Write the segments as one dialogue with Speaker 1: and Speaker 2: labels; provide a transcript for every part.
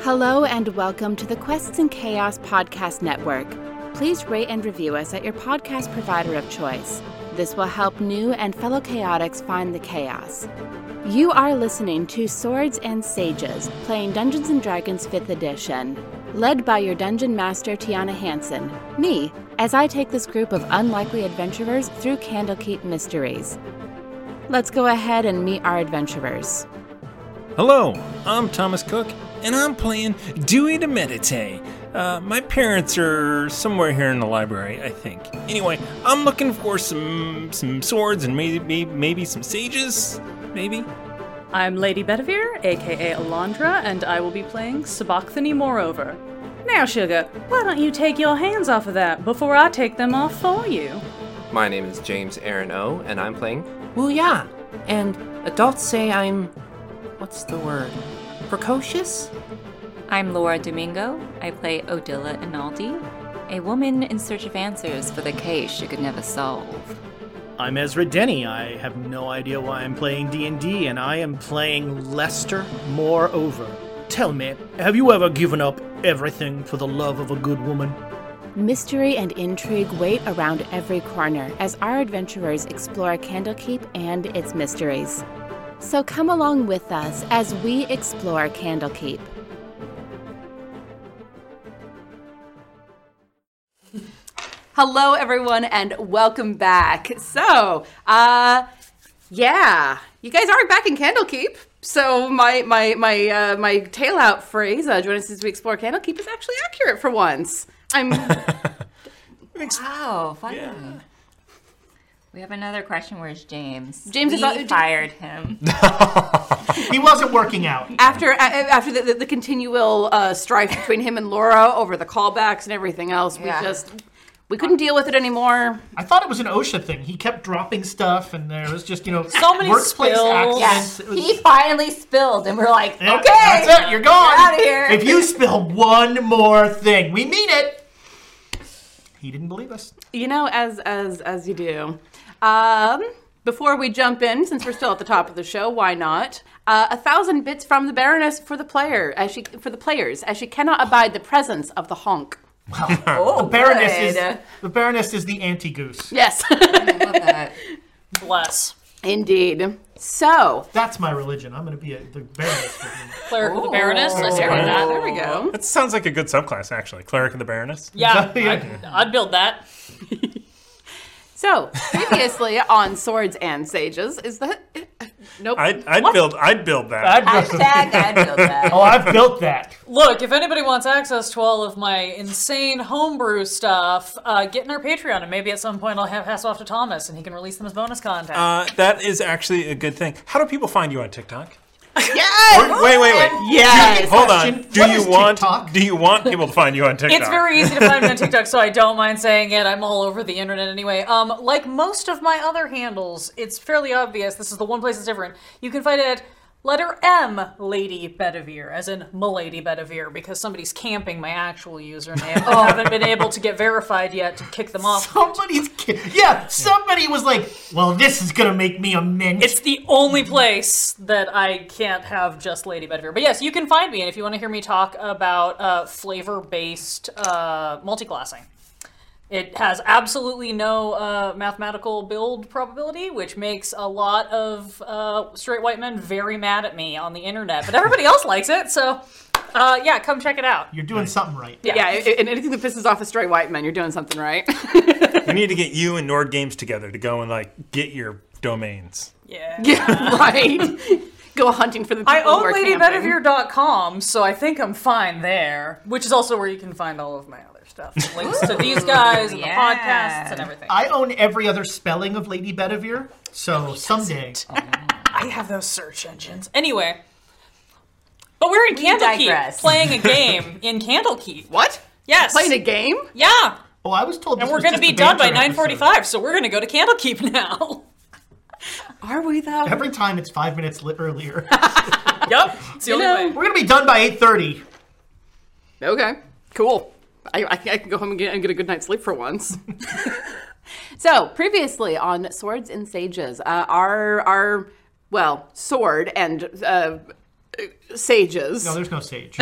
Speaker 1: Hello and welcome to the Quests and Chaos Podcast Network. Please rate and review us at your podcast provider of choice. This will help new and fellow chaotics find the chaos. You are listening to Swords and Sages, playing Dungeons and Dragons 5th Edition, led by your dungeon master Tiana Hansen, me, as I take this group of unlikely adventurers through Candlekeep mysteries. Let's go ahead and meet our adventurers.
Speaker 2: Hello, I'm Thomas Cook, and I'm playing Dewey to Meditate. Uh, my parents are somewhere here in the library, I think. Anyway, I'm looking for some some swords and maybe maybe some sages, maybe.
Speaker 3: I'm Lady Bedivere, aka Alondra, and I will be playing Sabachthani Moreover. Now, Sugar, why don't you take your hands off of that before I take them off for you?
Speaker 4: My name is James Aaron O, and I'm playing Wu Ya. And adults say I'm. What's the word? Precocious?
Speaker 5: I'm Laura Domingo. I play Odila Inaldi, a woman in search of answers for the case she could never solve.
Speaker 6: I'm Ezra Denny. I have no idea why I'm playing D&D and I am playing Lester moreover. Tell me, have you ever given up everything for the love of a good woman?
Speaker 1: Mystery and intrigue wait around every corner as our adventurers explore Candlekeep and its mysteries. So come along with us as we explore Candlekeep.
Speaker 7: Hello, everyone, and welcome back. So, uh, yeah, you guys are back in Candlekeep. So my my my uh, my tail out phrase, uh, "Join us as we explore Candlekeep," is actually accurate for once. I'm
Speaker 5: Wow, finally. We have another question. Where's James?
Speaker 7: James
Speaker 5: we
Speaker 7: is not-
Speaker 5: fired him.
Speaker 6: He wasn't working out.
Speaker 7: after a- after the, the, the continual uh, strife between him and Laura over the callbacks and everything else. We
Speaker 5: Yeah.
Speaker 7: just we couldn't deal with it anymore.
Speaker 6: I thought it was an OSHA thing. He kept dropping stuff and there was just, you know,
Speaker 3: So many
Speaker 6: workplace
Speaker 3: spills.
Speaker 6: accidents. It was-
Speaker 5: he finally spilled, and we're like,
Speaker 6: Yeah,
Speaker 5: okay,
Speaker 6: That's it, you're gone.
Speaker 5: out of here.
Speaker 6: If you spill one more thing, we mean it. He didn't believe us.
Speaker 7: You know, as as as you do. Um, before we jump in, since we're still at the top of the show, why not? Uh, a thousand bits from the Baroness for the player, as she for the players, as she cannot abide the presence of the honk.
Speaker 6: the Baroness
Speaker 7: good.
Speaker 6: is the Baroness is the anti goose.
Speaker 7: Yes,
Speaker 5: I love that.
Speaker 3: Bless.
Speaker 7: indeed. So
Speaker 6: That's my religion. I'm going to be a, the Baroness. with him.
Speaker 3: Cleric of the Baroness. I second that.
Speaker 7: there we go.
Speaker 2: That sounds like a good subclass, actually. Cleric of the Baroness.
Speaker 3: Yeah,
Speaker 6: Yeah.
Speaker 3: I'd, I'd build that.
Speaker 7: So previously on Swords and Sages, is that nope?
Speaker 2: I'd, I'd build I'd build that.
Speaker 5: Hashtag Advil
Speaker 6: oh, I've built that.
Speaker 3: Look, if anybody wants access to all of my insane homebrew stuff, uh, get in our Patreon, and maybe at some point I'll have pass off to Thomas, and he can release them as bonus content.
Speaker 2: uh, that is actually a good thing. How do people find you on TikTok?
Speaker 7: yes,
Speaker 2: Or- wait, wait, wait.
Speaker 7: yes.
Speaker 2: Hold on.
Speaker 6: Question,
Speaker 2: Do
Speaker 6: what
Speaker 2: you
Speaker 6: is
Speaker 2: want
Speaker 6: TikTok?
Speaker 2: do you want people to find you on TikTok?
Speaker 3: It's very easy to find me on TikTok, so I don't mind saying it. I'm all over the internet anyway. Um, like most of my other handles, it's fairly obvious. This is the one place it's different. You can find it at letter M, Lady Bedivere, as in Milady Bedivere, because somebody's camping my actual username. I haven't been able to get verified yet to kick them off.
Speaker 6: Somebody's ki- yeah. Somebody was like, "Well, this is going to make me a mint."
Speaker 3: It's the only place that I can't have just Lady Bedivere. But yes, you can find me, and if you want to hear me talk about uh, flavor-based uh, multiclassing, it has absolutely no uh, mathematical build probability, which makes a lot of uh, straight white men very mad at me on the internet. But everybody else likes it, so uh, yeah, come check it out.
Speaker 6: You're doing something right.
Speaker 7: Yeah, and anything that pisses off a straight white man, you're doing something right.
Speaker 2: we need to get you and Nord Games together to go and like get your domains.
Speaker 3: Yeah.
Speaker 7: right. Go hunting for the people
Speaker 3: I
Speaker 7: who
Speaker 3: own
Speaker 7: are camping.
Speaker 3: LadyBedivere.com, so I think I'm fine there, which is also where you can find all of my other stuff. Links to these guys and
Speaker 5: yeah.
Speaker 3: the podcasts and everything. I,
Speaker 6: I own every other spelling of Lady Bedivere, so someday.
Speaker 3: have those search engines. Anyway. But we're in
Speaker 5: digress.
Speaker 3: Candlekeep playing a game in Candlekeep.
Speaker 7: What?
Speaker 3: Yes.
Speaker 7: Playing a game?
Speaker 3: yeah.
Speaker 6: Oh, I was told.
Speaker 3: And we're going to be done by 9:45, so we're going to go to Candlekeep now.
Speaker 7: Are we though?
Speaker 6: Every time it's five minutes li- earlier.
Speaker 3: yep. It's the only
Speaker 7: know.
Speaker 3: way.
Speaker 6: we're gonna be done by eight thirty.
Speaker 7: Okay, cool. I, I, think I can go home and get, and get a good night's sleep for once. so previously on Swords and Sages, uh, our our well sword and uh, sages.
Speaker 6: No, there's no sage.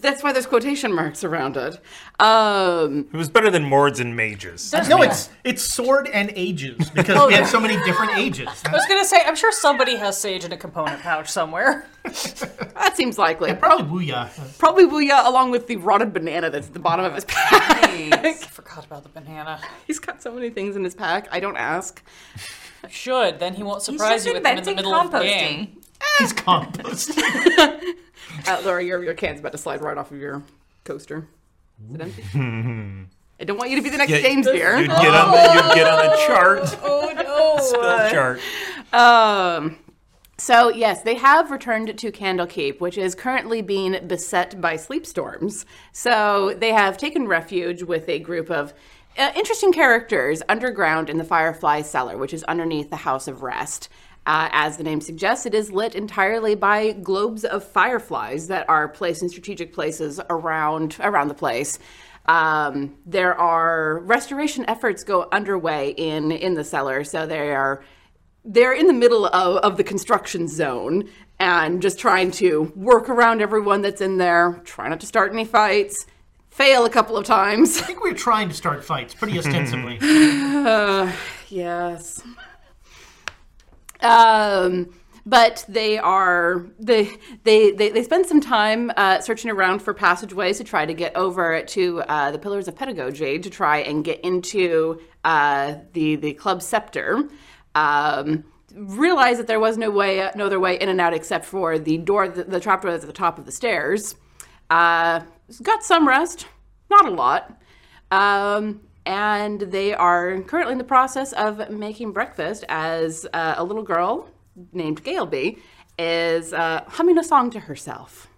Speaker 7: That's why there's quotation marks around it. Um,
Speaker 2: It was better than Mords and Mages.
Speaker 6: no, it's it's sword and ages because
Speaker 3: Oh,
Speaker 6: we had so many different ages.
Speaker 3: I was going to say I'm sure somebody has sage in a component pouch somewhere.
Speaker 7: that seems likely.
Speaker 6: Probably Wuya.
Speaker 7: Probably Booyah along with the rotted banana that's at the bottom of his
Speaker 3: I
Speaker 7: pack.
Speaker 3: forgot about the banana.
Speaker 7: He's got so many things in his pack. I don't ask.
Speaker 3: You should, then he won't
Speaker 5: He's
Speaker 3: surprise
Speaker 5: just
Speaker 3: you with them in the
Speaker 5: inventing
Speaker 3: middle of the game.
Speaker 5: composting.
Speaker 6: He's compost.
Speaker 7: Uh, Laura, your, your can's about to slide right off of your coaster. Is it empty? I don't want you to be the next
Speaker 2: Yeah,
Speaker 7: James
Speaker 2: You'd
Speaker 7: dear.
Speaker 2: get on the, you'd get on the chart.
Speaker 5: Oh no!
Speaker 2: Spell chart.
Speaker 7: Um, so yes, they have returned to Candlekeep, which is currently being beset by sleep storms. So they have taken refuge with a group of uh, interesting characters underground in the Firefly Cellar, which is underneath the House of Rest. Uh, as the name suggests, it is lit entirely by globes of fireflies that are placed in strategic places around around the place. Um, there are restoration efforts go underway in in the cellar, so they are they're in the middle of, of the construction zone and just trying to work around everyone that's in there, try not to start any fights, fail a couple of times.
Speaker 6: I think we're trying to start fights pretty ostensibly.
Speaker 7: yes. Um, but they are they they they, they spend some time uh, searching around for passageways to try to get over to uh, the Pillars of Pedagogy to try and get into uh, the the club scepter. Um, realize that there was no way no other way in and out except for the door the, the trapdoor that's at the top of the stairs. Uh, got some rest, not a lot. Um, and they are currently in the process of making breakfast as uh, a little girl named Galeby is uh, humming a song to herself.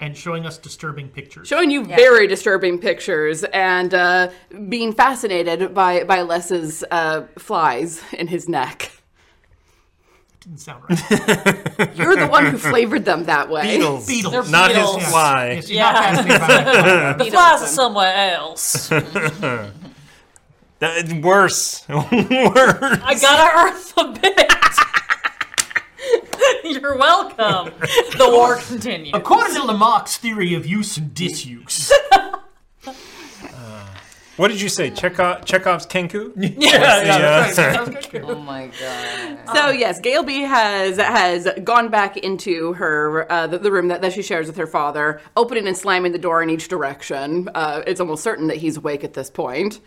Speaker 6: and showing us disturbing pictures.
Speaker 7: Showing you very disturbing pictures and uh, being fascinated by, by Les's uh, flies in his neck.
Speaker 6: Didn't sound right.
Speaker 7: You're the one who flavored them that way.
Speaker 2: Beatles.
Speaker 6: Beatles.
Speaker 2: Not
Speaker 3: Beatles.
Speaker 2: his fly.
Speaker 6: Yes, you're not fascinated by that.
Speaker 3: The flies are somewhere else.
Speaker 2: That- it's worse. worse.
Speaker 3: I got our alphabet. You're welcome. The war continues.
Speaker 6: According to Lamarck's theory of use and disuse,
Speaker 2: What did you say? Chekhov, Chekhov's Kenku?
Speaker 5: Oh my god!
Speaker 3: Uh-huh.
Speaker 7: So yes, Gail B has has gone back into her uh, the, the room that, that she shares with her father, opening and slamming the door in each direction. Uh, it's almost certain that he's awake at this point.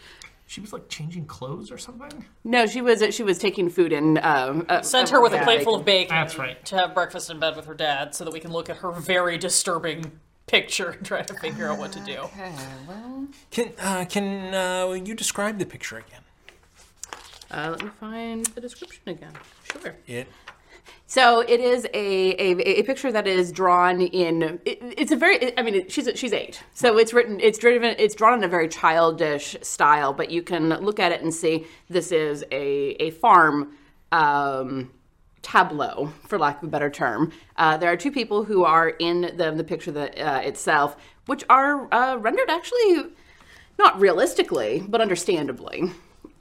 Speaker 6: she was like changing clothes or something.
Speaker 7: No, she was she was taking food and um, uh,
Speaker 3: Sent her with a plateful of bacon.
Speaker 6: That's right.
Speaker 3: To have breakfast in bed with her dad, so that we can look at her very disturbing picture and try to figure out what to do.
Speaker 2: Can uh, can uh, you describe the picture again?
Speaker 7: Uh, let me find the description again. Sure.
Speaker 2: It
Speaker 7: So it is a, a, a picture that is drawn in. It, it's a very. I mean, it, she's she's eight, so it's written. It's driven. It's drawn in a very childish style, but you can look at it and see this is a a farm. Um, tableau, for lack of a better term. Uh, there are two people who are in the, the picture that, uh, itself, which are uh, rendered actually not realistically, but understandably.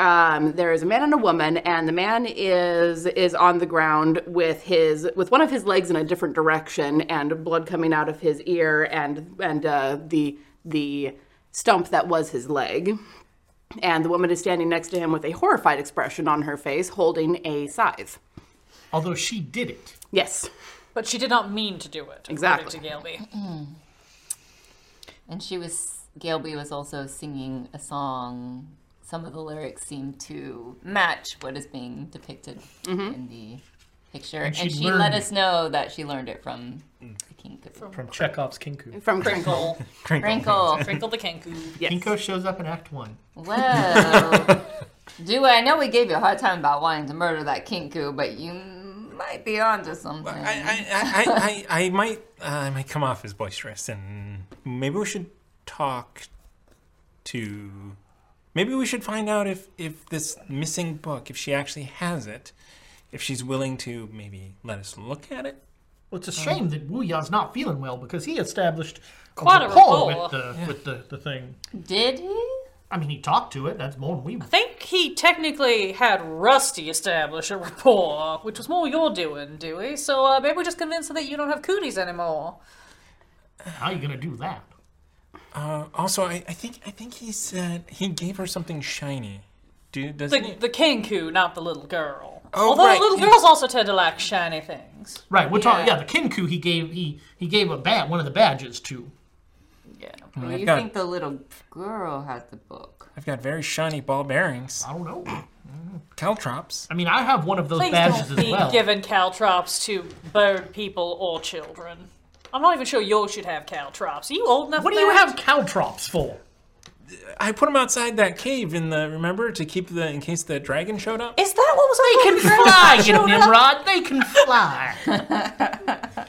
Speaker 7: Um, there is a man and a woman, and the man is is on the ground with his with one of his legs in a different direction, and blood coming out of his ear, and and uh, the the stump that was his leg. And the woman is standing next to him with a horrified expression on her face, holding a scythe.
Speaker 6: Although she did it.
Speaker 7: Yes.
Speaker 3: But she did not mean to do it. according
Speaker 7: Exactly.
Speaker 3: To Galeby.
Speaker 5: And she was Gailby was also singing a song. Some of the lyrics seem to match what is being depicted in the picture, and she,
Speaker 6: she learned
Speaker 5: let
Speaker 6: it.
Speaker 5: us know that she learned it from the king.
Speaker 6: From Chekhov's Kinku.
Speaker 7: From
Speaker 3: Crinkle,
Speaker 5: Crinkle.
Speaker 3: crinkle the kanku.
Speaker 7: Yes.
Speaker 6: Kinko shows up in Act 1.
Speaker 5: Whoa. Do I know we gave you a hard time about wanting to murder that kinku, but you might be onto
Speaker 2: I,
Speaker 5: something.
Speaker 6: Mm-hmm.
Speaker 2: I, I, I, I might uh, I might come off as boisterous, and maybe we should talk to. Maybe we should find out if if this missing book, if she actually has it, if she's willing to maybe let us look at it.
Speaker 6: Well, it's a shame that Wu Ya's not feeling well because he established
Speaker 3: Quite a rapport.
Speaker 6: with the with the, the thing.
Speaker 5: Did he?
Speaker 6: I mean, he talked to it. That's more than we.
Speaker 3: I think he technically had Rusty establish a rapport, which was more your doing, Dewey. So uh, maybe we're just convinced that you don't have cooties anymore.
Speaker 6: How are you gonna do that?
Speaker 2: Uh, also, I, I think I think he said he gave her something shiny. Do doesn't
Speaker 3: The,
Speaker 2: he?
Speaker 3: the kinku, not the little girl.
Speaker 2: Oh,
Speaker 3: Although
Speaker 2: right,
Speaker 3: little
Speaker 2: yeah.
Speaker 3: girls also tend to like shiny things.
Speaker 6: Right. We're talking. Yeah, the Kinku. He gave he he gave a bat one of the badges to.
Speaker 5: Well, you
Speaker 2: got-
Speaker 5: think the little girl has the book?
Speaker 2: I've got very shiny ball bearings,
Speaker 6: I don't know.
Speaker 2: caltrops.
Speaker 6: I mean, I have one of those
Speaker 3: Please
Speaker 6: badges
Speaker 3: don't
Speaker 6: as
Speaker 3: be
Speaker 6: well.
Speaker 3: giving caltrops to bird people or children. I'm not even sure you should have caltrops. Are you old enough?
Speaker 6: what
Speaker 3: for
Speaker 6: do you
Speaker 3: that?
Speaker 6: have caltrops for?
Speaker 2: I put them outside that cave in the remember to keep the in case the dragon showed up.
Speaker 3: Is that what was on
Speaker 6: They can fly, you Nimrod. They can fly.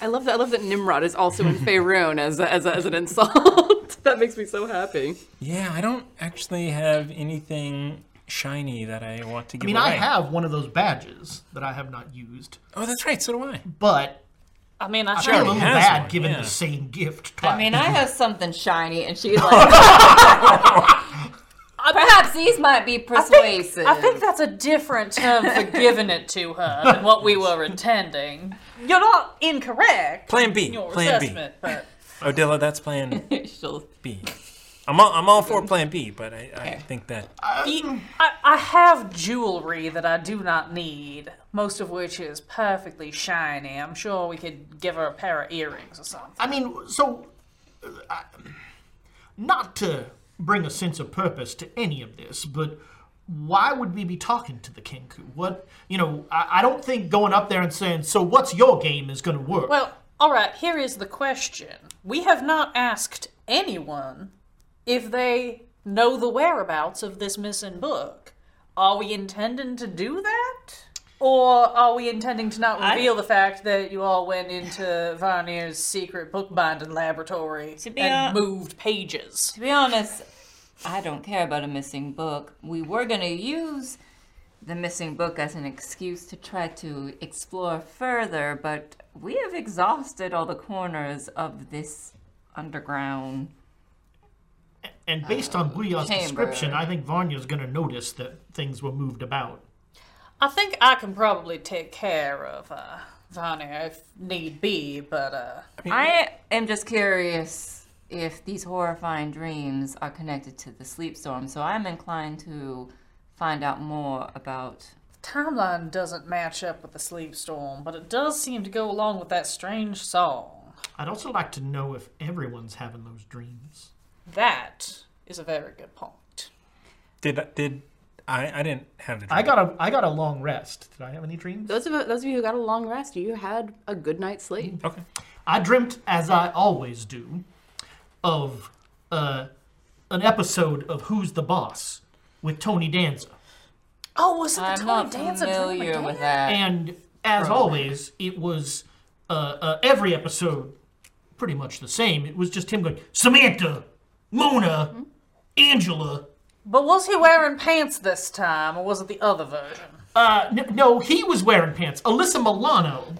Speaker 7: I love that. I love that Nimrod is also in Faerun as a, as, a, as an insult. that makes me so happy.
Speaker 2: Yeah, I don't actually have anything shiny that I want to
Speaker 6: I
Speaker 2: give
Speaker 6: mean, I
Speaker 2: away.
Speaker 6: have one of those badges that I have not used,
Speaker 2: Oh, that's right. So do I.
Speaker 6: but
Speaker 3: I mean, I
Speaker 6: I feel a
Speaker 3: sure.
Speaker 6: little
Speaker 2: has
Speaker 6: bad
Speaker 2: one,
Speaker 6: giving
Speaker 2: yeah.
Speaker 6: the same gift twice.
Speaker 5: I mean, I have something shiny, and she's like, perhaps these might be persuasive.
Speaker 3: I think that's a different term for giving it to her than what we were intending. You're not incorrect.
Speaker 2: Plan B.
Speaker 3: in your
Speaker 2: Plan B.
Speaker 3: assessment, but
Speaker 2: Odilla, that's Plan
Speaker 5: She'll-
Speaker 2: B. I'm all, I'm all for Plan B, but I, I think that
Speaker 5: Mm-hmm.
Speaker 3: I, I have jewelry that I do not need, most of which is perfectly shiny. I'm sure we could give her a pair of earrings or something.
Speaker 6: I mean, so uh, I- not to bring a sense of purpose to any of this, but why would we be talking to the Kenku? What you know, I, I don't think going up there and saying, "So what's your game?" is going to work.
Speaker 3: Well, all right, here is the question. We have not asked anyone if they know the whereabouts of this missing book. Are we intending to do that? Or are we intending to not reveal the fact that you all went into Varnier's secret bookbinding laboratory
Speaker 5: be
Speaker 3: and
Speaker 5: hon-
Speaker 3: moved pages?
Speaker 5: To be honest, I don't care about a missing book. We were going to use the missing book as an excuse to try to explore further, but we have exhausted all the corners of this underground.
Speaker 6: and based on Guya's
Speaker 5: chamber.
Speaker 6: description, I think Vanya's going to notice that things were moved about.
Speaker 3: I think I can probably take care of uh, Varnier if need be, but uh,
Speaker 5: I am just curious if these horrifying dreams are connected to the sleep storm, so I'm inclined to find out more about.
Speaker 3: timeline doesn't match up with the sleep storm, but it does seem to go along with that strange song.
Speaker 6: I'd also like to know if everyone's having those dreams.
Speaker 3: That is a very good point.
Speaker 2: did did I I didn't have the. Dream.
Speaker 6: I got a I got a long rest. Did I have any dreams?
Speaker 7: Those of those of you who got a long rest, you had a good night's sleep.
Speaker 2: okay.
Speaker 6: I dreamt, as I always do, of uh, an episode of Who's the Boss with Tony Danza.
Speaker 3: Oh, was it the
Speaker 5: I'm
Speaker 3: Tony
Speaker 5: not
Speaker 3: Danza
Speaker 5: familiar
Speaker 3: drama?
Speaker 5: with that.
Speaker 6: And as always, it was uh, uh, every episode pretty much the same. It was just him going, Samantha, Mona, Angela.
Speaker 3: But was he wearing pants this time, or was it the other version?
Speaker 6: Uh, n- no, he was wearing pants. Alyssa Milano.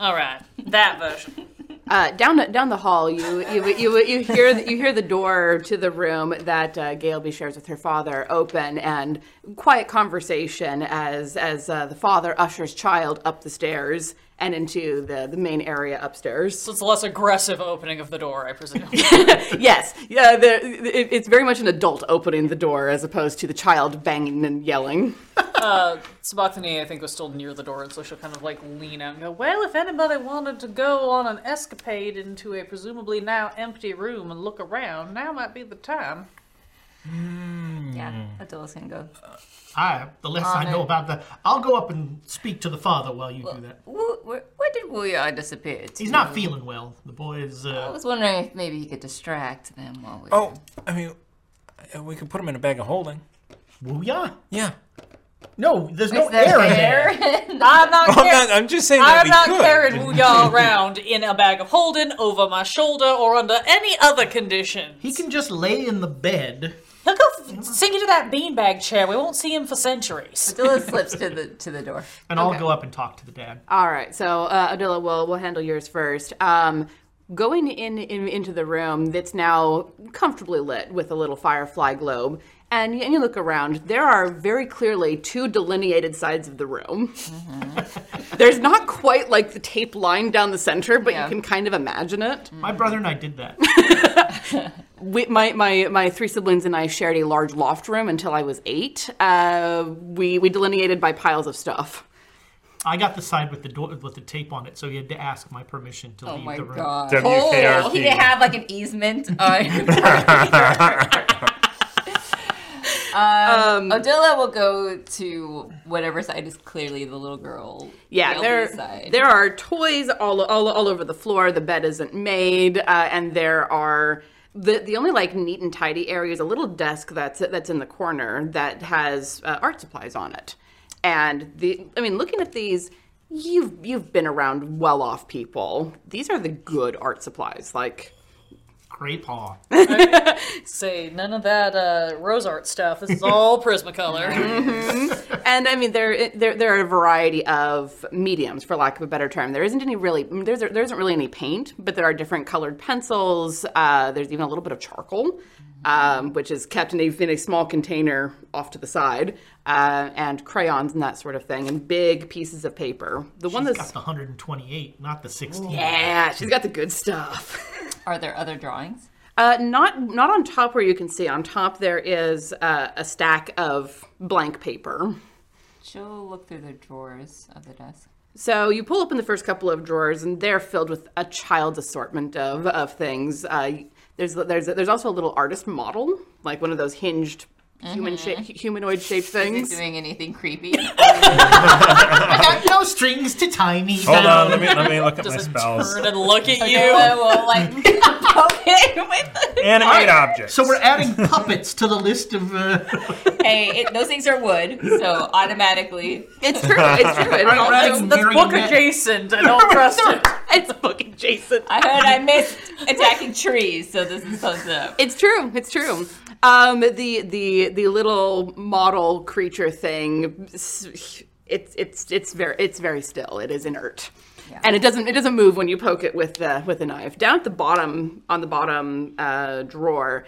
Speaker 3: All right, that version.
Speaker 7: Uh, down the- down the hall, you you you, you hear the, you hear the door to the room that uh, Gailby shares with her father open, and quiet conversation as as uh, the father ushers child up the stairs and into the the main area upstairs.
Speaker 3: So it's a less aggressive opening of the door, I presume.
Speaker 7: yes, yeah, the, it, it's very much an adult opening the door as opposed to the child banging and yelling.
Speaker 3: Sabathini, I think, was still near the door, and so she'll kind of like lean out and go, Well, if anybody wanted to go on an escapade into a presumably now empty room and look around, now might be the time.
Speaker 5: yeah, adults can go.
Speaker 6: I, the less
Speaker 5: Oh,
Speaker 6: I know about that, I'll go up and speak to the father while you do that.
Speaker 5: Where, where, where did Wuya disappear to?
Speaker 6: He's not feeling well. The boy is.
Speaker 5: I
Speaker 6: Uh,
Speaker 5: was wondering if maybe you could distract them while we
Speaker 2: Oh, I mean, uh, we could put him in a bag of holding.
Speaker 6: Wuya?
Speaker 2: Yeah.
Speaker 6: No, there's no
Speaker 5: Is there
Speaker 6: air in there.
Speaker 5: air?
Speaker 3: I'm not.
Speaker 2: Well, I'm
Speaker 3: car-
Speaker 2: not- I'm just saying that'd
Speaker 3: I'm
Speaker 2: be
Speaker 3: not
Speaker 2: good.
Speaker 3: carrying Wu Yao around in a bag of holding over my shoulder or under any other condition.
Speaker 6: He can just lay in the bed.
Speaker 3: He'll go f- sink into that beanbag chair. We won't see him for centuries.
Speaker 5: Dilla slips to the to the door.
Speaker 6: And I'll go up and talk to the dad.
Speaker 7: All right, so uh, Adila, we'll we'll handle yours first. Um, going in, in into the room that's now comfortably lit with a little firefly globe, and you, and you look around. There are very clearly two delineated sides of the room. There's not quite like the tape line down the center, but you
Speaker 5: Yeah.
Speaker 7: can kind of imagine it.
Speaker 5: Um.
Speaker 6: My brother and I did that.
Speaker 7: We, my, my, my three siblings and I shared a large loft room until I was eight. Uh, we, we delineated by piles of stuff.
Speaker 6: I got the side with the door with the tape on it, so he had to ask my permission to
Speaker 5: Oh
Speaker 6: leave
Speaker 5: my
Speaker 6: the room.
Speaker 5: god.
Speaker 2: WKRP.
Speaker 5: He didn't have like an easement. on- um, Odila will go to whatever side is clearly the little girl.
Speaker 7: Yeah,
Speaker 5: the
Speaker 7: there,
Speaker 5: elderly side.
Speaker 7: there are toys all, all all over the floor. The bed isn't made, uh, and there are the the only like neat and tidy area is a little desk that's that's in the corner that has uh, art supplies on it. And the I mean, looking at these, you've you've been around well off people. These are the good art supplies, like.
Speaker 6: Great paw.
Speaker 3: Say none of that uh, rose art stuff. This is all Prismacolor.
Speaker 7: And I mean, there, there there are a variety of mediums, for lack of a better term. There isn't any really there's there isn't really any paint, but there are different colored pencils. Uh, there's even a little bit of charcoal, um, which is kept in a, in a small container off to the side, uh, and crayons and that sort of thing, and big pieces of paper. The one
Speaker 6: He's got
Speaker 7: that's
Speaker 6: the 128, not the 16.
Speaker 7: yeah, she's got the good stuff.
Speaker 5: Are there other drawings?
Speaker 7: Uh, not not on top where you can see. On top there is uh, a stack of blank paper.
Speaker 5: She'll look through the drawers of the desk.
Speaker 7: So you pull open the first couple of drawers, and they're filled with a child's assortment of of things. Uh, there's there's there's also a little artist model, like one of those hinged human shape humanoid shaped
Speaker 5: Mm-hmm. Is it
Speaker 7: things.
Speaker 5: doing anything creepy?
Speaker 6: I got no strings to tie me
Speaker 8: Hold
Speaker 6: down.
Speaker 8: on, let me let me look at my spells.
Speaker 3: Turn and look at you.
Speaker 5: Odila will like poke it with
Speaker 8: Animate objects.
Speaker 6: So we're adding puppets to the list of. Uh,
Speaker 5: Hey, it, those things are wood, so automatically.
Speaker 7: It's true. It's true. It's,
Speaker 6: we're
Speaker 7: also,
Speaker 6: adding
Speaker 3: That's book
Speaker 6: marionette-
Speaker 3: adjacent. I don't trust it.
Speaker 7: it's book adjacent.
Speaker 5: I heard I missed attacking trees, so this is close up.
Speaker 7: It's true. It's true. Um, the the the little model creature thing. s- It's it's it's very it's very still. It is inert, and it doesn't it doesn't move when you poke it with the with a knife. Down at the bottom on the bottom uh, drawer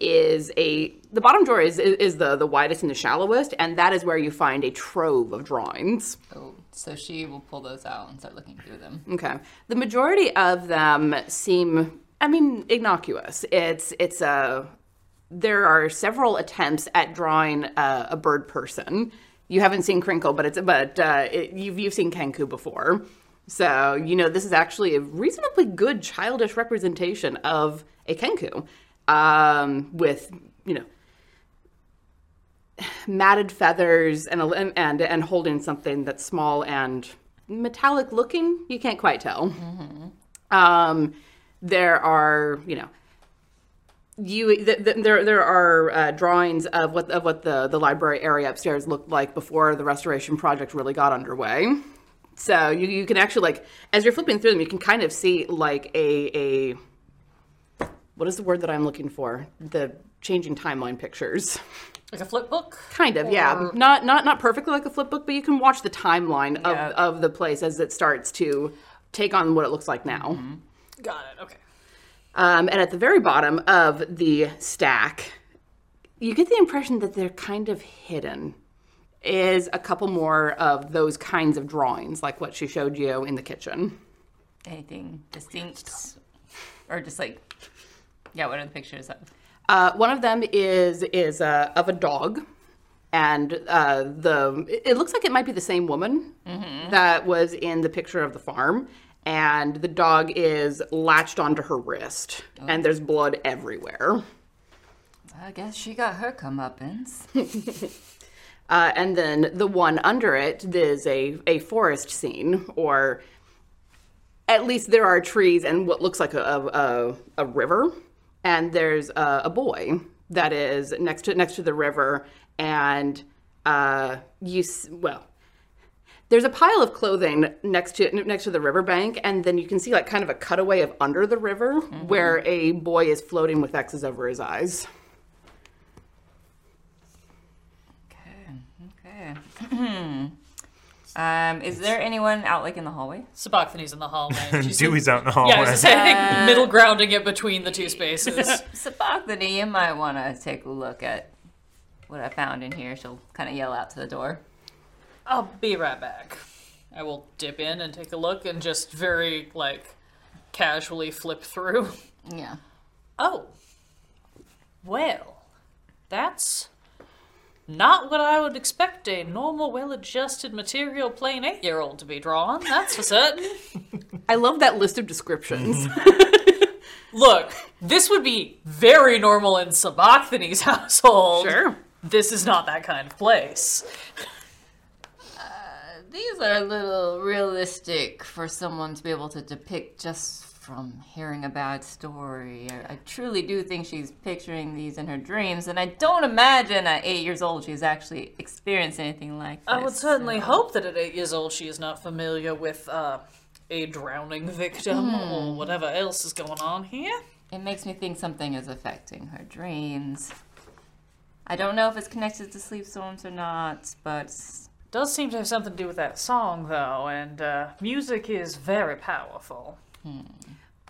Speaker 7: is a the bottom drawer is is the the widest and the shallowest, and that is where you find a trove of drawings.
Speaker 5: Oh, so she will pull those out and start looking through them.
Speaker 7: Okay. The majority of them seem, I mean, innocuous. It's it's a. There are several attempts at drawing a, a bird person. You haven't seen Crinkle, but it's but uh, it, you've you've seen Kenku before, so you know this is actually a reasonably good childish representation of a Kenku, um, with you know matted feathers and a, and and holding something that's small and metallic looking. You can't quite tell. Um, there are you know you th- th- there there are uh, drawings of what of what the the library area upstairs looked like before the restoration project really got underway. So you you can actually like as you're flipping through them, you can kind of see like a a what is the word that I'm looking for? The changing timeline pictures.
Speaker 3: Like a flip book.
Speaker 7: Kind of, yeah. Not not not perfectly like a flip book, but you can watch the timeline of, of the place as it starts to take on what it looks like now.
Speaker 3: Got it. Okay.
Speaker 7: Um, and at the very bottom of the stack, you get the impression that they're kind of hidden. Is a couple more of those kinds of drawings, like what she showed you in the kitchen.
Speaker 5: Anything distinct? Or just like, yeah, what are the pictures of?
Speaker 7: Uh, one of them is is uh, of a dog, and uh, the it- it looks like it might be the same woman that was in the picture of the farm, and the dog is latched onto her wrist, and there's blood everywhere.
Speaker 5: I guess she got her comeuppance.
Speaker 7: Uh, and then the one under it is a a forest scene, or at least there are trees and what looks like a a, a, a river, and there's a, a boy that is next to next to the river, and uh, you s- well there's a pile of clothing next to next to the riverbank and then you can see like kind of a cutaway of under the river where a boy is floating with x's over his eyes
Speaker 5: Okay. um, is there anyone out like in the hallway?
Speaker 3: Sabathany's in the hallway. She's
Speaker 8: Dewey's out in the hallway.
Speaker 3: Yeah, I was gonna say, I think middle grounding it between the two spaces.
Speaker 5: Sabachthani, you might want to take a look at what I found in here. She'll kind of yell out to the door.
Speaker 3: I'll be right back. I will dip in and take a look and just very, like, casually flip through.
Speaker 5: Yeah.
Speaker 3: Oh. Well, that's not what I would expect a normal, well adjusted material plane eight year old to be drawn, that's for certain.
Speaker 7: i love that list of descriptions
Speaker 3: Look, this would be very normal in Sabathany's household.
Speaker 7: sure
Speaker 3: This is not that kind of place.
Speaker 5: These are a little realistic for someone to be able to depict just from hearing a bad story. I, I truly do think she's picturing these in her dreams, and I don't imagine at eight years old she's actually experienced anything like this.
Speaker 3: I would certainly hope that at eight years old she is not familiar with uh, a drowning victim or whatever else is going on here.
Speaker 5: It makes me think something is affecting her dreams. I don't know if it's connected to sleep storms or not, but
Speaker 3: Does seem to have something to do with that song though, and uh, music is very powerful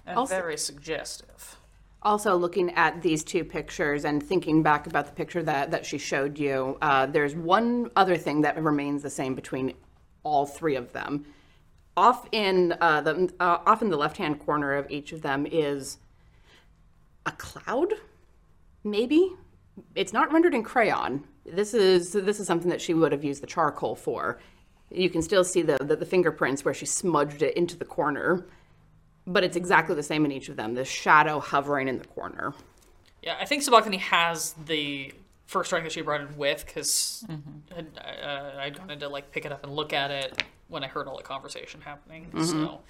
Speaker 3: and
Speaker 7: Also-
Speaker 3: very suggestive.
Speaker 7: also looking at these two pictures and thinking back about the picture that, that she showed you uh, there's one other thing that remains the same between all three of them off in uh, the uh, off in the left hand corner of each of them is a cloud maybe it's not rendered in crayon this is this is something that she would have used the charcoal for you can still see the the, the fingerprints where she smudged it into the corner but it's exactly the same in each of them the shadow hovering in the corner
Speaker 3: Yeah, I think Sabathany has the first strike that she brought in with because uh, I'd gone in to like pick it up and look at it when I heard all the conversation happening. So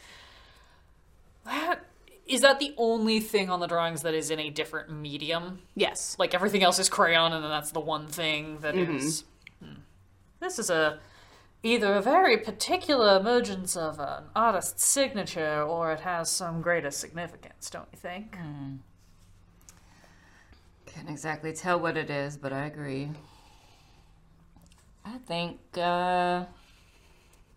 Speaker 3: that is that the only thing on the drawings that is in a different medium?
Speaker 7: yes
Speaker 3: Like everything else is crayon, and then that's the one thing that is. Hmm. This is a either a very particular emergence of an artist's signature, or it has some greater significance, don't you think?
Speaker 5: can't exactly tell what it is, but I agree. I think uh,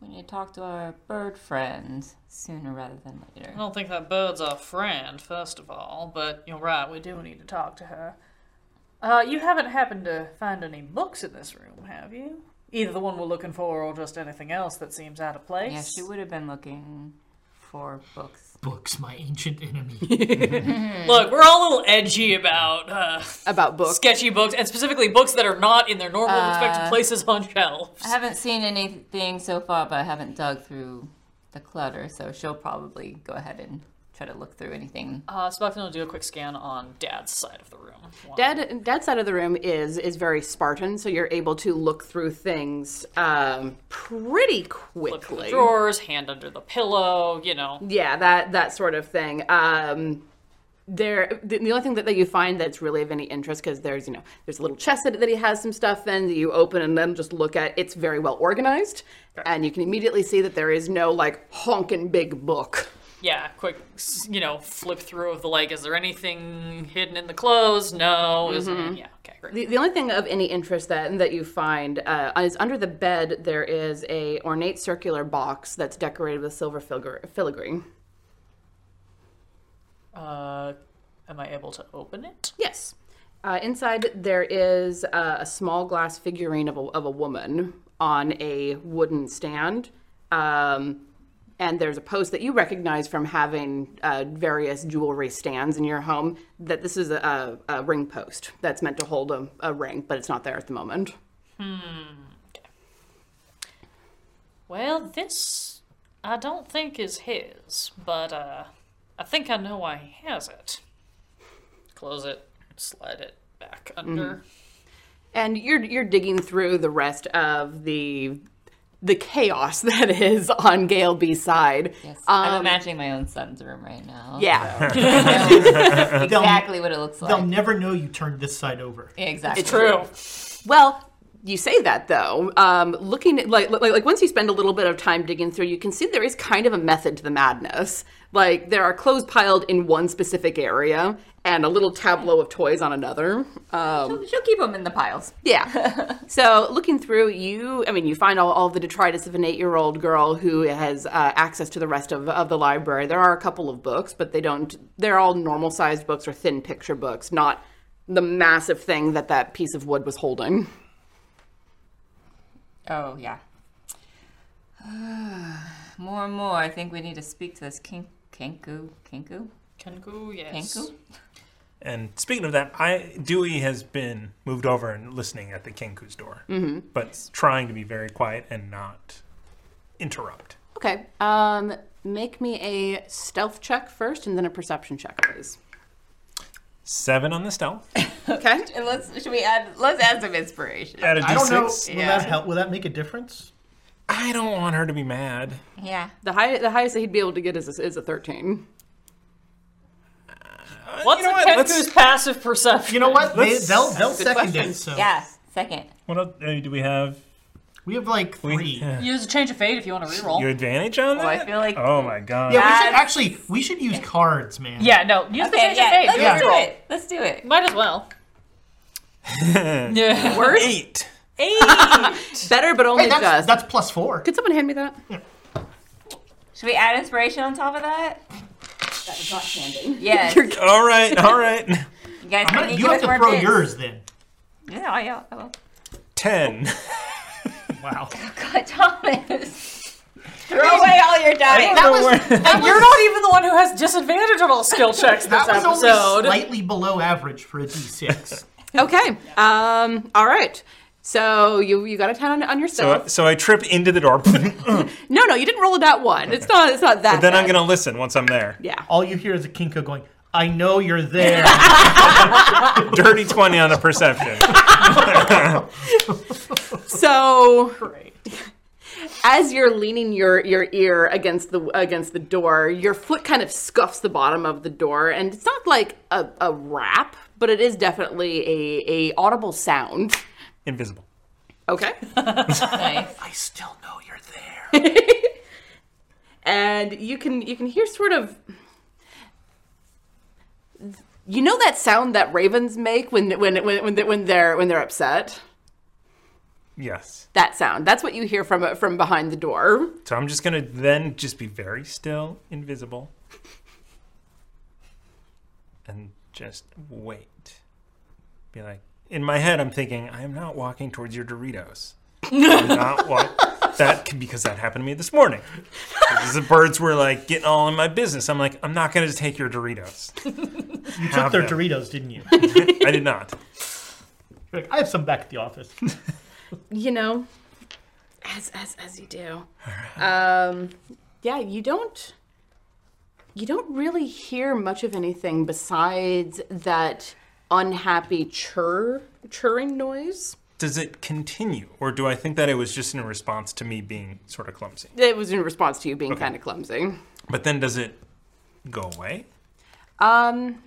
Speaker 5: we need to talk to our bird friend sooner rather than later.
Speaker 3: I don't think that bird's our friend, first of all, but you're right, we do need to talk to her. Uh, you haven't happened to find any books in this room, have you? Either the one we're looking for or just anything else that seems out of place.
Speaker 5: Yeah, she would have been looking for books.
Speaker 6: Books, my ancient enemy.
Speaker 3: Look, we're all a little edgy about uh,
Speaker 7: about books Uh,
Speaker 3: sketchy books, and specifically books that are not in their normal respective places on shelves.
Speaker 5: I haven't seen anything so far, but I haven't dug through the clutter, so she'll probably go ahead and try to look through anything.
Speaker 3: Uh, Spockton will do a quick scan on Dad's side of the room.
Speaker 7: Dead, dead side of the room is is very Spartan, so you're able to look through things um, pretty
Speaker 3: Look through the
Speaker 7: quickly.
Speaker 3: drawers, hand under the pillow, you know.
Speaker 7: Yeah, that that sort of thing. Um, there, the, the only thing that, that you find that's really of any interest because there's you know there's a little chest that, that he has some stuff in that you open and then just look at. It's very well organized, and you can immediately see that there is no like honking big book.
Speaker 3: yeah, quick, s- you know, flip through of the like, is there anything hidden in the clothes? No. Is
Speaker 5: Mm-hmm.
Speaker 3: yeah, okay, great.
Speaker 7: The, the only thing of any interest that that you find uh, is under the bed. There is a ornate circular box that's decorated with silver filigre- filigree.
Speaker 3: Uh, am I able to open it?
Speaker 7: Yes. Uh, inside there is uh, a small glass figurine of a, of a woman on a wooden stand. Um, and there's a post that you recognize from having uh, various jewelry stands in your home that this is a, a, a ring post that's meant to hold a, a ring, but it's not there at the moment.
Speaker 3: Well, this I don't think is his, but uh, I think I know why he has it. Close it, slide it back
Speaker 5: Mm-hmm.
Speaker 3: under.
Speaker 7: and you're you're digging through the rest of the the chaos that is on Gale B's side.
Speaker 5: Yes, I'm imagining my own son's room right now.
Speaker 7: Yeah,
Speaker 5: exactly what it looks
Speaker 6: They'll
Speaker 5: like.
Speaker 6: never know you turned this side over.
Speaker 5: Yeah, exactly.
Speaker 3: True.
Speaker 7: Well, you say that though, um, looking at, like, like like once you spend a little bit of time digging through, you can see there is kind of a method to the madness. Like there are clothes piled in one specific area and a little tableau of toys on another. Um,
Speaker 5: She'll keep them in the piles.
Speaker 7: yeah. so looking through, you, I mean, you find all, all the detritus of an eight-year-old girl who has uh, access to the rest of, of the library. There are a couple of books, but they don't. They're all normal-sized books or thin picture books, not the massive thing that that piece of wood was holding.
Speaker 5: Oh, yeah. more and more, I think we need to speak to this kink- Kenku. Kenku?
Speaker 3: Kenku, yes.
Speaker 5: Kenku?
Speaker 2: And speaking of that, I Dewey has been moved over and listening at the Kenku's door, mm-hmm. but trying to be very quiet and not interrupt.
Speaker 1: Okay.
Speaker 7: Um, make me a stealth check first, and then a perception check, please.
Speaker 2: Seven on the stealth.
Speaker 7: Okay.
Speaker 5: And let's, should we add, let's add some inspiration.
Speaker 2: At a
Speaker 6: I don't know.
Speaker 2: D6.
Speaker 6: Will that help? Will that make a difference?
Speaker 2: I don't want her to be mad.
Speaker 5: Yeah.
Speaker 7: The high, the highest that he'd be able to get is a, is a thirteen.
Speaker 3: What's
Speaker 2: You know
Speaker 3: a
Speaker 2: what? Let's-
Speaker 3: Kenku's passive perception?
Speaker 6: You know what? They,
Speaker 2: Let's-
Speaker 6: they'll they'll second it. So
Speaker 5: Yeah. Second.
Speaker 2: What else, uh, do we have?
Speaker 6: we have like
Speaker 2: We-
Speaker 6: three.
Speaker 2: yeah.
Speaker 3: Use a change of fate if you want to reroll.
Speaker 2: Your advantage on that?
Speaker 5: I feel like-
Speaker 2: Oh my god.
Speaker 6: Yeah, we should
Speaker 5: That's-
Speaker 6: actually we should use cards, man.
Speaker 3: yeah, no. Use the
Speaker 5: Okay,
Speaker 3: change
Speaker 5: yeah.
Speaker 3: of
Speaker 5: Let's
Speaker 3: fate.
Speaker 6: Yeah.
Speaker 5: do
Speaker 3: Reroll.
Speaker 5: it. Let's do it.
Speaker 3: Might as well. yeah.
Speaker 2: Eight.
Speaker 7: Better, but only
Speaker 6: Hey, that's,
Speaker 7: just.
Speaker 6: that's plus four.
Speaker 7: Could someone hand me that?
Speaker 5: Should we add inspiration on top of that? Yes.
Speaker 7: You're-
Speaker 5: you
Speaker 2: All right, all right.
Speaker 5: guys
Speaker 6: I'm
Speaker 5: might
Speaker 6: gonna-
Speaker 5: need
Speaker 6: you
Speaker 5: give
Speaker 6: have
Speaker 5: us
Speaker 6: to
Speaker 5: more
Speaker 6: throw
Speaker 5: bits.
Speaker 6: yours then.
Speaker 5: Yeah, yeah. I will.
Speaker 2: Ten.
Speaker 6: Wow.
Speaker 5: God, Thomas. Throw away all your dice.
Speaker 6: That was,
Speaker 3: You're not even the one who has disadvantage on all skill checks this
Speaker 6: that was only
Speaker 3: episode.
Speaker 6: slightly below average for a d6.
Speaker 7: Okay. Um. All right. So you you got a ten on, on your
Speaker 2: So,
Speaker 7: stealth.
Speaker 2: so I trip into the door, and
Speaker 7: no, no, you didn't roll a that one. It's not. It's not that.
Speaker 2: then I'm
Speaker 7: bad.
Speaker 2: gonna listen once I'm there.
Speaker 7: Yeah.
Speaker 6: All you hear is a kinko going, "I know you're there."
Speaker 2: Dirty twenty on the perception.
Speaker 7: So
Speaker 3: Great.
Speaker 7: as you're leaning your your ear against the against the door, your foot kind of scuffs the bottom of the door, and it's not like a, a rap, but it is definitely a a audible sound.
Speaker 2: Invisible.
Speaker 7: Okay.
Speaker 5: Nice.
Speaker 6: I still know you're there.
Speaker 7: and you can you can hear sort of you know that sound that ravens make when when when when they- when they're when they're upset.
Speaker 2: Yes.
Speaker 7: That sound. That's what you hear from from behind the door.
Speaker 2: So I'm just gonna then just be very still, invisible, and just wait. Be like, in my head, I'm thinking, I am not walking towards your Doritos. I'm not walk- that c- because that happened to me this morning. Because the birds were like getting all in my business. I'm like, I'm not gonna take your Doritos.
Speaker 6: You took
Speaker 2: Have
Speaker 6: their
Speaker 2: them.
Speaker 6: Doritos, didn't you?
Speaker 2: I did not.
Speaker 6: You're like, I have some back at the office.
Speaker 7: You know, as as as you do. Um, yeah, you don't. You don't really hear much of anything besides that unhappy chur churring noise.
Speaker 2: Does it continue, or do I think that it was just in response to me being sort of clumsy?
Speaker 7: It was in response to you being kind of clumsy.
Speaker 2: But then does it go away?
Speaker 7: Um,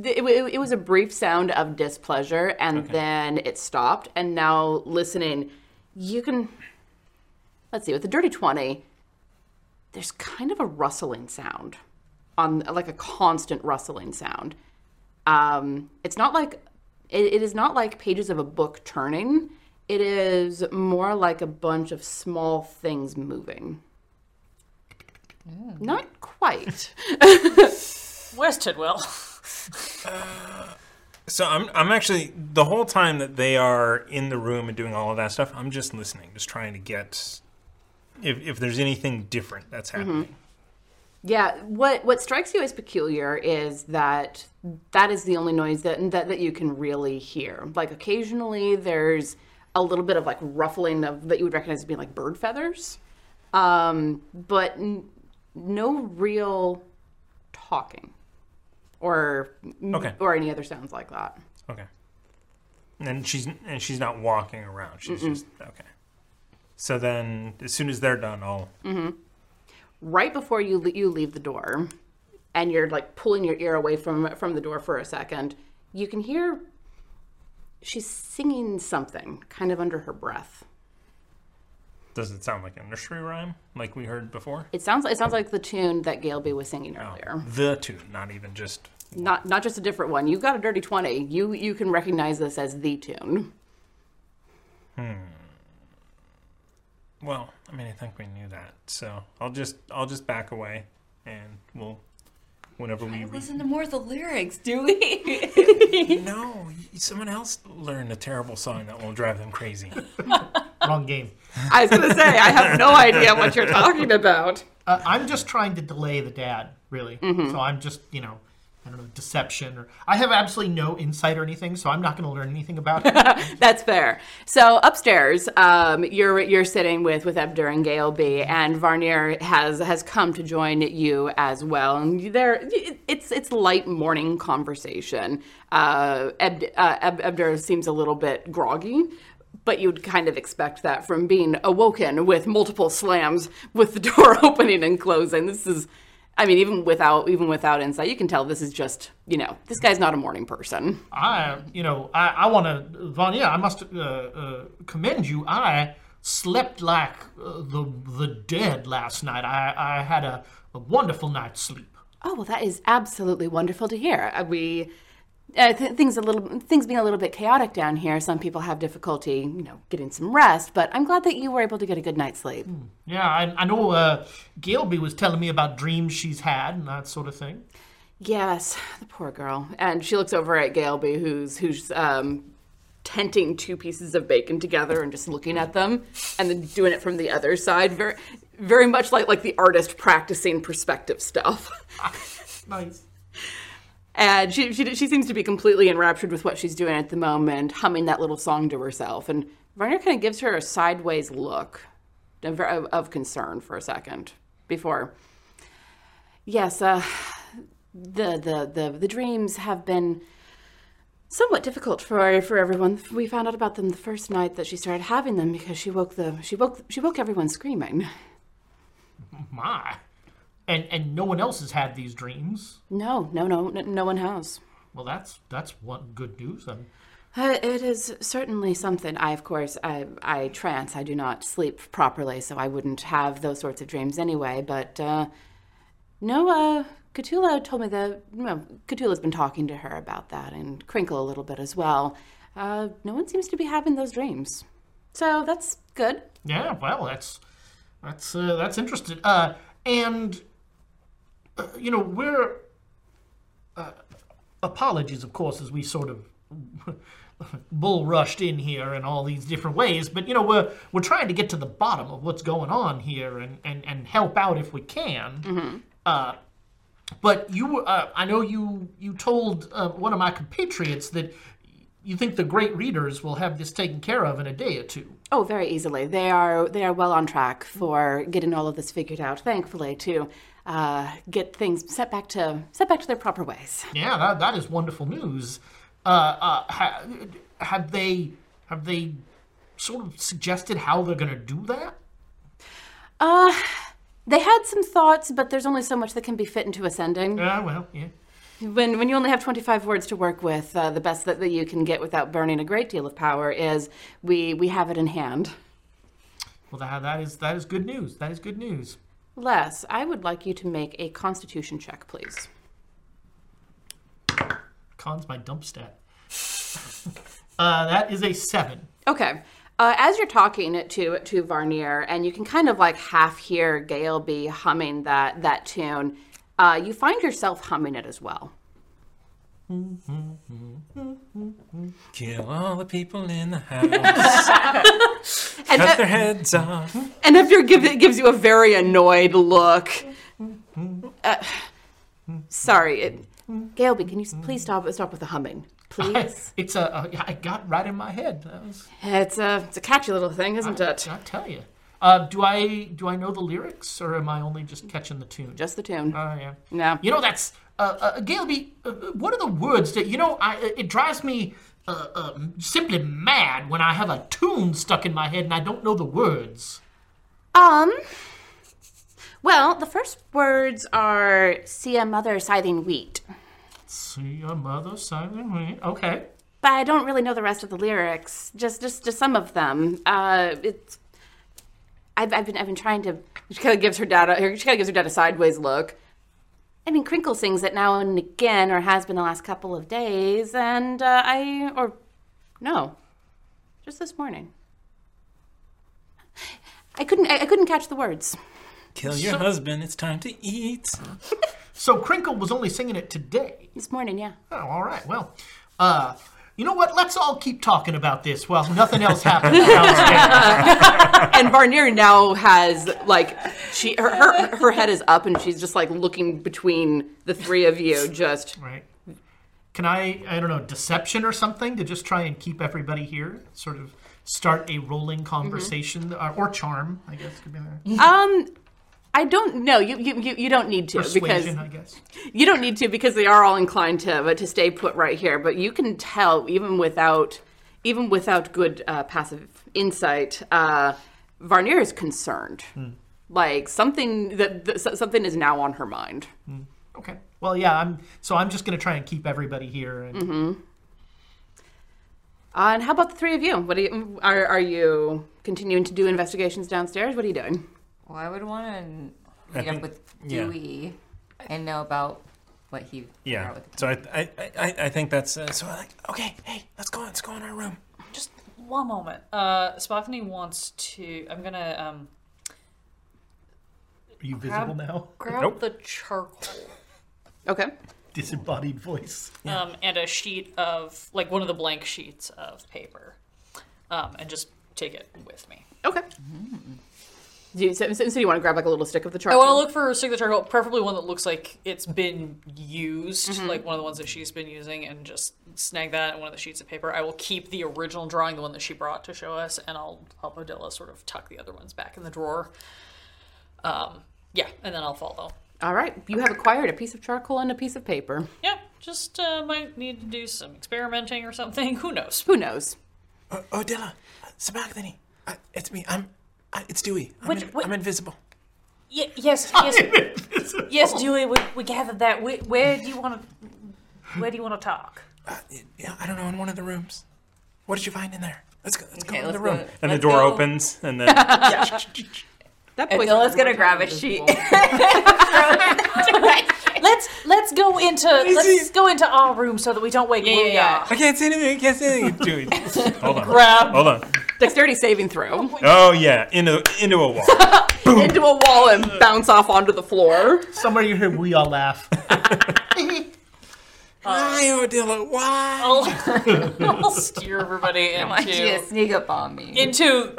Speaker 7: th- it, wa- it, was a brief sound of displeasure, and then it stopped. And now, listening, you can let's see with the dirty twenty. There's kind of a rustling sound, on like a constant rustling sound. Um, it's not like it, it is not like pages of a book turning. It is more like a bunch of small things moving. Not quite.
Speaker 3: West Tidwell.
Speaker 2: So I'm I'm actually the whole time that they are in the room and doing all of that stuff, I'm just listening, just trying to get if if there's anything different that's
Speaker 5: Mm-hmm.
Speaker 2: happening.
Speaker 7: Yeah, what what strikes you as peculiar is that that is the only noise that that, that you can really hear. Like occasionally there's a little bit of like ruffling of that you would recognize as being like bird feathers. Um, but n- no real talking or
Speaker 2: Okay.
Speaker 7: or any other sounds like that.
Speaker 2: Okay. And she's and she's not walking around. She's just okay. So then as soon as they're done, I'll
Speaker 5: Mm.
Speaker 7: right before you le- you leave the door and you're like pulling your ear away from from the door for a second you can hear she's singing something kind of under her breath.
Speaker 2: Does it sound like a nursery rhyme, like we heard before?
Speaker 7: It sounds it sounds like the tune that Gailby was singing earlier.
Speaker 2: The two, not even just.
Speaker 7: Not not just a different one. You've got a dirty twenty. You you can recognize this as the tune.
Speaker 2: Well, I mean, I think we knew that, so I'll just I'll just back away, and we'll whenever we read.
Speaker 5: Listen to more of the lyrics, do we?
Speaker 2: No, y- someone else learned a terrible song that will drive them crazy.
Speaker 6: Wrong game.
Speaker 7: I was gonna say I have no idea what you're talking about.
Speaker 6: Uh, I'm just trying to delay the dad, really. So I'm just, you know, I don't know, deception or I have absolutely no insight or anything, so I'm not going to learn anything about it.
Speaker 7: That's fair. So upstairs, um, you're you're sitting with with Ebder and Gail B, and Varnier has has come to join you as well. And there, it- it's it's light morning conversation. Uh, Ebd, uh, Eb, Ebder seems a little bit groggy. But you'd kind of expect that from being awoken with multiple slams, with the door opening and closing. This is, I mean, even without even without insight, you can tell this is just, you know, this guy's not a morning person.
Speaker 6: I, you know, I, I want to, Vanya, I must uh, uh, commend you. I slept like uh, the the dead last night. I, I had a, a wonderful night's sleep.
Speaker 7: Oh well, that is absolutely wonderful to hear. Uh, We uh, th- things a little things being a little bit chaotic down here. Some people have difficulty, you know, getting some rest. But I'm glad that you were able to get a good night's sleep.
Speaker 6: Yeah, I, I know uh, Gilby was telling me about dreams she's had and that sort of thing.
Speaker 7: Yes, the poor girl. And she looks over at Gailby, who's who's um, tenting two pieces of bacon together and just looking at them, and then doing it from the other side, very very much like like the artist practicing perspective stuff.
Speaker 6: Nice.
Speaker 7: And she, she, she seems to be completely enraptured with what she's doing at the moment, humming that little song to herself. And Varner kind of gives her a sideways look of, of of concern for a second before. Yes, uh, the, the, the, the dreams have been somewhat difficult for, for everyone. We found out about them the first night that she started having them because she woke, the, she woke, she woke everyone screaming.
Speaker 6: My. And, and no one else has had these dreams.
Speaker 7: No, no, no, no, no one has.
Speaker 6: Well, that's that's one good news. i
Speaker 7: Uh, it is certainly something. I, of course, I, I trance. I do not sleep properly, so I wouldn't have those sorts of dreams anyway. But uh, no, uh, Cthulhu told me that. No, Cthulhu's been talking to her about that, and Crinkle a little bit as well. Uh, no one seems to be having those dreams, so that's good.
Speaker 6: Yeah, well, that's that's uh, that's interesting. Uh, and uh, you know, we're uh, apologies, of course, as we sort of bull rushed in here in all these different ways. But you know, we're we're trying to get to the bottom of what's going on here and and and help out if we can. Uh, but you, were- uh, I know you you told uh, one of my compatriots that. You think the great readers will have this taken care of in a day or two?
Speaker 7: Oh, very easily. They are they are well on track for getting all of this figured out. Thankfully, to uh, get things set back to set back to their proper ways.
Speaker 6: Yeah, that, that is wonderful news. Uh, uh, ha, have they have they sort of suggested how they're going to do that?
Speaker 7: Uh, they had some thoughts, but there's only so much that can be fit into a sending.
Speaker 6: Yeah, well, yeah.
Speaker 7: When, when you only have 25 words to work with, uh, the best that, that you can get without burning a great deal of power is we, we have it in hand.
Speaker 6: Well, that, that is that is good news. That is good news.
Speaker 7: Les, I would like you to make a constitution check, please.
Speaker 6: Cons my dump stat. uh, that is a seven.
Speaker 7: Okay. Uh, as you're talking to to Varnier, and you can kind of like half hear Gail be humming that that tune, uh, you find yourself humming it as well.
Speaker 2: Kill all the people in the house.
Speaker 7: And
Speaker 2: Cut
Speaker 7: that-
Speaker 2: their heads off.
Speaker 7: And if you're give, it gives you a very annoyed look. Uh, sorry, it, Gailby, can you s- please stop stop with the humming, please?
Speaker 6: It's a, a I got right in my head. That was,
Speaker 7: it's a it's a catchy little thing, isn't it?
Speaker 6: I tell you. Uh, do I do I know the lyrics or am I only just catching the tune?
Speaker 7: Just the tune.
Speaker 6: Oh yeah.
Speaker 7: No.
Speaker 6: You know that's uh, uh, Gailby. Uh, uh, what are the words that you know? I it drives me uh, uh, simply mad when I have a tune stuck in my head and I don't know the words.
Speaker 7: Um. Well, the first words are "see a mother scything wheat,"
Speaker 6: See your mother, Simon. Okay.
Speaker 7: but
Speaker 1: but I don't really know the rest of the lyrics. Just just just some of them. Uh, it's I've, I've been I've been trying to. She kind of gives her dad. A, she kind of gives her dad a sideways look. I mean, Crinkle sings it now and again, or has been the last couple of days, and uh, I or no, just this morning. I couldn't. I, I couldn't catch the words.
Speaker 2: Kill your
Speaker 6: So-
Speaker 2: husband. It's time to eat.
Speaker 6: So Crinkle was only singing it today.
Speaker 1: This morning, yeah.
Speaker 6: Oh, all right. Well, uh, you know what? Let's all keep talking about this while nothing else happens downstairs.
Speaker 7: and Varnier now has like she her, her her head is up and she's just like looking between the three of you. Just
Speaker 6: right. Can I? I don't know, deception or something to just try and keep everybody here. Sort of start a rolling conversation uh, or charm, I guess could be there.
Speaker 7: um, I don't know. You you you, you don't need to because
Speaker 6: Persuasion, I guess.
Speaker 7: you don't need to because they are all inclined to but to stay put right here. But you can tell even without even without good uh, passive insight, uh, Varnier is concerned.
Speaker 6: Hmm.
Speaker 7: Like something that, that so- something is now on her mind.
Speaker 6: Okay. Well, yeah. I'm. So I'm just gonna try and keep everybody here. And,
Speaker 7: Uh, and how about the three of you? What are you, are, are you continuing to do investigations downstairs? What are you doing?
Speaker 5: Well, I would want to meet
Speaker 2: think-
Speaker 5: up with
Speaker 2: yeah.
Speaker 5: Dewey and know about what he. figured out
Speaker 2: Yeah.
Speaker 5: with the
Speaker 2: So I, I, I- I, I think that's uh, so. I'm like, okay, hey, let's go. Let's go in our room.
Speaker 3: Just one moment. Uh, Spoffany wants to. I'm gonna um,
Speaker 6: are you visible now?
Speaker 3: grab
Speaker 2: Nope.
Speaker 3: the charcoal
Speaker 7: Okay.
Speaker 6: Disembodied voice.
Speaker 3: um, and a sheet of like one of the blank sheets of paper, um, and just take it with me.
Speaker 7: Okay. Do you, so, so so you want to grab like a little stick of the
Speaker 3: I
Speaker 7: charcoal?
Speaker 3: want to look for a stick of charcoal, preferably one that looks like it's been used, like one of the ones that she's been using, and just snag that and one of the sheets of paper. I will keep the original drawing, the one that she brought to show us, and I'll help Odila sort of tuck the other ones back in the drawer. Um, yeah, and then I'll follow.
Speaker 7: All right. You have acquired a piece of charcoal and a piece of paper.
Speaker 3: Yeah, just uh, might need to do some experimenting or something. Who knows?
Speaker 7: Who knows?
Speaker 2: Oh, oh Dilla, Sabachthani, I, it's me. I'm. I, it's Dewey. I'm,
Speaker 3: Which-
Speaker 2: in-
Speaker 3: which-
Speaker 2: I'm invisible.
Speaker 3: Y- yes, yes, yes, Dewey. We, we gathered that. Where, where do you want to? Where do you want to talk?
Speaker 2: Uh, yeah, I don't know. In one of the rooms. What did you find in there? Let's go. Let's
Speaker 5: Okay,
Speaker 2: go in
Speaker 5: let's
Speaker 2: the room.
Speaker 5: go-
Speaker 2: and the
Speaker 5: let's
Speaker 2: door
Speaker 5: go.
Speaker 2: opens, and then
Speaker 7: That
Speaker 5: And
Speaker 7: poison-
Speaker 5: Dilla's gonna grab a sheet.
Speaker 3: Let's let's go into let's go into our room so that we don't wake yeah,
Speaker 5: yeah, yeah.
Speaker 2: I can't see anything. I can't see anything. Dewey, hold on.
Speaker 3: Grab.
Speaker 2: Hold on.
Speaker 7: Dexterity saving throw.
Speaker 2: Oh yeah, into into a wall.
Speaker 7: Into a wall and bounce off onto the floor.
Speaker 6: Somewhere you hear we all laugh.
Speaker 2: Why, Odila? Why?
Speaker 3: I'll steer everybody
Speaker 5: Why'd you
Speaker 3: into
Speaker 5: sneak up on me?
Speaker 3: into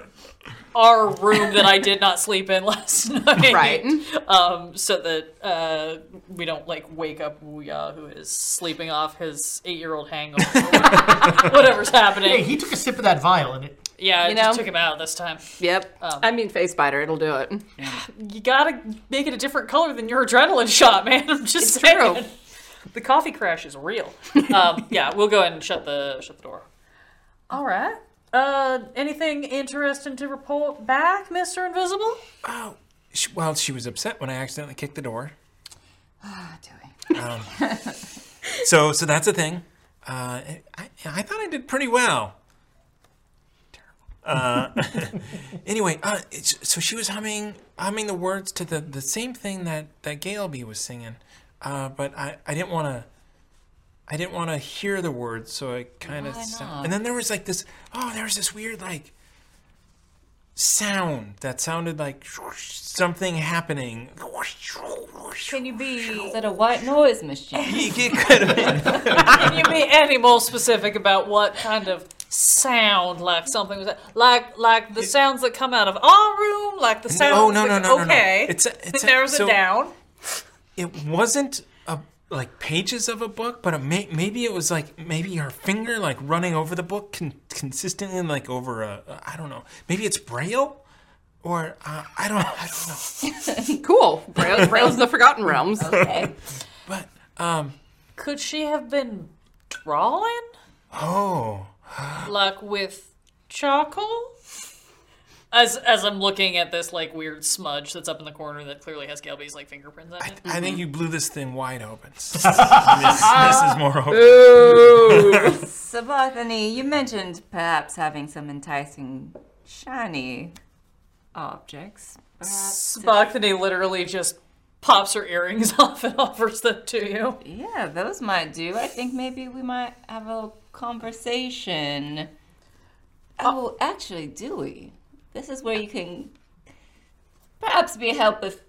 Speaker 3: our room that I did not sleep in last night.
Speaker 7: Right.
Speaker 3: Um, so that uh, we don't like wake up Wuya who is sleeping off his eight year old hangover or whatever's
Speaker 6: hey,
Speaker 3: happening.
Speaker 6: he took a sip of that vial, and it.
Speaker 3: yeah, I
Speaker 7: You
Speaker 3: just
Speaker 7: know?
Speaker 3: took him out this time.
Speaker 7: Yep.
Speaker 3: Um.
Speaker 7: I mean, face spider. It'll do it.
Speaker 3: You gotta make it a different color than your adrenaline shot, man. I'm just
Speaker 7: It's
Speaker 3: saying.
Speaker 7: true.
Speaker 3: The coffee crash is real. Um, yeah, we'll go ahead and shut the shut the door. All right. Uh, anything interesting to report back, Mister Invisible?
Speaker 2: Oh, she, well, she was upset when I accidentally kicked the door.
Speaker 5: Ah, Dewey.
Speaker 2: So, so that's a thing. Uh, I, I thought I did pretty well. Terrible. Uh, anyway, uh, it's, so she was humming, humming the words to the, the same thing that that Gailby was singing, uh, but I, I didn't want to. I didn't want to hear the words, so I kind of. Sound- and then there was like this. Oh, there was this weird like sound that sounded like something happening.
Speaker 5: Can you be? Is it a white noise machine?
Speaker 2: It could have been.
Speaker 3: Can you be any more specific about what kind of sound, like something was like like the sounds that come out of our room, like the sounds?
Speaker 2: Oh, no, no,
Speaker 3: that-
Speaker 2: no, no, no.
Speaker 3: Okay,
Speaker 2: It's a- it's a-
Speaker 3: narrows
Speaker 2: so-
Speaker 3: it down.
Speaker 2: it wasn't a like pages of a book, but it may, maybe it was like maybe her finger like running over the book con- consistently, like over a I don't know. Maybe it's braille, or uh, I don't I don't know.
Speaker 7: Cool. Braille, Braille's in the Forgotten Realms.
Speaker 5: Okay.
Speaker 2: But um
Speaker 3: Could she have been drawing?
Speaker 2: oh
Speaker 3: like with charcoal. As as I'm looking at this like weird smudge that's up in the corner that clearly has Gelby's like fingerprints on it.
Speaker 2: I think you blew this thing wide open. this, this is more
Speaker 3: Oh,
Speaker 2: open.
Speaker 5: Sabothany, you mentioned perhaps having some enticing shiny objects. Perhaps.
Speaker 3: Spockney literally just pops her earrings off and offers them to you.
Speaker 5: Yeah, those might do. I think maybe we might have a little conversation. Oh, actually, Dewey, this is where you can perhaps be a help if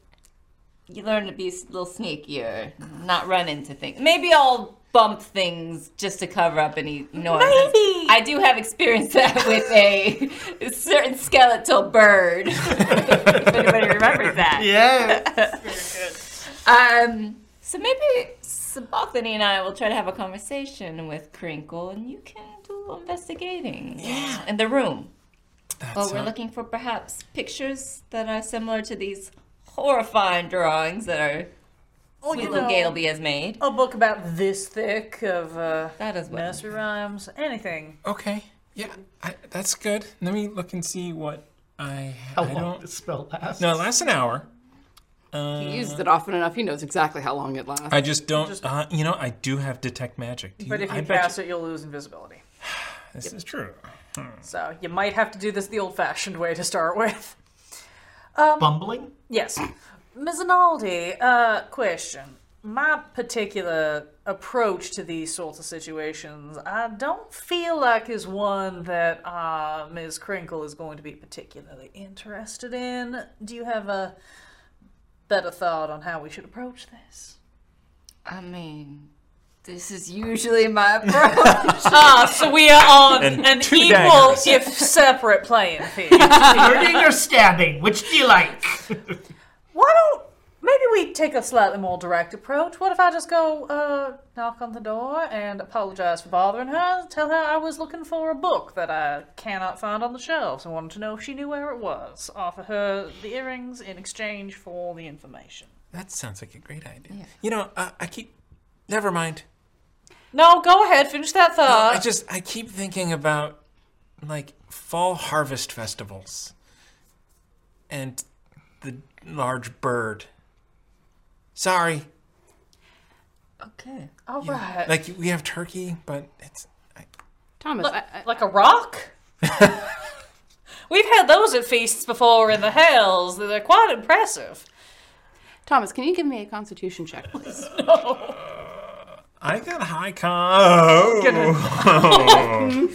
Speaker 5: you learn to be a little sneakier, not run into things. Maybe I'll bump things just to cover up any noise. Maybe I do have experience that with a, a certain skeletal bird. if anybody remembers that.
Speaker 6: Yeah.
Speaker 5: Um, so maybe Sabothany and I will try to have a conversation with Crinkle, and you can do investigating. Yeah. In the room. but we're looking for perhaps pictures that are similar to these horrifying drawings that our sweet little Galeby has made.
Speaker 3: A book about this thick of uh,
Speaker 5: That is what.
Speaker 3: nursery rhymes, anything.
Speaker 2: Okay. Yeah, I, that's good. Let me look and see what I.
Speaker 6: How
Speaker 2: I
Speaker 6: long
Speaker 2: don't.
Speaker 6: this spell lasts?
Speaker 2: No, it lasts an hour.
Speaker 7: He uses it often enough. He knows exactly how long it lasts.
Speaker 2: I just don't. uh, you know, I do have detect magic. Do
Speaker 3: But if
Speaker 2: I
Speaker 3: you
Speaker 2: bet
Speaker 3: cast it, you'll lose invisibility.
Speaker 2: this is true.
Speaker 3: So you might have to do this the old-fashioned way to start with.
Speaker 6: Bumbling?
Speaker 3: Yes. Ms. Analdi, uh, question. My particular approach to these sorts of situations, I don't feel like is one that uh, Ms. Crinkle is going to be particularly interested in. Do you have a better thought on how we should approach this?
Speaker 5: I mean, this is usually my approach.
Speaker 3: Ah, so we are on
Speaker 2: And
Speaker 3: an
Speaker 2: two
Speaker 3: equal,
Speaker 2: daggers.
Speaker 3: if separate, playing field.
Speaker 6: Hurting or stabbing? Which do you like?
Speaker 3: Why don't maybe we take a slightly more direct approach? What if I just go uh, knock on the door and apologize for bothering her, tell her I was looking for a book that I cannot find on the shelves and wanted to know if she knew where it was. Offer her the earrings in exchange for the information.
Speaker 2: That sounds like a great idea. You know, uh, I keep. Never mind.
Speaker 3: No, go ahead, finish that thought.
Speaker 2: I just I keep thinking about like fall harvest festivals and the large bird. Sorry,
Speaker 5: okay.
Speaker 3: All right.
Speaker 2: like we have turkey, but it's I,
Speaker 7: Thomas, I, I,
Speaker 3: Like a rock? We've had those at feasts before in the hells. They're quite impressive.
Speaker 7: Thomas, can you give me a Constitution check, please?
Speaker 2: I got high con.
Speaker 5: We're not
Speaker 3: Oh,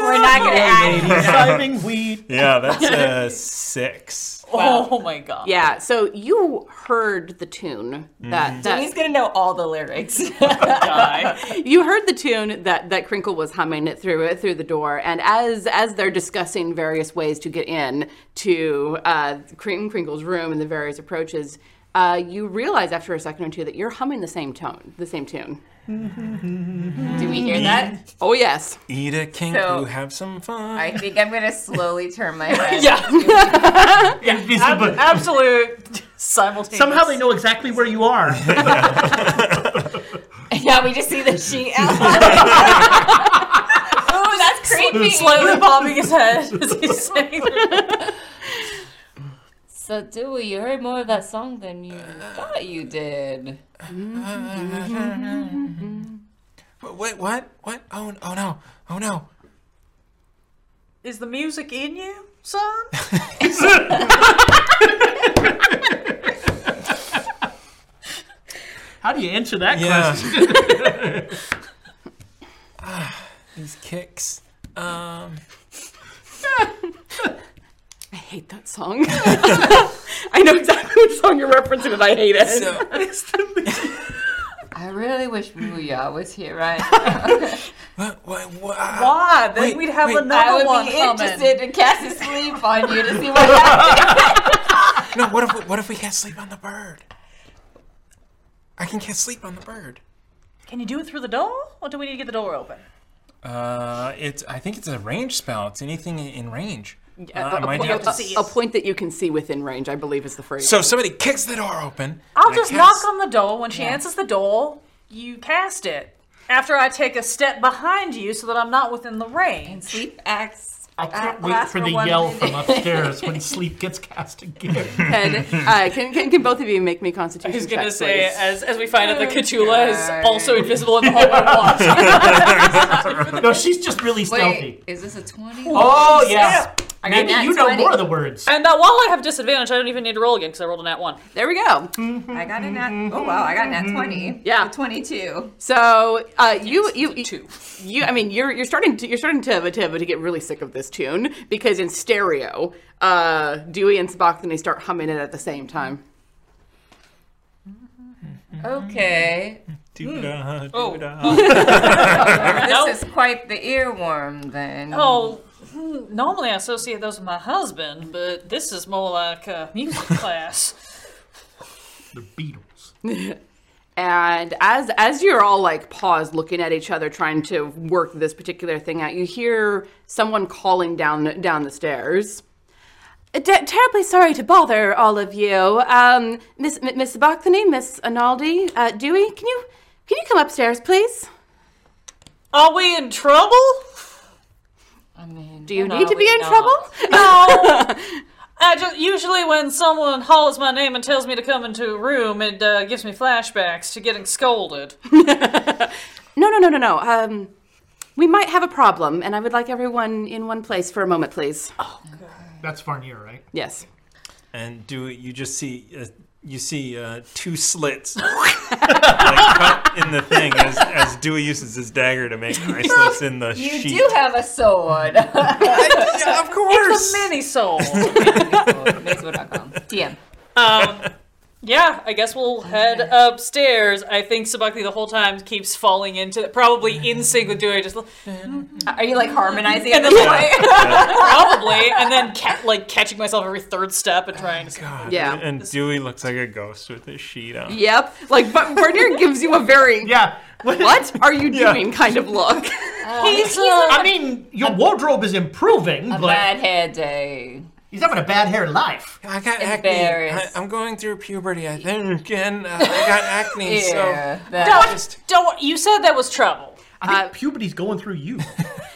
Speaker 5: gonna add.
Speaker 6: Driving weed.
Speaker 2: yeah, that's a six.
Speaker 3: Oh my god.
Speaker 7: yeah. So you heard the tune that that
Speaker 5: He's gonna know all the lyrics.
Speaker 7: you heard the tune that that Crinkle was humming it through it through the door, and as as they're discussing various ways to get in to uh, Crin- Crinkle's room and the various approaches, uh, you realize after a second or two that you're humming the same tone, the same tune.
Speaker 5: Do we hear that?
Speaker 7: Oh yes,
Speaker 2: Eat a kink,
Speaker 5: So-
Speaker 2: have some fun.
Speaker 5: I think I'm gonna slowly turn my head.
Speaker 6: Invisible.
Speaker 3: Absolute simultaneous.
Speaker 6: Somehow they know exactly where you are.
Speaker 5: Yeah, we just see the sheet outline. Ooh, that's creepy.
Speaker 3: Slightly bobbing his head as he's saying that.
Speaker 5: So, Dewey, you heard more of that song than you thought you did.
Speaker 2: Wait, what? What? Oh, oh no! Oh no!
Speaker 3: Is the music in you, son?
Speaker 6: How do you answer that
Speaker 2: Yeah.
Speaker 6: question?
Speaker 2: Ah, These kicks. Um.
Speaker 7: I hate that song. I know exactly which song you're referencing, and I hate it.
Speaker 2: So,
Speaker 5: I really wish Booyah was here right now.
Speaker 2: what? What? what?
Speaker 3: Why? Then
Speaker 2: Wait,
Speaker 3: we'd have
Speaker 2: wait.
Speaker 5: I
Speaker 3: another
Speaker 5: would
Speaker 3: one
Speaker 5: be
Speaker 3: coming.
Speaker 5: interested to cast a sleep on you to see what happens.
Speaker 2: No, what if we, what if we can't sleep on the bird? I can cast sleep on the bird.
Speaker 3: Can you do it through the door? Or do we need to get the door open?
Speaker 2: Uh, it's I think it's a range spell. It's anything in- in range. Uh, I
Speaker 7: a,
Speaker 2: might
Speaker 7: po-
Speaker 2: have to
Speaker 7: a-
Speaker 3: Oh.
Speaker 7: a point that you can see within range, I believe, is the phrase.
Speaker 2: So somebody kicks the door open.
Speaker 3: I'll
Speaker 2: and I
Speaker 3: just
Speaker 2: cast-
Speaker 3: knock on the door. When she answers the door, you cast it. After I take a step behind you so that I'm not within the range.
Speaker 5: Sleep acts
Speaker 6: I can't
Speaker 5: Uh,
Speaker 6: wait
Speaker 5: last
Speaker 6: for
Speaker 5: for
Speaker 6: the
Speaker 5: one
Speaker 6: yell
Speaker 5: minute.
Speaker 6: from upstairs when sleep gets cast again.
Speaker 7: Can, uh, can, can, can both of you make me constitution
Speaker 3: I was gonna
Speaker 7: checks,
Speaker 3: say,
Speaker 7: please?
Speaker 3: as, as we find out that Kachula
Speaker 5: Okay.
Speaker 3: is also invisible in the hallway watch.
Speaker 6: no, she's just really stealthy.
Speaker 5: Wait, is this a 20?
Speaker 6: Oh yeah.
Speaker 5: I got
Speaker 6: Maybe
Speaker 5: nat
Speaker 6: you know
Speaker 5: 20.
Speaker 6: more of the words.
Speaker 3: And uh, while I have disadvantage, I don't even need to roll again because I rolled a nat one.
Speaker 7: There we go.
Speaker 5: I got a nat. Oh wow, I got a nat 20.
Speaker 7: Yeah.
Speaker 5: A 22.
Speaker 7: So uh, you you
Speaker 3: Two.
Speaker 7: you I mean you're you're starting to, you're starting to, to to get really sick of this tune because in stereo uh, Dewey and Sabachthani start humming it at the same time.
Speaker 5: Okay.
Speaker 2: Mm. Doo-dah,
Speaker 3: Oh.
Speaker 2: doo-dah.
Speaker 5: This
Speaker 3: Nope.
Speaker 5: is quite the earworm then.
Speaker 3: Oh, hmm, normally I associate those with my husband, but this is more like a music class.
Speaker 6: The Beatles.
Speaker 7: And as as you're all like paused looking at each other trying to work this particular thing out, you hear someone calling down down the stairs. "Ter- terribly sorry to bother all of you. Um, Miss M- Miss Sabachthani, Miss Analdi, uh, Dewey, can you can you come upstairs, please?
Speaker 3: Are we in trouble?
Speaker 5: I mean,
Speaker 7: Do you
Speaker 3: No,
Speaker 7: need to be
Speaker 3: we
Speaker 7: in
Speaker 3: not.
Speaker 7: trouble?
Speaker 3: No. I just, usually, when someone hollers my name and tells me to come into a room, it uh, gives me flashbacks to getting scolded.
Speaker 7: No, no, no, no, no. Um, we might have a problem, and I would like everyone in one place for a moment, please.
Speaker 6: That's Varnier, right?
Speaker 7: Yes.
Speaker 2: and do it. You just see uh, you see uh, two slits like, cut in the thing as, as Dewey uses his dagger to make eye slits in the
Speaker 5: you
Speaker 2: sheet.
Speaker 5: do have a sword.
Speaker 2: yeah, of course.
Speaker 3: It's a mini soul.
Speaker 5: That's what I call 'em. DM.
Speaker 3: Yeah, I guess we'll head upstairs. I think Sabaki the whole time keeps falling into probably in sync with Dewey, just
Speaker 5: Are you like harmonizing at this point?
Speaker 3: probably, and then ca- like catching myself every third step and trying to.
Speaker 2: God,
Speaker 7: Yeah.
Speaker 2: and Dewey looks like a ghost with his sheet on.
Speaker 7: Yep. Like, but Bernier gives you a very
Speaker 6: Yeah.
Speaker 7: "What are you doing?" kind of look.
Speaker 3: He's, uh,
Speaker 6: I mean, your wardrobe is improving,
Speaker 5: A
Speaker 6: but
Speaker 5: bad hair day.
Speaker 6: he's having a bad hair life.
Speaker 2: I got acne. I,
Speaker 5: Embarrassed.
Speaker 2: I'm going through puberty. I think again. Uh, I got acne.
Speaker 5: Yeah.
Speaker 2: So
Speaker 5: that-
Speaker 3: don't, don't. You said that was trouble.
Speaker 6: I think puberty's going through you.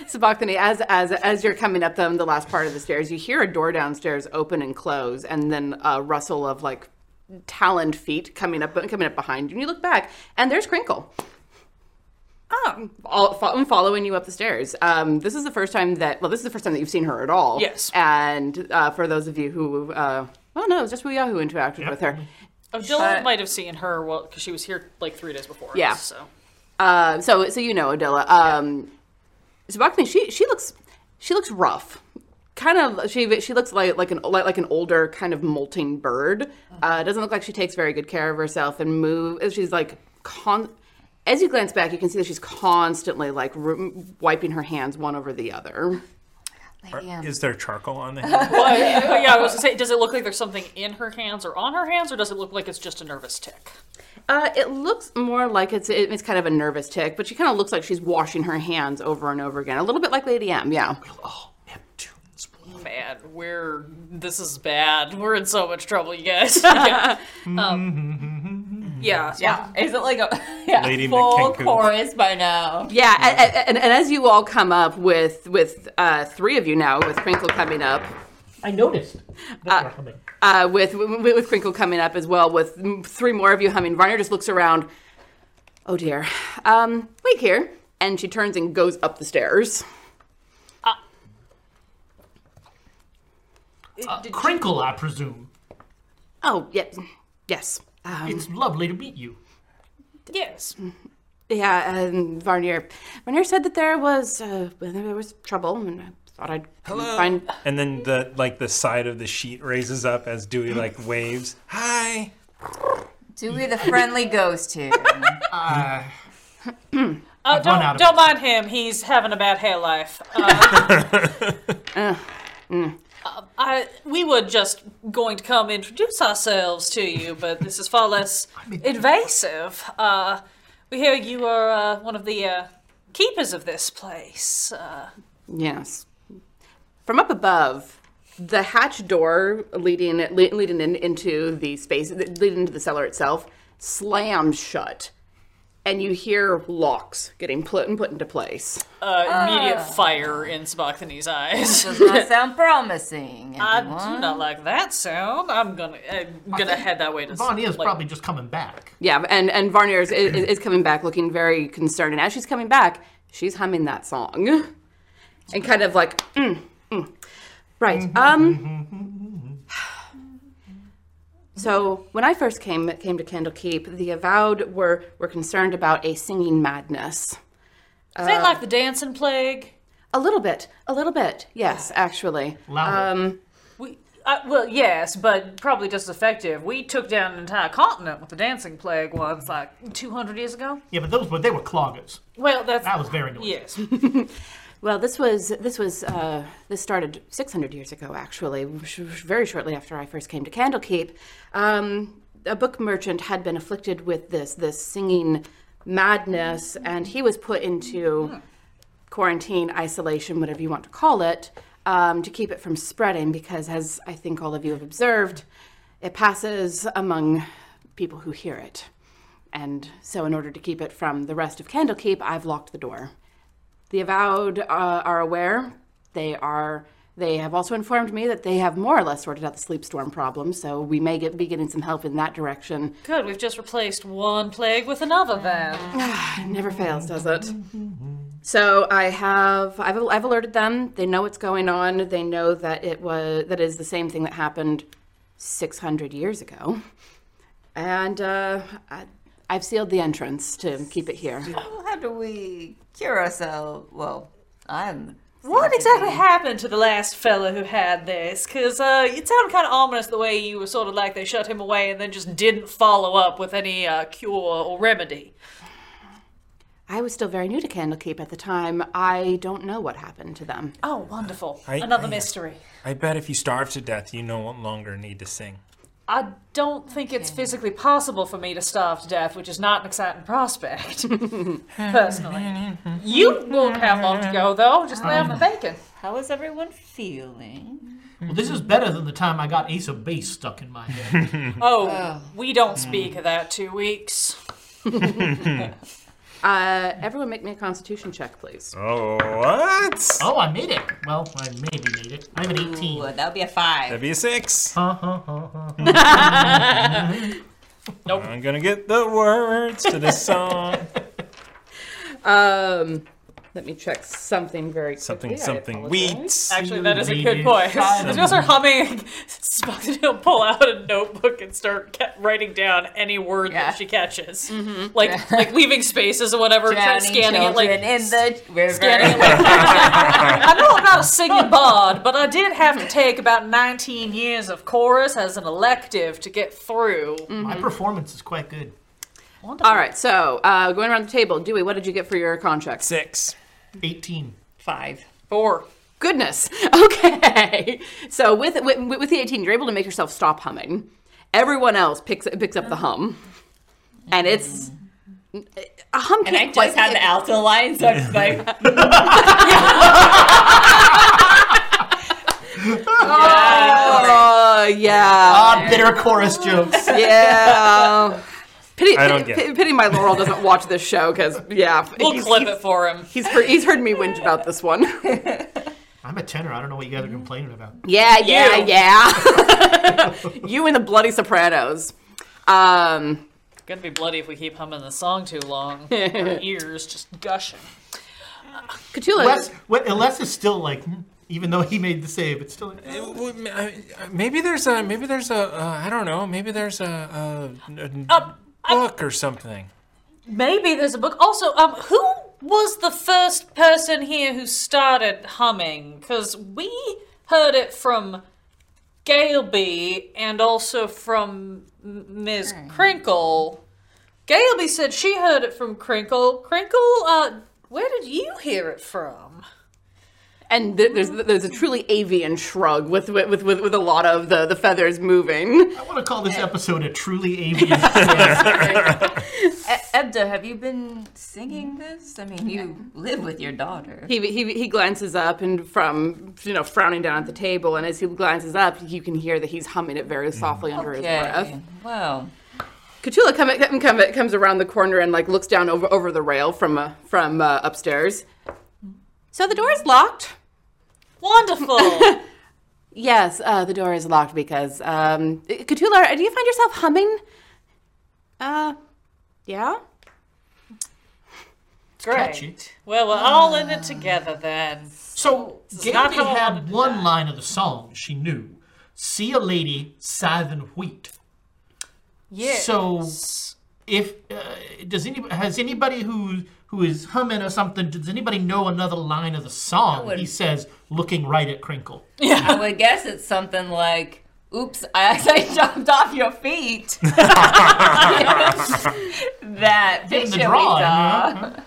Speaker 7: Sabachthani, as as as you're coming up them the last part of the stairs, you hear a door downstairs open and close, and then a rustle of like taloned feet coming up coming up behind you. And you look back, and there's Crinkle. Um, all, fo- I'm following you up the stairs. Um, this is the first time that well, this is the first time that you've seen her at all.
Speaker 3: Yes.
Speaker 7: And uh, for those of you who, uh, well, no, it was just we who interacted with her.
Speaker 3: Oh, Dylan might have seen her well because she was here like three days before.
Speaker 7: Yeah.
Speaker 3: So
Speaker 7: Uh, so so you know Adela. Um, Sabachthani, she she looks she looks rough. Kind of she she looks like like an like, like an older kind of molting bird. Uh, doesn't look like she takes very good care of herself and move. She's like con. As you glance back, you can see that she's constantly like r- wiping her hands one over the other.
Speaker 5: Damn.
Speaker 2: is there charcoal on the hand?
Speaker 3: Well, I- yeah, I was gonna say, does it look like there's something in her hands or on her hands, or does it look like it's just a nervous tick?
Speaker 7: Uh, it looks more like it's it, it's kind of a nervous tick, but she kind of looks like she's washing her hands over and over again, a little bit like Lady M. Yeah.
Speaker 2: Oh,
Speaker 6: Neptune's blood.
Speaker 3: Man, we're this is bad. We're in so much trouble, you guys.
Speaker 5: Yeah. Yeah. Is it like a yeah,
Speaker 2: Lady
Speaker 5: full
Speaker 2: McKenku.
Speaker 5: chorus by now?
Speaker 7: Yeah, a- a- and, and, as you all come up with with uh, three of you now, with Crinkle coming up,
Speaker 6: I noticed. that we're humming.
Speaker 7: uh, with, with with Crinkle coming up as well, with m- three more of you humming. Varner just looks around. Oh dear. Um, wait here, and she turns and goes up the stairs.
Speaker 6: Uh, Crinkle, I presume.
Speaker 7: Oh yes, yes. Um,
Speaker 6: It's lovely to meet you.
Speaker 3: yes.
Speaker 7: yeah, and Varnier. Varnier said that there was uh, there was trouble, and I thought I'd find.
Speaker 2: And then the like the side of the sheet raises up as Dewey like waves. Hi.
Speaker 5: Dewey the friendly ghost here.
Speaker 6: Uh,
Speaker 3: Uh,
Speaker 6: run out
Speaker 3: don't
Speaker 6: of
Speaker 3: don't mind him. He's having a bad hair life. Uh, uh, I, we were just going to come introduce ourselves to you, but this is far less invasive. Uh, we hear you are uh, one of the uh, keepers of this place. Uh,
Speaker 7: Yes. From up above, the hatch door leading le- leading in, into the space leading into the cellar itself slams shut, and you hear locks getting put and put into place.
Speaker 3: Uh, immediate fire in Sabachthani's eyes.
Speaker 5: Does not sound promising.
Speaker 7: Uh,
Speaker 3: I
Speaker 5: everyone.
Speaker 3: do not like that sound. I'm gonna I'm gonna head that way to.
Speaker 6: Bonnie is
Speaker 3: like-
Speaker 6: probably just coming back.
Speaker 7: Yeah, and and Varnier is, is, is coming back looking very concerned, and as she's coming back, she's humming that song, and kind of like, mm, mm. right. Um. So when I first came came to Candlekeep, the avowed were were concerned about a singing madness.
Speaker 3: Is that like the dancing plague?
Speaker 7: A little bit, a little bit, yes, actually.
Speaker 6: Louder.
Speaker 3: We, uh, well, yes, but probably just as effective. We took down an entire continent with the dancing plague once, like 200 years ago.
Speaker 6: yeah, but those were they were cloggers.
Speaker 3: Well, that's
Speaker 6: That was very noisy.
Speaker 3: yes.
Speaker 7: Well, this was this was uh, this started 600 years ago, actually, which was very shortly after I first came to Candlekeep. Um, a book merchant had been afflicted with this this singing madness, and he was put into quarantine, isolation, whatever you want to call it, um, to keep it from spreading. Because, as I think all of you have observed, it passes among people who hear it. And so, in order to keep it from the rest of Candlekeep, I've locked the door. The avowed uh, are aware. They are. They have also informed me that they have more or less sorted out the sleep storm problem, so we may get, be getting some help in that direction.
Speaker 3: Good. We've just replaced one plague with another. Then
Speaker 7: It never fails, does it? So I have I've, I've alerted them. They know what's going on. They know that it was that is the same thing that happened 600 years ago, and uh, I, I've sealed the entrance to keep it here.
Speaker 5: How do we cure ourselves? Well, I'm.
Speaker 3: what exactly happened to the last fella who had this? Because uh, it sounded kind of ominous the way you were sort of like they shut him away and then just didn't follow up with any uh, cure or remedy.
Speaker 7: I was still very new to Candlekeep at the time. I don't know what happened to them.
Speaker 3: Oh, wonderful!
Speaker 2: I-
Speaker 3: another
Speaker 2: I-
Speaker 3: mystery.
Speaker 2: I bet if you starve to death, you no longer need to sing.
Speaker 3: I don't think it's physically possible for me to starve to death, which is not an exciting prospect, personally. You won't have long to go, though. Just lay on
Speaker 5: Oh.
Speaker 3: the bacon.
Speaker 5: How is everyone feeling?
Speaker 6: Well, this is better than the time I got Ace of Base stuck in my head.
Speaker 3: Oh, we don't speak of that two weeks.
Speaker 7: Uh, everyone, make me a Constitution check, please.
Speaker 2: Oh, what?
Speaker 6: oh, I made it. Well, I maybe made it. I have an Uh-huh,
Speaker 5: Ooh,
Speaker 6: 18.
Speaker 5: that would be a five.
Speaker 2: That'd be a six.
Speaker 3: Nope.
Speaker 2: I'm gonna get the words to this song.
Speaker 7: Um, let me check something very
Speaker 2: something,
Speaker 7: quickly. I
Speaker 2: something.
Speaker 7: apologize.
Speaker 2: Wheat.
Speaker 3: Actually, that is a good point. As you are humming, Spockdale pull out a notebook and start ca- writing down any word
Speaker 5: Yeah. Mm-hmm.
Speaker 3: that she catches, like like leaving spaces or whatever, try- scanning it like
Speaker 5: children in the river.
Speaker 3: scanning it like I know I'm not a singing bard, but I did have to take about 19 years of chorus as an elective to get through.
Speaker 7: Mm.
Speaker 6: My performance is quite good.
Speaker 7: All right, so uh, going around the table, Dewey, what did you get for your contract?
Speaker 2: Six.
Speaker 6: 18.
Speaker 5: five.
Speaker 3: Four.
Speaker 7: Goodness. Okay. So with, with with the 18, you're able to make yourself stop humming. Everyone else picks picks up the hum, and it's a hum
Speaker 5: And
Speaker 7: can't
Speaker 5: I just
Speaker 7: quite
Speaker 5: had the alto line, so I'm just like,
Speaker 7: Oh yeah,
Speaker 6: Ah, bitter chorus jokes.
Speaker 7: yeah. Pity,
Speaker 2: I don't
Speaker 7: pity,
Speaker 2: get it.
Speaker 7: pity my Laurel doesn't watch this show because yeah,
Speaker 3: We'll
Speaker 7: he's-
Speaker 3: clip it for him.
Speaker 7: He's heard, he's heard me whinge about this one.
Speaker 6: I'm a tenor. I don't know what you guys are complaining about.
Speaker 7: Yeah, yeah,
Speaker 3: You.
Speaker 7: yeah. you and the Bloody Sopranos. Um,
Speaker 3: Gonna be bloody if we keep humming the song too long. Our ears just gushing.
Speaker 7: Cthulhu.
Speaker 6: Les, what, Les is still like, hmm, even though he made the save, it's still like, eh,
Speaker 2: Well, m- I- I- Maybe there's a maybe there's a uh, I don't know maybe there's a, a, a
Speaker 3: Um,
Speaker 2: book or something.
Speaker 3: Maybe there's a book. Also, um, who was the first person here who started humming? Because we heard it from Galeby and also from M- Ms. Crinkle. Galeby said she heard it from Crinkle. Crinkle, uh, where did you hear it from?
Speaker 7: and th- there's there's a truly avian shrug with with with, with, with a lot of the, the feathers moving.
Speaker 6: I want to call this episode a truly avian.
Speaker 5: E- Ebda, have you been singing this? I mean, you live with your daughter.
Speaker 7: He, he he glances up and from you know frowning down at the table, and as he glances up, you can hear that he's humming it very softly under his breath.
Speaker 5: Well,
Speaker 7: Katula come, come, come, comes around the corner and like looks down over, over the rail from uh, from uh, upstairs. So the door is locked.
Speaker 3: Wonderful.
Speaker 7: Yes, uh, the door is locked because um, Katula, do you find yourself humming? Uh, yeah.
Speaker 3: Great. Well, we're all in it together then.
Speaker 6: So
Speaker 3: is not
Speaker 6: Gabby
Speaker 3: how I wanted
Speaker 6: had
Speaker 3: to
Speaker 6: one
Speaker 3: die.
Speaker 6: line of the song she knew. See a lady scything wheat.
Speaker 3: Yeah.
Speaker 6: So if uh, does any has anybody who who is humming or something, does anybody know another line of the song? He says, looking right at Crinkle.
Speaker 5: I would guess it's something like, "Oops, I accidentally jumped off your feet." that
Speaker 6: In
Speaker 5: picture
Speaker 6: the
Speaker 5: we
Speaker 6: drawing.
Speaker 5: saw.
Speaker 6: huh?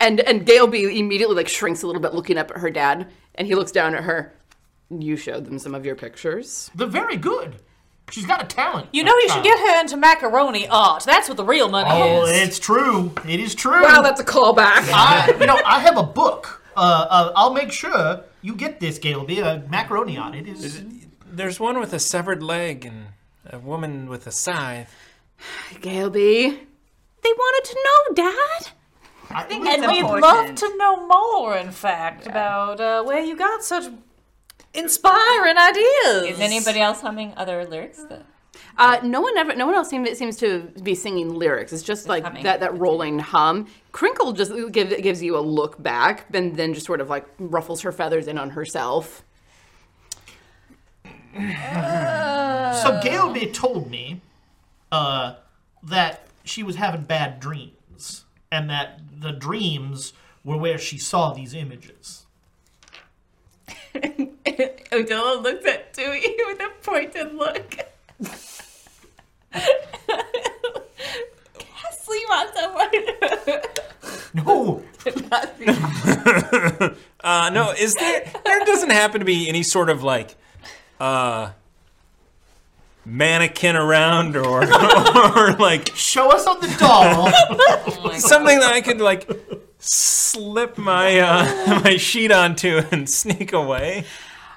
Speaker 7: And and Gail B immediately like shrinks a little bit, looking up at her dad, and he looks down at her. You showed them some of your pictures.
Speaker 6: They're very good. She's got a talent.
Speaker 3: you know you should get her into macaroni art. That's what the real money
Speaker 6: Oh,
Speaker 3: is.
Speaker 6: it's true. It is true.
Speaker 7: Wow, that's a callback.
Speaker 6: I, you know, I have a book. Uh, uh, I'll make sure you get this, Galeby. Uh, macaroni on it is.
Speaker 2: There's one with a severed leg and a woman with a scythe.
Speaker 7: Gail B. They wanted to know, Dad.
Speaker 6: I think
Speaker 5: it's
Speaker 3: and we'd
Speaker 5: important.
Speaker 3: love to know more, in fact, about uh, where you got such inspiring ideas.
Speaker 5: Is anybody else humming other lyrics? That,
Speaker 7: Uh, no one ever. No one else seems seems to be singing lyrics. It's just like
Speaker 5: humming.
Speaker 7: that that rolling hum. Crinkle just gives gives you a look back, and then just sort of like ruffles her feathers in on herself.
Speaker 5: Uh,
Speaker 6: So Galeby told me uh, that she was having bad dreams, and that the dreams were where she saw these images.
Speaker 5: Odila looked at Dewey with a pointed look. Sleep on someone.
Speaker 6: No,
Speaker 2: Uh, no, is there? There doesn't happen to be any sort of like uh, mannequin around or or like
Speaker 6: show us on the doll.
Speaker 2: something that I could like slip my uh, my sheet onto and sneak away.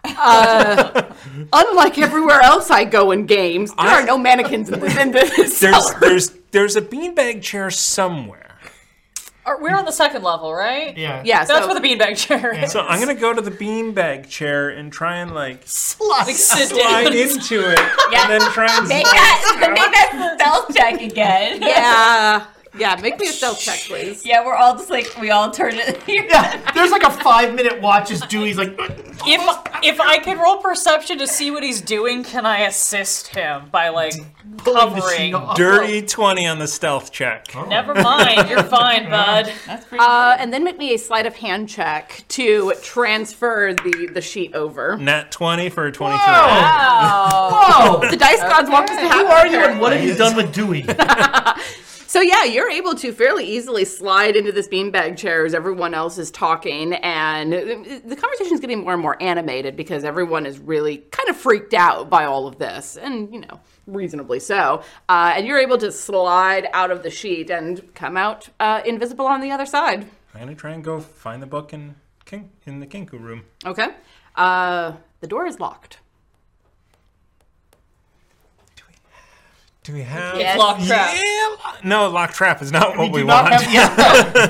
Speaker 7: Unlike everywhere else I go in games, there
Speaker 2: I-
Speaker 7: are no mannequins in this. In this
Speaker 2: There's
Speaker 5: Oh.
Speaker 7: cellar.
Speaker 2: there's there's a beanbag chair somewhere.
Speaker 3: Or- We're on the second level, right?
Speaker 6: yeah.
Speaker 7: yeah,
Speaker 3: That's
Speaker 7: so
Speaker 3: where the beanbag chair is.
Speaker 2: So I'm gonna go to the beanbag chair and try and like
Speaker 6: Slice.
Speaker 3: Sit
Speaker 2: slide
Speaker 3: down.
Speaker 2: into it and then try and
Speaker 5: Make that, make that spell check again.
Speaker 7: yeah, yeah. Make me a stealth check, please.
Speaker 5: Yeah, we're all just like, we all turn it.
Speaker 6: Yeah, there's like a five minute watch as Dewey's like,
Speaker 3: If if I can roll perception to see what he's doing, can I assist him by like
Speaker 6: pulling the sheet
Speaker 3: Covering.
Speaker 6: off.
Speaker 2: dirty twenty on the stealth check.
Speaker 5: Oh.
Speaker 3: Never mind, you're fine, bud.
Speaker 5: That's pretty
Speaker 7: Uh, and then make me a sleight of hand check to transfer the the sheet over.
Speaker 2: Nat twenty for a twenty-three.
Speaker 6: Whoa!
Speaker 7: The dice gods want this to happen.
Speaker 6: Who are you and what have you done with Dewey?
Speaker 7: So yeah, you're able to fairly easily slide into this beanbag chair as everyone else is talking, and the conversation is getting more and more animated because everyone is really kind of freaked out by all of this, and you know, reasonably so. Uh, and you're able to slide out of the sheet and come out uh, invisible on the other side.
Speaker 2: I'm gonna try and go find the book in king in the kinku room.
Speaker 7: Okay, uh, the door is locked.
Speaker 2: Do we have?
Speaker 5: Yes.
Speaker 3: Lock trap.
Speaker 2: Yeah, lo- no, lock trap is not what we,
Speaker 6: do
Speaker 2: want.
Speaker 6: not have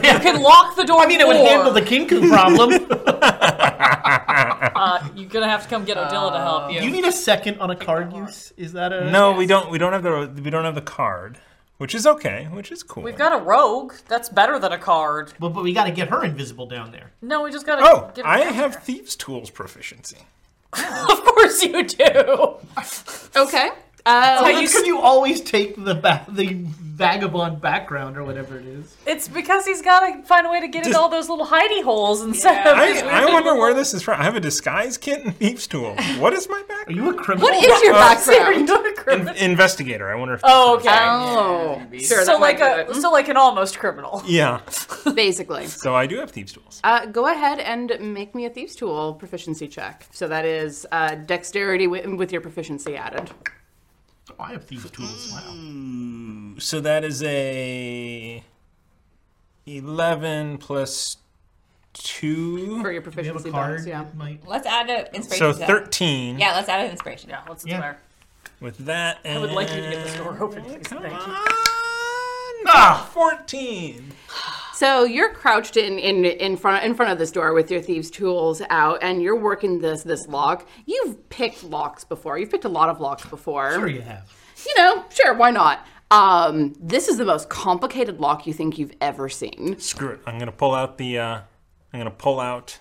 Speaker 6: yeah,
Speaker 3: You can lock the door.
Speaker 6: I mean, it would handle the Kinku problem.
Speaker 3: Uh, you're gonna have to come get Odila to help
Speaker 6: you
Speaker 3: you.
Speaker 6: need a second on a card use? Is that a.
Speaker 2: no, we don't. We don't have the. We don't have the card, which is okay, which is cool.
Speaker 3: We've got a rogue. That's better than a card.
Speaker 6: But, but we gotta get her invisible down there.
Speaker 3: No, we just gotta.
Speaker 2: Oh,
Speaker 3: get her
Speaker 2: I
Speaker 3: down
Speaker 2: have thieves' tools proficiency.
Speaker 3: there. Of course you do.
Speaker 7: Okay. Uh,
Speaker 6: How can you always take the ba- the vagabond background or whatever it is?
Speaker 3: It's because he's gotta find a way to get into all those little hidey holes instead of.
Speaker 2: I, I wonder where this is from. I have a disguise kit and thieves' tools. What is my
Speaker 6: Are
Speaker 2: background?
Speaker 6: you a criminal?
Speaker 7: what is your background?
Speaker 2: In- investigator. I wonder if.
Speaker 3: Oh, okay.
Speaker 7: Oh,
Speaker 3: so
Speaker 7: sure. that might
Speaker 3: like a
Speaker 7: do it.
Speaker 3: so like an almost criminal.
Speaker 2: Yeah.
Speaker 7: basically.
Speaker 2: So I do have thieves' tools.
Speaker 7: Uh, go ahead and make me a thieves tool proficiency check. So that is uh, dexterity wi- with your proficiency added.
Speaker 6: I have thieves tools.
Speaker 2: Mm.
Speaker 6: Wow.
Speaker 2: So that is a eleven plus two.
Speaker 7: For your
Speaker 6: Do you have
Speaker 7: proficiency
Speaker 6: a card?
Speaker 7: bonus, yeah.
Speaker 6: Mike?
Speaker 5: Let's add an inspiration.
Speaker 2: So
Speaker 5: to that.
Speaker 2: thirteen.
Speaker 5: Yeah, let's add an inspiration. Oh,
Speaker 3: Yeah, let's
Speaker 6: Yeah.
Speaker 3: inspire.
Speaker 2: With that, and
Speaker 3: I would like you to get this door open, please. Thank you.
Speaker 2: Ah, fourteen.
Speaker 7: So you're crouched in, in in front in front of this door with your thieves' tools out, and you're working this this lock. You've picked locks before. You've picked a lot of locks before.
Speaker 6: Sure you have.
Speaker 7: You know, sure, why not? Um, this is the most complicated lock you think you've ever seen.
Speaker 2: Screw it. I'm gonna pull out the. Uh, I'm gonna pull out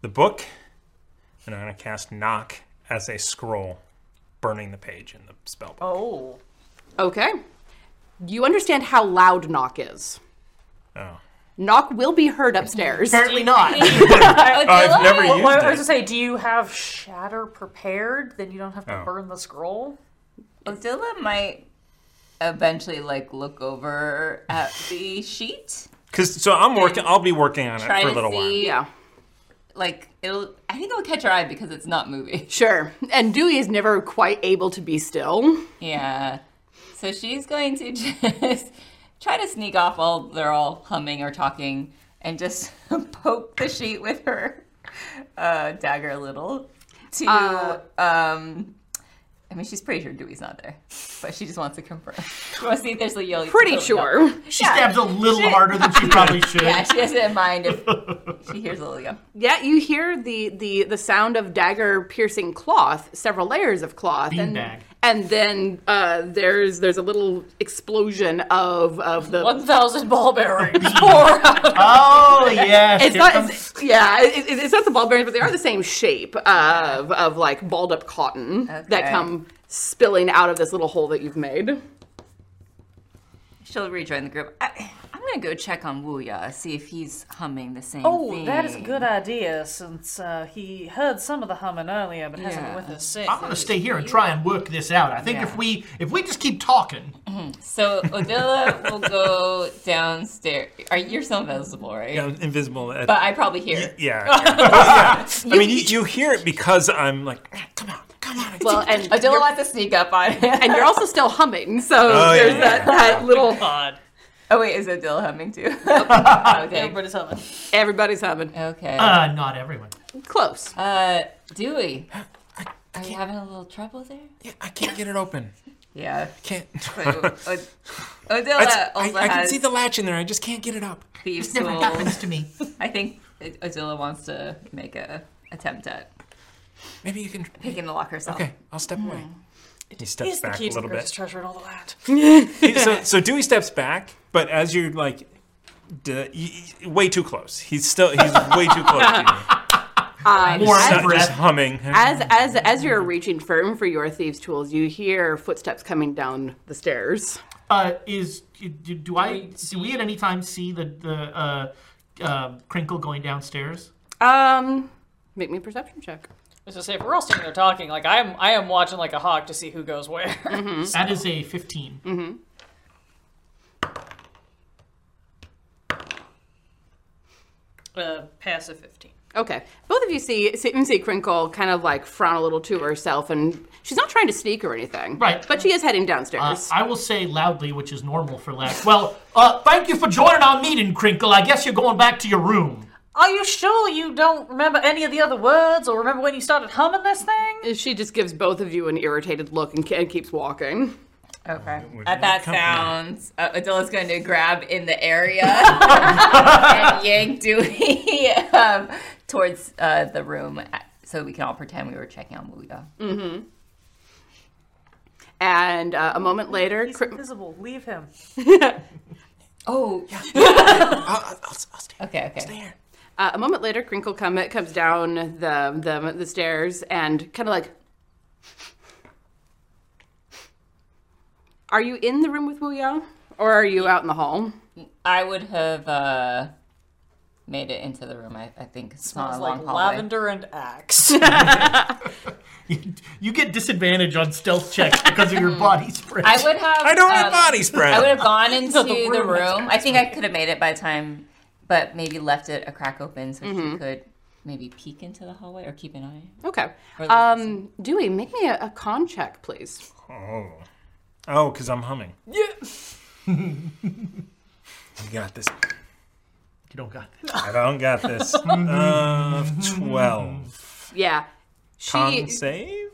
Speaker 2: the book, and I'm gonna cast knock as a scroll, burning the page in the spell book.
Speaker 3: Oh.
Speaker 7: Okay. You understand how loud knock is.
Speaker 2: Oh.
Speaker 7: Knock will be heard upstairs.
Speaker 6: Apparently not.
Speaker 2: I've never used
Speaker 3: Well, I was going
Speaker 2: it.
Speaker 3: to say, do you have shatter prepared? Then you don't have
Speaker 2: Oh.
Speaker 3: to burn the scroll.
Speaker 5: Odila might eventually like look over at the sheet,
Speaker 2: Cause so I'm working. I'll be working on it
Speaker 5: try
Speaker 2: for a
Speaker 5: to
Speaker 2: little while.
Speaker 5: see.
Speaker 7: Yeah.
Speaker 5: Like it'll. I think it'll catch her eye because it's not moving.
Speaker 7: Sure. And Dewey is never quite able to be still.
Speaker 5: Yeah. So she's going to just try to sneak off while they're all humming or talking and just poke the sheet with her uh, dagger a little to.
Speaker 7: Uh,
Speaker 5: um, I mean, she's pretty sure Dewey's not there, but she just wants to confirm. She wants to see if there's a yellow.
Speaker 7: Pretty
Speaker 5: yellow-
Speaker 7: sure.
Speaker 6: She stabs a little harder than she probably should.
Speaker 5: Yeah, she doesn't mind if she hears a little yell.
Speaker 7: Yeah, you hear the the the sound of dagger piercing cloth, several layers of cloth, and
Speaker 6: Beanbag.
Speaker 7: and then uh, there's there's a little explosion of of the.
Speaker 3: 1,000 ball bearings. Pour out.
Speaker 6: Oh yes.
Speaker 7: It's
Speaker 6: here
Speaker 7: not,
Speaker 6: comes-
Speaker 7: it's, yeah, it, it- it's not the ball bearings, but they are the same shape of of like balled up cotton that
Speaker 5: Okay.
Speaker 7: come spilling out of this little hole that you've made.
Speaker 5: She'll rejoin the group. I, I'm gonna go check on Wuya, see if he's humming the same
Speaker 3: Oh,
Speaker 5: thing.
Speaker 3: that is a good idea since uh, he heard some of the humming earlier but hasn't
Speaker 5: Yeah.
Speaker 3: been with us
Speaker 2: Ah.
Speaker 3: since.
Speaker 6: I'm gonna stay here and try and work this out. I think
Speaker 5: Yeah.
Speaker 6: if we if we just keep talking,
Speaker 5: So Odila will go downstairs. Are you're still invisible, right?
Speaker 2: Yeah, I'm invisible. At,
Speaker 5: But I probably hear. it.
Speaker 2: yeah. yeah. I mean, you, you hear it because I'm like, "Ah, come on, come on. it's
Speaker 7: Well, and
Speaker 5: Odila wants to sneak up on it.
Speaker 7: and you're also still humming, so
Speaker 2: Oh,
Speaker 7: there's
Speaker 2: yeah.
Speaker 7: that that little
Speaker 3: God.
Speaker 5: oh wait, is Odila humming too? okay.
Speaker 3: Everybody's humming.
Speaker 7: everybody's humming.
Speaker 5: Okay.
Speaker 6: uh, not everyone.
Speaker 7: Close.
Speaker 5: Uh, Dewey, are you having a little trouble there?
Speaker 2: Yeah, I can't get it open.
Speaker 5: Yeah.
Speaker 2: Can't.
Speaker 5: So, Od- Odila
Speaker 2: I,
Speaker 5: also
Speaker 2: I can
Speaker 5: has
Speaker 2: see the latch in there. I just can't get it up.
Speaker 5: thieves'
Speaker 6: Never happens
Speaker 5: tools.
Speaker 6: to me.
Speaker 5: I think Odila wants to make a attempt at
Speaker 2: Maybe you can.
Speaker 5: picking the lock herself.
Speaker 2: Okay, I'll step away. He steps
Speaker 3: He's the
Speaker 2: back
Speaker 3: key
Speaker 2: a
Speaker 3: to the
Speaker 2: little
Speaker 3: greatest
Speaker 2: bit. Hmm.
Speaker 3: treasure in all the land.
Speaker 2: He- so, so Dewey steps back, but as you're like, d- y- y- way too close. He's still he's way too close. to you.
Speaker 6: More
Speaker 2: He's not just
Speaker 6: breath.
Speaker 2: humming.
Speaker 7: As as as you're reaching firm for your thieves' tools, you hear footsteps coming down the stairs.
Speaker 6: Uh, is do, do I do we at any time see the the uh, uh, crinkle going downstairs?
Speaker 7: Um, make me a perception check.
Speaker 3: As I say, if we're all standing there talking, like I am, I am watching like a hawk to see who goes where.
Speaker 6: That is a 15
Speaker 3: uh, passive fifteen.
Speaker 7: Okay, both of you see see, see Crinkle kind of like frown a little to herself, and she's not trying to sneak or anything,
Speaker 6: Right.
Speaker 7: But she is heading
Speaker 6: Uh,
Speaker 7: downstairs.
Speaker 6: I will say loudly, which is normal for Lex. Well, uh, thank you for joining our meeting, Crinkle. I guess you're going back to your room.
Speaker 3: Are you sure you don't remember any of the other words, or remember when you started humming this thing?
Speaker 7: she just gives both of you an irritated look and, and keeps walking.
Speaker 5: Okay.
Speaker 2: gonna
Speaker 5: At that
Speaker 2: company.
Speaker 5: sound, uh, Adila's going to grab in the area and yank Dewey um, towards uh, the room so we can all pretend we were checking on Wuya.
Speaker 7: And uh, a moment later,
Speaker 3: He's
Speaker 7: Cri-
Speaker 3: invisible. Leave him.
Speaker 5: Oh,
Speaker 2: I'll, I'll, I'll stay
Speaker 5: okay, okay.
Speaker 2: here.
Speaker 7: Uh, a moment later, Crinkle come, comes down the, the, the stairs and kind of like. Are you in the room with Wuya? Or are you out in the hall?
Speaker 5: I would have uh, made it into the room, I, I think. It's not a long
Speaker 3: like
Speaker 5: hallway.
Speaker 3: lavender and axe.
Speaker 6: You get disadvantage on stealth checks because of your body spray.
Speaker 5: I would have.
Speaker 2: I don't have
Speaker 5: um,
Speaker 2: body spray.
Speaker 5: I would have gone into the
Speaker 3: room
Speaker 5: room.
Speaker 3: is
Speaker 5: I think I could have made it by the time, but maybe left it a crack open so she could maybe peek into the hallway or keep an eye.
Speaker 7: Okay.
Speaker 5: Or the-
Speaker 7: Um, Dewey, make me a, a con check, please.
Speaker 2: Oh, oh, because I'm humming. Yeah. I got this.
Speaker 6: you don't got this.
Speaker 2: I don't got this. uh, Twelve.
Speaker 7: Yeah. She
Speaker 2: Con save.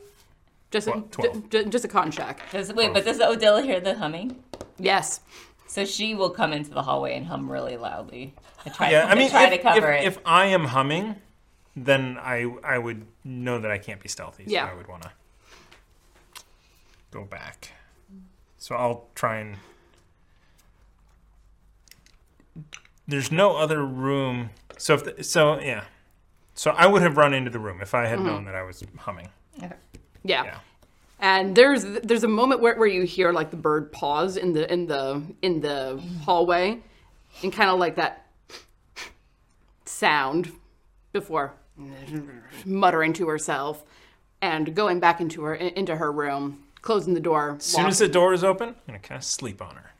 Speaker 7: Just,
Speaker 2: Well,
Speaker 7: j-
Speaker 2: 12.
Speaker 7: j- just a cotton shack.
Speaker 5: Does, wait, but does Odella hear the humming?
Speaker 7: Yes.
Speaker 5: So she will come into the hallway and hum really loudly. I try,
Speaker 2: Yeah, I mean,
Speaker 5: try to
Speaker 2: if,
Speaker 5: cover
Speaker 2: if,
Speaker 5: it.
Speaker 2: if I am humming, then I I would know that I can't be stealthy. So
Speaker 7: Yeah.
Speaker 2: I would want to go back. So I'll try and. There's no other room. So if the, so, yeah. So I would have run into the room if I
Speaker 5: Mm-hmm.
Speaker 2: had known that I was humming.
Speaker 7: Yeah.
Speaker 2: Yeah.
Speaker 7: And there's there's a moment where, where you hear like the bird pause in the in the in the hallway, and kind of like that sound before muttering to herself and going back into her into her room, closing the door.
Speaker 2: As soon as the door is open, I'm gonna cast sleep on her.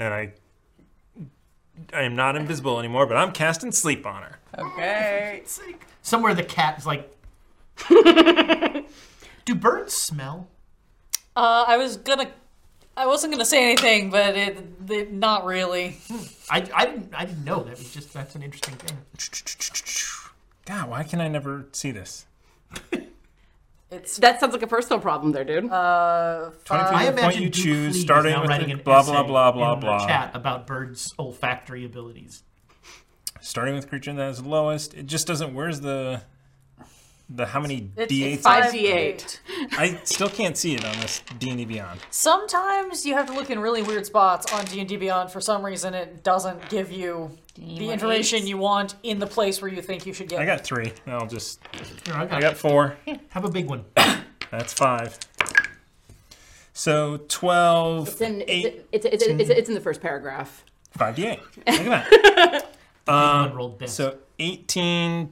Speaker 2: And I, I am not invisible anymore, but I'm casting sleep on her.
Speaker 5: okay.
Speaker 6: It's like somewhere the cat is like. Do birds smell?
Speaker 3: Uh, I was gonna, I wasn't gonna say anything, but it, it not really.
Speaker 6: I, I didn't I didn't know that was just that's an interesting thing.
Speaker 2: God, why can I never see this?
Speaker 7: that sounds like a personal problem there, dude.
Speaker 6: Uh, I
Speaker 2: Twenty-five.
Speaker 6: imagine
Speaker 2: you
Speaker 6: Duke Fleet
Speaker 2: choose,
Speaker 6: is
Speaker 2: starting
Speaker 6: now
Speaker 2: with
Speaker 6: writing
Speaker 2: the
Speaker 6: an
Speaker 2: blah blah
Speaker 6: essay
Speaker 2: blah blah
Speaker 6: in the
Speaker 2: blah.
Speaker 6: chat about birds' olfactory abilities.
Speaker 2: Starting with creature that is lowest. It just doesn't. Where's the, the how many d8s?
Speaker 3: five
Speaker 7: 5d8.
Speaker 2: I still can't see it on this D and D Beyond.
Speaker 3: Sometimes you have to look in really weird spots on D and D Beyond. For some reason, it doesn't give you the
Speaker 5: more
Speaker 3: information you want in the place where you think you should get.
Speaker 2: I
Speaker 3: it.
Speaker 2: got three. I'll just.
Speaker 6: Here, I got
Speaker 2: I got four.
Speaker 6: Have a big one.
Speaker 2: That's five. So twelve.
Speaker 7: It's in,
Speaker 2: eight.
Speaker 7: it's, it's, it's, it's in the first paragraph.
Speaker 2: Five D eight. Look at that.
Speaker 6: One rolled best.
Speaker 2: So 18,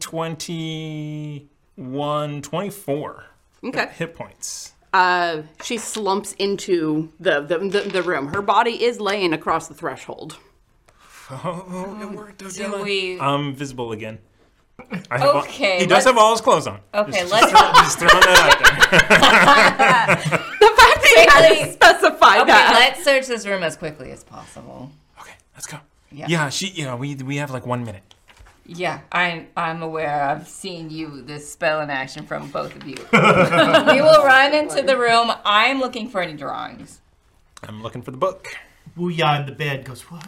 Speaker 2: 21, 24
Speaker 7: Okay.
Speaker 2: hit points.
Speaker 7: Uh, she slumps into the, the, the, the room. Her body is laying across the threshold.
Speaker 2: Oh, it worked,
Speaker 5: Do we?
Speaker 2: I'm visible again. I have all-
Speaker 5: Okay,
Speaker 2: he does have
Speaker 5: let's-
Speaker 2: all his clothes on.
Speaker 5: Okay,
Speaker 2: Just-
Speaker 5: let's.
Speaker 2: Just throwing that out there.
Speaker 7: The fact that you haven't specified
Speaker 5: Okay,
Speaker 7: that.
Speaker 5: let's search this room as quickly as possible.
Speaker 2: Okay, let's go.
Speaker 5: Yeah.
Speaker 2: Yeah, she. Yeah, we we have like one minute.
Speaker 5: Yeah, I'm I'm aware. I've seen you this spell in action from both of you. we will run into the room. I'm looking for any drawings.
Speaker 2: I'm looking for the book.
Speaker 6: Booyah in the bed goes, what?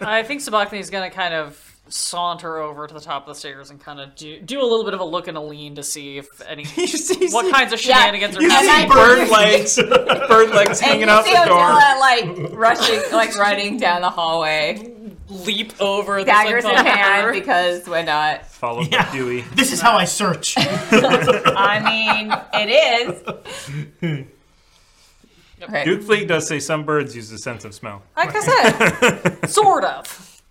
Speaker 3: I think Sabachthani's gonna kind of saunter over to the top of the stairs and kind of do do a little bit of a look and a lean to see if any
Speaker 2: see,
Speaker 3: what kinds of shenanigans are
Speaker 5: see
Speaker 3: happening.
Speaker 5: bird
Speaker 2: bird legs, bird legs hanging out the door.
Speaker 5: Odella, like rushing, like running down the hallway,
Speaker 3: Leap over the
Speaker 5: daggers in
Speaker 3: Centaur.
Speaker 5: hand because why not?
Speaker 2: Followed
Speaker 6: Yeah.
Speaker 2: by Dewey.
Speaker 6: This is how I search.
Speaker 5: I mean, it is. Okay.
Speaker 2: Duke Fleet does say some birds use the sense of smell.
Speaker 3: Like I said, sort of.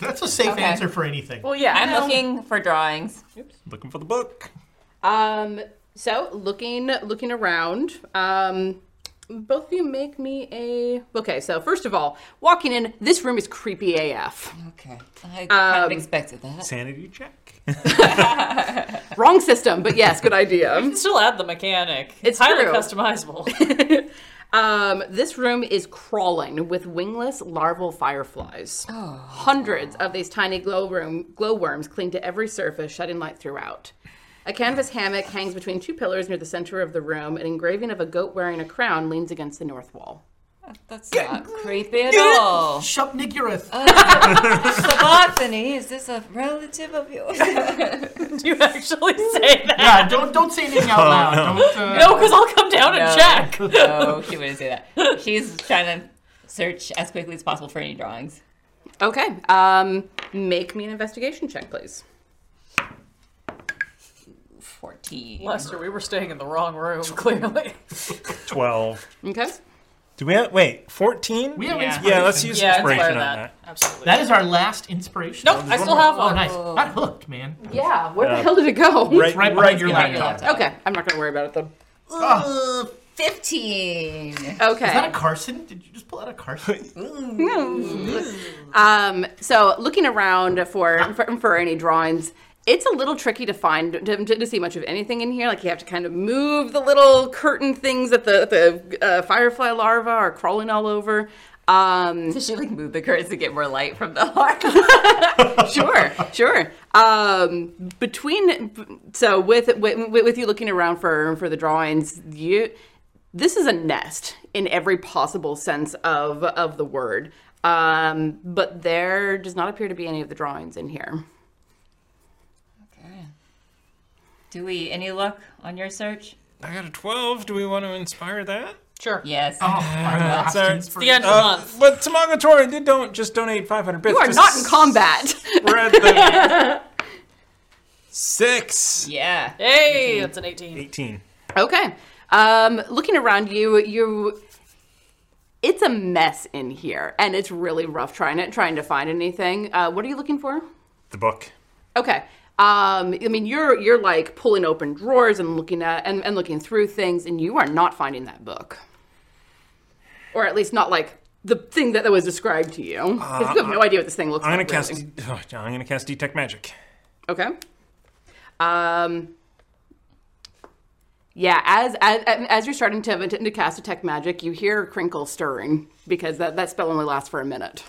Speaker 6: That's a safe
Speaker 5: Okay.
Speaker 6: answer for anything.
Speaker 3: Well, yeah,
Speaker 5: I'm looking for drawings.
Speaker 2: Looking for the book.
Speaker 7: Um, so looking looking around, um, both of you make me a okay. So first of all, walking in, this room is creepy AF.
Speaker 5: Okay. I kind of expected that.
Speaker 2: Sanity check.
Speaker 7: Wrong system, but yes, good idea.
Speaker 3: Still add the mechanic.
Speaker 7: It's
Speaker 3: highly
Speaker 7: true.
Speaker 3: customizable.
Speaker 7: Um, this room is crawling with wingless larval fireflies. Hundreds of these tiny glowworm, glowworms cling to every surface, shedding light throughout. A canvas hammock hangs between two pillars near the center of the room. An engraving of a goat wearing a crown leans against the north wall.
Speaker 5: That's not creepy at all.
Speaker 6: Shop Nigurith.
Speaker 3: Uh,
Speaker 5: Botany, is this a relative of yours?
Speaker 3: Do you actually say that?
Speaker 6: yeah, don't don't say anything
Speaker 2: Oh,
Speaker 6: out loud. Don't, uh,
Speaker 3: No, because I'll come down
Speaker 5: No.
Speaker 3: and check.
Speaker 5: no, she wouldn't say that. She's trying to search as quickly as possible for any drawings.
Speaker 7: Okay. Um, make me an investigation check, please.
Speaker 5: 14.
Speaker 3: Lester, we were staying in the wrong room, clearly.
Speaker 2: Twelve.
Speaker 7: Okay.
Speaker 2: Do we have wait? Fourteen.
Speaker 6: We have
Speaker 5: Yeah.
Speaker 6: inspiration.
Speaker 2: yeah, let's use
Speaker 3: yeah,
Speaker 2: inspiration
Speaker 3: inspire
Speaker 2: on
Speaker 3: that.
Speaker 2: that.
Speaker 3: Absolutely.
Speaker 6: That is our last inspiration.
Speaker 3: nope, I still have
Speaker 6: Oh,
Speaker 3: one.
Speaker 6: nice. Not hooked, man.
Speaker 7: Yeah. Where the hell did it go?
Speaker 6: Right behind your
Speaker 5: Behind
Speaker 6: laptop.
Speaker 5: your laptop.
Speaker 7: Okay. I'm not gonna worry about it then.
Speaker 6: Ah,
Speaker 5: 15.
Speaker 7: Okay.
Speaker 6: is that a Carson? Did you just pull out a Carson? Oh,
Speaker 7: Um, so looking around for, for for any drawings, It's a little tricky to find to, to see much of anything in here. Like you have to kind of move the little curtain things that the the uh, firefly larvae are crawling all over. Um,
Speaker 5: Does she like move the curtains to get more light from the heart?
Speaker 7: sure, sure. Um, between so with, with with you looking around for for the drawings, you this is a nest in every possible sense of of the word. Um, but there does not appear to be any of the drawings in here.
Speaker 5: okay. Do we any luck on your search?
Speaker 2: I got a 12. Do we want to inspire that?
Speaker 3: Sure.
Speaker 5: Yes.
Speaker 2: That's our-
Speaker 3: The end of the
Speaker 2: Uh,
Speaker 3: month.
Speaker 2: but Tamagotori did don't just donate 500 bits.
Speaker 7: You are
Speaker 2: Just
Speaker 7: not in combat.
Speaker 2: We're at the six.
Speaker 5: Yeah.
Speaker 2: Oh,
Speaker 3: Hey, that's an 18.
Speaker 2: 18.
Speaker 7: Okay. Um, looking around you, you it's a mess in here, and it's really rough trying it, trying to find anything. Uh, what are you looking for?
Speaker 2: The book.
Speaker 7: Okay. Um, I mean, you're you're like pulling open drawers and looking at and, and looking through things, and you are not finding that book, or at least not like the thing that, that was described to you. 'Cause you have no idea what this thing looks
Speaker 2: Uh, I'm gonna
Speaker 7: like.
Speaker 2: cast.
Speaker 7: really.
Speaker 2: Oh, I'm gonna cast detect magic.
Speaker 7: Okay. Um. Yeah, as as as you're starting to to cast detect magic, you hear Crinkle stirring because that, that spell only lasts for a minute.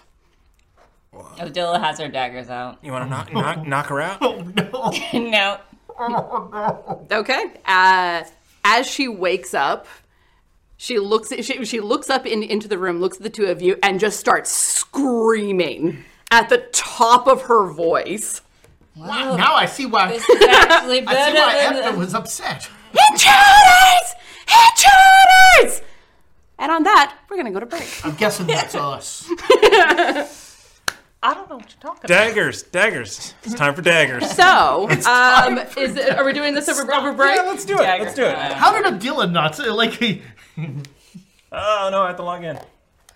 Speaker 5: Odila has her daggers out.
Speaker 2: You want to knock, knock knock her out?
Speaker 5: no.
Speaker 7: Okay. Uh, as she wakes up, she looks she, she looks up in, into the room, looks at the two of you, and just starts screaming at the top of her voice.
Speaker 6: Wow, Oh. now I see why.
Speaker 5: This is actually
Speaker 6: I see why
Speaker 5: better
Speaker 6: Epta
Speaker 5: than the...
Speaker 6: was upset.
Speaker 7: Intruders! Intruders! And on that, we're gonna go to break.
Speaker 6: I'm guessing that's us.
Speaker 3: I don't know what you're talking
Speaker 2: daggers, daggers. It's time for daggers.
Speaker 7: So, um, is it, are we doing this over, over break?
Speaker 2: Yeah, let's do it. Let's do it.
Speaker 6: How did Abdullah not say, like, he,
Speaker 2: Oh no, I have to log in.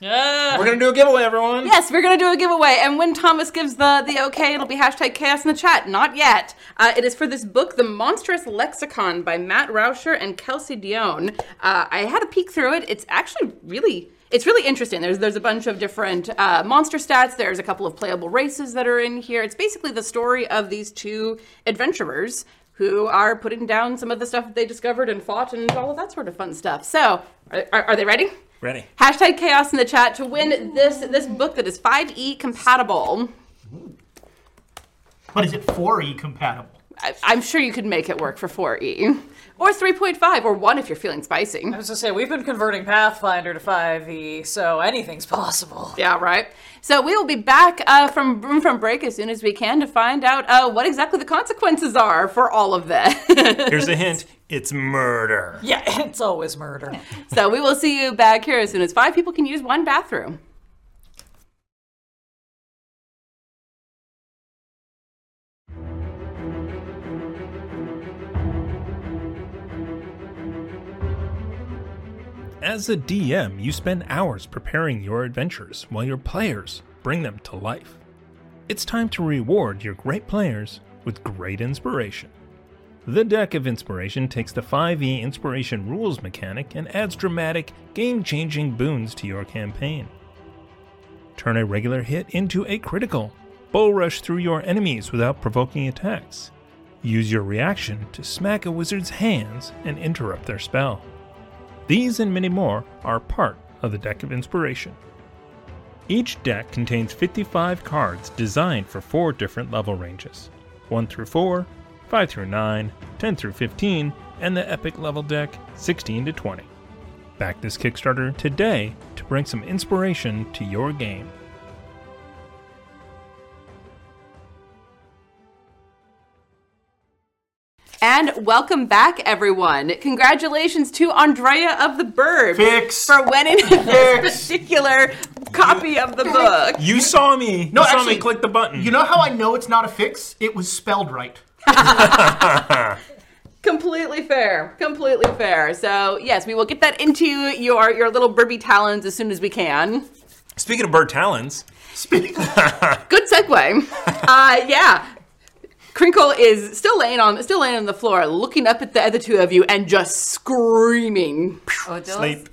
Speaker 3: Yeah.
Speaker 2: We're gonna do a giveaway, everyone.
Speaker 7: Yes, we're gonna do a giveaway, and when Thomas gives the the okay, it'll be hashtag chaos in the chat. Not yet. Uh, it is for this book, The Monstrous Lexicon, by Matt Rauscher and Kelsey Dion. Uh, I had a peek through it. It's actually really. It's really interesting. There's there's a bunch of different uh, monster stats. There's a couple of playable races that are in here. It's basically the story of these two adventurers who are putting down some of the stuff that they discovered and fought and all of that sort of fun stuff. So, are, are, are they ready?
Speaker 2: Ready.
Speaker 7: Hashtag chaos in the chat to win this this book that is 5e compatible.
Speaker 6: what is it, 4E compatible?
Speaker 7: I, I'm sure you could make it work for 4e. Or 3.5, or 1 if you're feeling spicy.
Speaker 3: I was gonna say we've been converting Pathfinder to 5e, so anything's possible.
Speaker 7: Yeah, right. So we will be back uh, from from break as soon as we can to find out uh, what exactly the consequences are for all of this.
Speaker 2: Here's a hint. It's murder.
Speaker 3: Yeah, it's always murder.
Speaker 6: Mm-hmm.
Speaker 7: so we will see you back here as soon as five people can use one bathroom.
Speaker 8: As a DM, you spend hours preparing your adventures while your players bring them to life. It's time to reward your great players with great inspiration. The Deck of Inspiration takes the 5e inspiration rules mechanic and adds dramatic, game changing boons to your campaign. Turn a regular hit into a critical. Bull rush through your enemies without provoking attacks. Use your reaction to smack a wizard's hands and interrupt their spell. These and many more are part of the Deck of Inspiration. Each deck contains 55 cards designed for four different level ranges 1 through 4, 5 through 9, 10 through 15, and the Epic level deck 16 to 20. Back this Kickstarter today to bring some inspiration to your game.
Speaker 7: And welcome back, everyone. Congratulations to Andrea of the Bird
Speaker 6: Fix.
Speaker 7: for winning this particular copy of the book.
Speaker 2: You saw me.
Speaker 6: No,
Speaker 2: you saw
Speaker 6: actually,
Speaker 2: me click the button.
Speaker 6: You know how I know it's not a fix? It was spelled right.
Speaker 7: Completely fair. Completely fair. So yes, we will get that into your your little burby talons as soon as we can.
Speaker 2: Speaking of bird talons,
Speaker 7: Good segue. uh, yeah. Crinkle is still laying on still laying on the floor, looking up at the other two of you and just screaming.
Speaker 5: Odila's-
Speaker 2: sleep.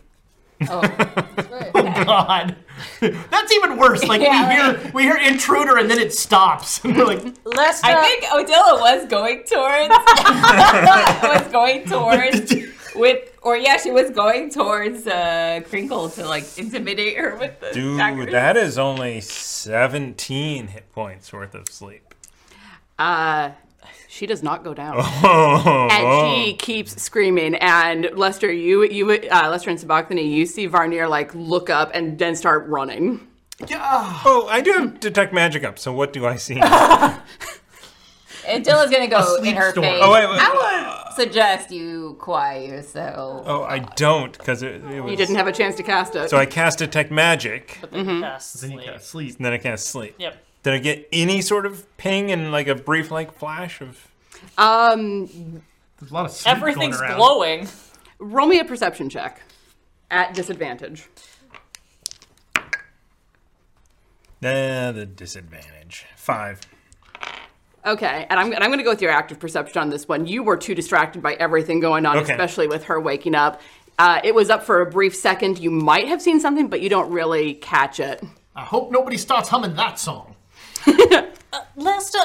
Speaker 5: Oh,
Speaker 6: God. That's even worse. Like
Speaker 5: Yeah,
Speaker 6: we hear we hear intruder and then it stops, and we're like,
Speaker 3: Lest,
Speaker 5: I
Speaker 3: uh,
Speaker 5: think Odila was going towards was going towards with or yeah, she was going towards uh Crinkle to like intimidate her with the
Speaker 2: Dude,
Speaker 5: dagger.
Speaker 2: that is only 17 hit points worth of sleep.
Speaker 7: Uh, she does not go down.
Speaker 2: Oh,
Speaker 7: And she keeps screaming. And Lester, you, you, uh, Lester and Sabachthani, you see Varnir like look up and then start running.
Speaker 6: yeah.
Speaker 2: oh, I do have detect magic up. So what do I see? Oh,
Speaker 5: Odila's gonna go in
Speaker 6: sleep
Speaker 5: her
Speaker 6: storm.
Speaker 5: face.
Speaker 2: Oh, wait, wait.
Speaker 5: I would suggest you quiet yourself.
Speaker 2: oh, I don't because it, it was.
Speaker 7: You didn't have a chance to cast it.
Speaker 2: So I cast detect magic, and
Speaker 3: Yes,
Speaker 6: Then you
Speaker 3: like-
Speaker 6: gotta sleep.
Speaker 2: then I cast sleep.
Speaker 3: Yep.
Speaker 2: Did I get any sort of ping and like a brief like flash of?
Speaker 7: um,
Speaker 6: There's a lot of sleep
Speaker 3: Everything's
Speaker 6: going around.
Speaker 3: glowing.
Speaker 7: roll me a perception check at disadvantage.
Speaker 2: Nah, the disadvantage five.
Speaker 7: Okay, and I'm, and I'm going to go with your active perception on this one. You were too distracted by everything going on,
Speaker 2: Okay.
Speaker 7: especially with her waking up. Uh, it was up for a brief second. You might have seen something, but you don't really catch it.
Speaker 6: I hope nobody starts humming that song.
Speaker 3: Lester,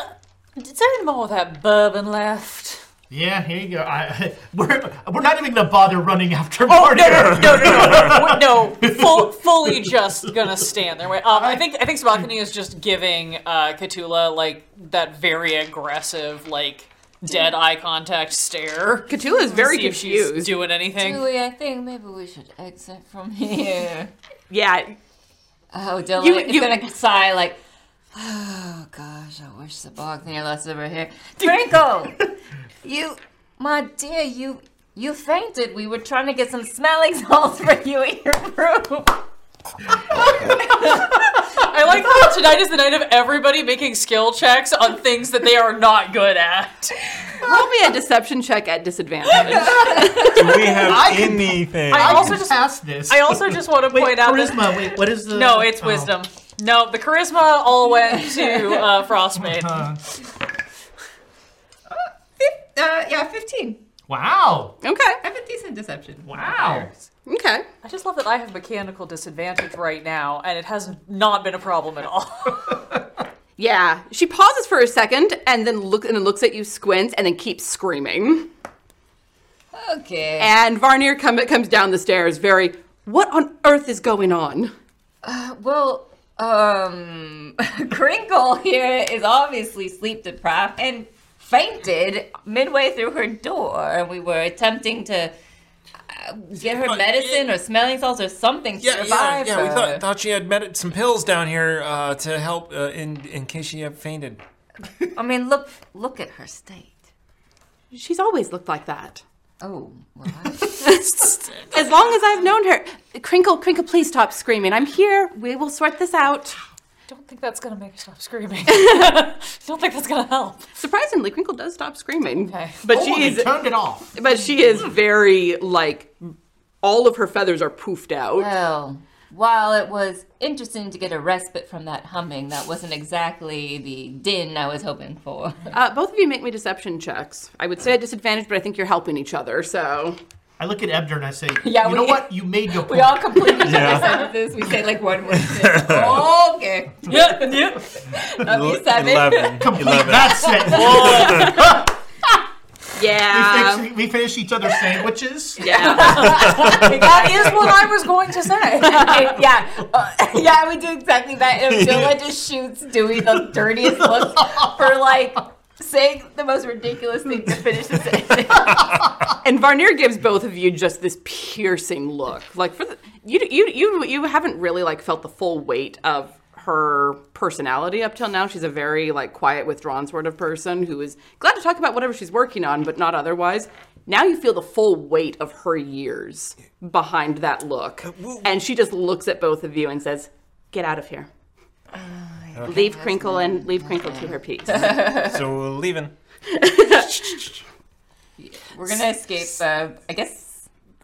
Speaker 3: is there any more of that bourbon left?
Speaker 6: Yeah, here you go. I, we're we're not even gonna bother running after. Oh no,
Speaker 3: no, no, no, no. Full, fully just gonna stand there. Wait, Um, I think I think Sabachthani is just giving uh, Katula like that very aggressive, like dead eye contact stare.
Speaker 7: Katula is very
Speaker 3: See if she's
Speaker 7: confused.
Speaker 3: doing anything.
Speaker 5: Julie, I think maybe we should exit from here.
Speaker 7: Yeah,
Speaker 5: Oh, Dylan
Speaker 7: You-
Speaker 5: is
Speaker 7: you-
Speaker 5: gonna sigh like, oh gosh, I wish the Bogner Lester were here. Franco, you, my dear, you, you fainted. We were trying to get some smelling salts for you in your room.
Speaker 3: I like how tonight is the night of everybody making skill checks on things that they are not good at.
Speaker 7: roll me a deception check at disadvantage.
Speaker 2: Do we have
Speaker 6: I can-
Speaker 2: anything?
Speaker 6: I
Speaker 3: also
Speaker 6: also
Speaker 3: just-
Speaker 6: just asked this.
Speaker 3: I also just want to
Speaker 6: wait,
Speaker 3: point out that-
Speaker 6: charisma. wait, what is the?
Speaker 3: No, it's
Speaker 6: oh.
Speaker 3: wisdom. No, the charisma all went to uh, Frostmaid.
Speaker 6: Uh,
Speaker 5: Uh, yeah, fifteen.
Speaker 6: wow.
Speaker 7: Okay,
Speaker 5: I have a decent deception.
Speaker 6: Wow.
Speaker 7: okay.
Speaker 3: I just love that I have mechanical disadvantage right now, and it has not been a problem at all.
Speaker 7: Yeah, she pauses for a second and then looks and then looks at you, squints, and then keeps screaming.
Speaker 5: Okay.
Speaker 7: And Varnir come, comes down the stairs, very. What on earth is going on?
Speaker 5: Well, um, Crinkle here is obviously sleep deprived and fainted midway through her door, and we were attempting to uh, get her medicine or smelling salts or something to
Speaker 2: yeah, yeah,
Speaker 5: revive
Speaker 2: yeah. We
Speaker 5: her.
Speaker 2: thought, thought she had med- some pills down here uh, to help uh, in in case she had fainted.
Speaker 5: I mean, look, look at her state.
Speaker 7: She's always looked like that.
Speaker 5: Oh, well, I-
Speaker 7: As long as I've known her. Crinkle, Crinkle, please stop screaming. I'm here. We will sort this out.
Speaker 3: Don't think that's gonna make her stop screaming. Don't think that's gonna help.
Speaker 7: Surprisingly, Crinkle does stop screaming.
Speaker 3: Okay.
Speaker 7: But
Speaker 6: Oh,
Speaker 7: she
Speaker 6: they
Speaker 7: is
Speaker 6: turned it off.
Speaker 7: but she is very like all of her feathers are poofed out.
Speaker 5: well, while it was interesting to get a respite from that humming, that wasn't exactly the din I was hoping for.
Speaker 7: Uh, both of you make me deception checks. I would say a disadvantage, but I think you're helping each other. So
Speaker 6: I look at Ebner and I say,
Speaker 5: Yeah,
Speaker 6: you know
Speaker 5: we-
Speaker 6: what? You made your
Speaker 5: We
Speaker 6: point.
Speaker 5: all complete each
Speaker 2: Yeah.
Speaker 5: other's sentences. We say like one word. okay.
Speaker 3: Yep, yep.
Speaker 5: That'd be seven.
Speaker 2: Eleven.
Speaker 6: Complete
Speaker 2: Eleven.
Speaker 6: that sentence.
Speaker 7: yeah,
Speaker 6: we, fix, we finish each other's sandwiches.
Speaker 7: yeah.
Speaker 3: That is what I was going to say.
Speaker 5: Okay, yeah, uh, yeah, we do exactly that. And Abdullah just shoots Dewey the dirtiest look for like saying the most ridiculous thing to finish the sentence.
Speaker 7: and Varnir gives both of you just this piercing look. Like for the, you, you, you, you haven't really like felt the full weight of her personality up till now. She's a very like quiet, withdrawn sort of person who is glad to talk about whatever she's working on, but not otherwise. Now you feel the full weight of her years behind that look, and she just looks at both of you and says, "Get out of here." Leave Crinkle and leave Crinkle to her piece.
Speaker 2: So we're leaving.
Speaker 5: We're gonna escape. Uh, I guess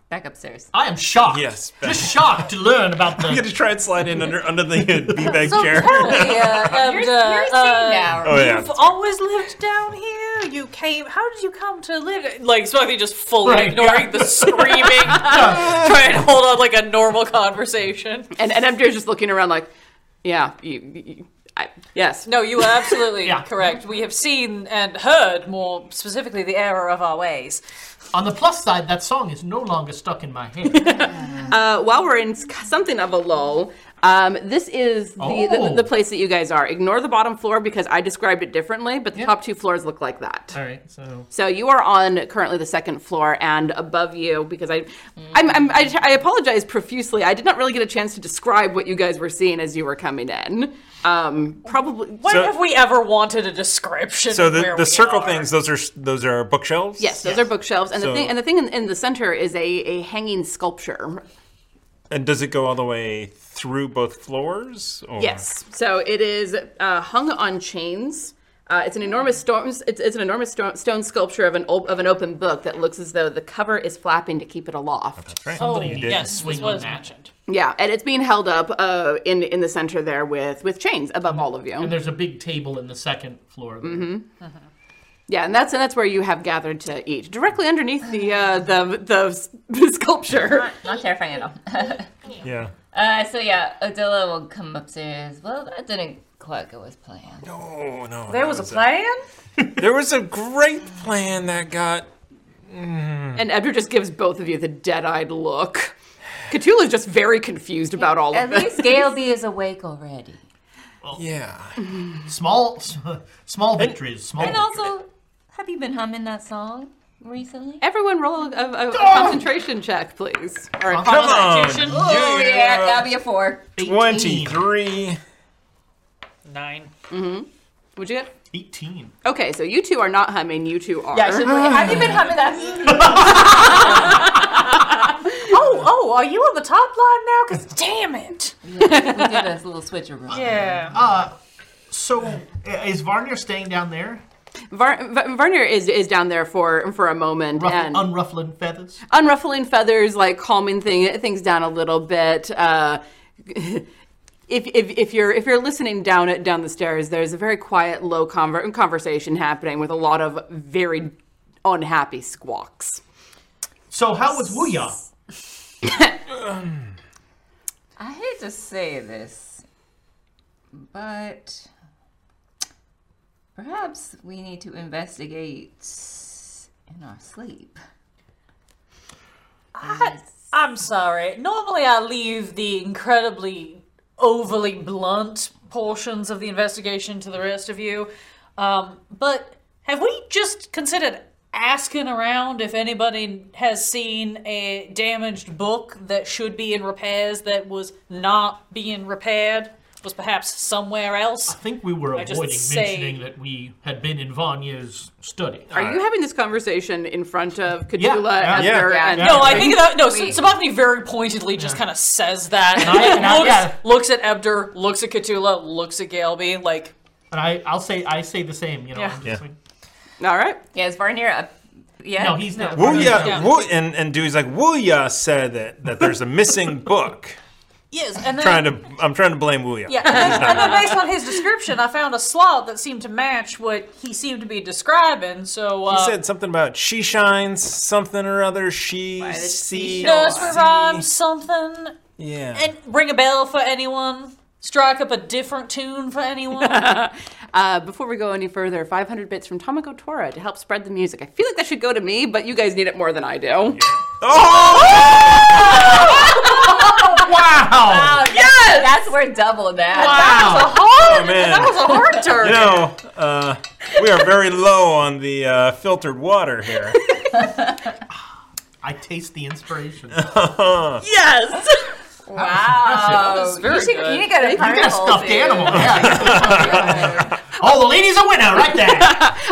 Speaker 5: back upstairs.
Speaker 6: I am shocked.
Speaker 2: Yes.
Speaker 6: Just shocked to learn about
Speaker 2: I'm
Speaker 6: the.
Speaker 2: gonna try and slide in under under the uh, beanbag
Speaker 3: So
Speaker 2: chair.
Speaker 5: Oh,
Speaker 3: Kelly, uh, and,
Speaker 5: You're,
Speaker 3: uh,
Speaker 5: you're
Speaker 3: uh,
Speaker 5: safe now.
Speaker 2: Oh yeah.
Speaker 3: You've always lived down here. You came. How did you come to live? Like Smokey just fully
Speaker 6: Right.
Speaker 3: ignoring the screaming, trying to hold on like a normal conversation.
Speaker 7: And and MJ's just looking around like, Yeah. You, you- I, yes.
Speaker 3: No, you are absolutely
Speaker 6: Yeah.
Speaker 3: correct. We have seen and heard more specifically the error of our ways.
Speaker 6: On the plus side, that song is no longer stuck in my head.
Speaker 7: Uh, while we're in s- something of a lull, um, this is the, the,
Speaker 6: Oh.
Speaker 7: the place that you guys are. Ignore the bottom floor because I described it differently, but the top two floors look like that.
Speaker 6: All right, so
Speaker 7: So you are on currently the second floor, and above you, because I, I'm, I'm, I, I apologize profusely. I did not really get a chance to describe what you guys were seeing as you were coming in. Um, probably,
Speaker 3: When
Speaker 2: So-
Speaker 3: have we ever wanted a description?
Speaker 2: So
Speaker 3: of
Speaker 2: the,
Speaker 3: where
Speaker 2: the
Speaker 3: we
Speaker 2: circle
Speaker 3: are?
Speaker 2: things, those are s- those are bookshelves.
Speaker 7: yes, those are bookshelves, and the
Speaker 2: So-
Speaker 7: thing, and the thing in, in the center is a, a hanging sculpture.
Speaker 2: And does it go all the way through both floors? Or?
Speaker 7: Yes. So it is uh, hung on chains. Uh, it's an enormous stone. It's, it's an enormous stone, stone sculpture of an op- of an open book that looks as though the cover is flapping to keep it aloft.
Speaker 2: Right.
Speaker 3: Oh,
Speaker 2: You did.
Speaker 3: yes, this
Speaker 6: swing on
Speaker 3: was
Speaker 6: that.
Speaker 3: mentioned.
Speaker 7: Yeah, and it's being held up uh, in in the center there with with chains above all of you.
Speaker 6: and there's a big table in the second floor. there.
Speaker 7: Yeah, and that's and that's where you have gathered to eat directly underneath the uh, the the s- sculpture.
Speaker 5: Not terrifying at all.
Speaker 2: Yeah.
Speaker 5: uh, so yeah, Odila will come upstairs. Well, that didn't quite go as planned.
Speaker 2: Oh no.
Speaker 3: There
Speaker 2: that
Speaker 3: was a plan?
Speaker 2: There was a great plan that got.
Speaker 7: And Edgar just gives both of you the dead eyed look. Cthulhu's just very confused about all
Speaker 5: At
Speaker 7: of this.
Speaker 5: least Galeby is awake already.
Speaker 2: Yeah.
Speaker 6: Small, small victories. Small.
Speaker 5: And also, have you been humming that song recently?
Speaker 7: Everyone roll a, a, a concentration check, please. Or a
Speaker 2: Come on.
Speaker 5: Oh yeah,
Speaker 3: Uh,
Speaker 5: that'll be a four.
Speaker 6: victories.
Speaker 2: Twenty-three.
Speaker 3: Nine.
Speaker 7: Would you get?
Speaker 6: 18.
Speaker 7: Okay, so you two are not humming. You two are.
Speaker 5: Yeah, should we, have you been humming that?
Speaker 3: Oh, oh, are you on the top line now? Because damn it.
Speaker 5: we did a little switcheroo.
Speaker 3: Yeah.
Speaker 6: So, uh, is Varnir staying down there?
Speaker 7: Var- Va- Varnir is is down there for for a moment
Speaker 6: Ruff-
Speaker 7: and
Speaker 6: unruffling feathers?
Speaker 7: unruffling feathers, like calming thing, things down a little bit. Uh, If, if, if you're if you're listening down at down the stairs, there's a very quiet, low conver- conversation happening with a lot of very unhappy squawks.
Speaker 6: So, how was Wuya?
Speaker 5: I hate to say this, but perhaps we need to investigate in our sleep.
Speaker 3: I'm sorry. Normally I leave the incredibly overly blunt portions of the investigation to the rest of you. Um, but have we just considered asking around if anybody has seen a damaged book that should be in repairs that was not being repaired? Was perhaps somewhere else?
Speaker 6: I think we were
Speaker 3: just
Speaker 6: avoiding
Speaker 3: say-
Speaker 6: mentioning that we had been in Vanya's study.
Speaker 7: Are you having this conversation in front of
Speaker 6: Yeah,
Speaker 7: Kadula,
Speaker 6: yeah,
Speaker 7: Esther,
Speaker 2: yeah.
Speaker 7: and
Speaker 3: No, I think that no. Sabathany very pointedly just kind of says that. And
Speaker 6: I- and I-
Speaker 3: looks,
Speaker 6: yeah.
Speaker 3: looks at Ebder, looks at Catula, looks at Galeby. Like
Speaker 6: And I, I'll say, I say the same. You know, I'm just
Speaker 2: Yeah.
Speaker 6: like-
Speaker 7: All right.
Speaker 5: Yeah, is Varnir up? Yeah.
Speaker 6: no, he's not.
Speaker 2: Wuya,
Speaker 3: Oh, Yeah.
Speaker 2: Wu- and and Dewey's like Wuya said that, that there's a missing book.
Speaker 3: yes, and then
Speaker 2: Trying to, I'm trying to blame Wuya.
Speaker 3: yeah, and then, and then based on his description, I found a slot that seemed to match what he seemed to be describing. So uh,
Speaker 2: He said something about she shines something or other. She
Speaker 5: the
Speaker 2: sees.
Speaker 5: seashore.
Speaker 3: nurse revive something
Speaker 2: Yeah.
Speaker 3: and ring a bell for anyone. Strike up a different tune for anyone.
Speaker 7: Uh, before we go any further, 500 bits from Tomoko Tora to help spread the music. I feel like that should go to me, but you guys need it more than I do.
Speaker 2: oh!
Speaker 6: Wow!
Speaker 5: Oh, that's, that's we're double that.
Speaker 6: Wow!
Speaker 2: Oh, man.
Speaker 3: that was a hard turn.
Speaker 2: You know, uh, we are very low on the uh, filtered water here.
Speaker 6: I taste the inspiration.
Speaker 7: Yes!
Speaker 5: Wow.
Speaker 3: very
Speaker 5: you should,
Speaker 3: good.
Speaker 5: You got a
Speaker 6: You got a
Speaker 5: carnival,
Speaker 6: stuffed
Speaker 5: dude.
Speaker 6: animal. Yeah. oh, the lady's a winner right there.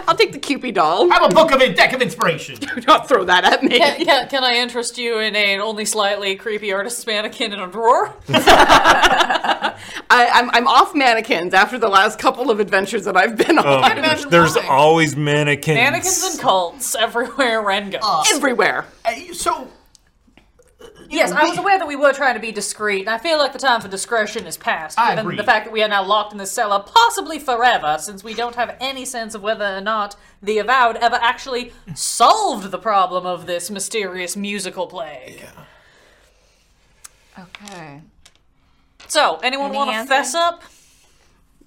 Speaker 7: I'll take the Cupid doll.
Speaker 6: Have a book of a deck of inspiration.
Speaker 7: Don't throw that at me.
Speaker 3: Can, can, can I interest you in an only slightly creepy artist's mannequin in a drawer?
Speaker 7: I, I'm, I'm off mannequins after the last couple of adventures that I've been
Speaker 6: Oh,
Speaker 7: on.
Speaker 2: There's, there's always mannequins.
Speaker 3: Mannequins and cults everywhere Ren goes.
Speaker 7: Everywhere.
Speaker 6: Uh, So,
Speaker 3: yes, I was aware that we were trying to be discreet, and I feel like the time for discretion is past,
Speaker 6: I
Speaker 3: given
Speaker 6: agree.
Speaker 3: the fact that we are now locked in this cellar, possibly forever, since we don't have any sense of whether or not the Avowed ever actually solved the problem of this mysterious musical plague.
Speaker 5: Okay.
Speaker 3: So, anyone
Speaker 5: Any
Speaker 3: want to
Speaker 5: answer?
Speaker 3: fess up?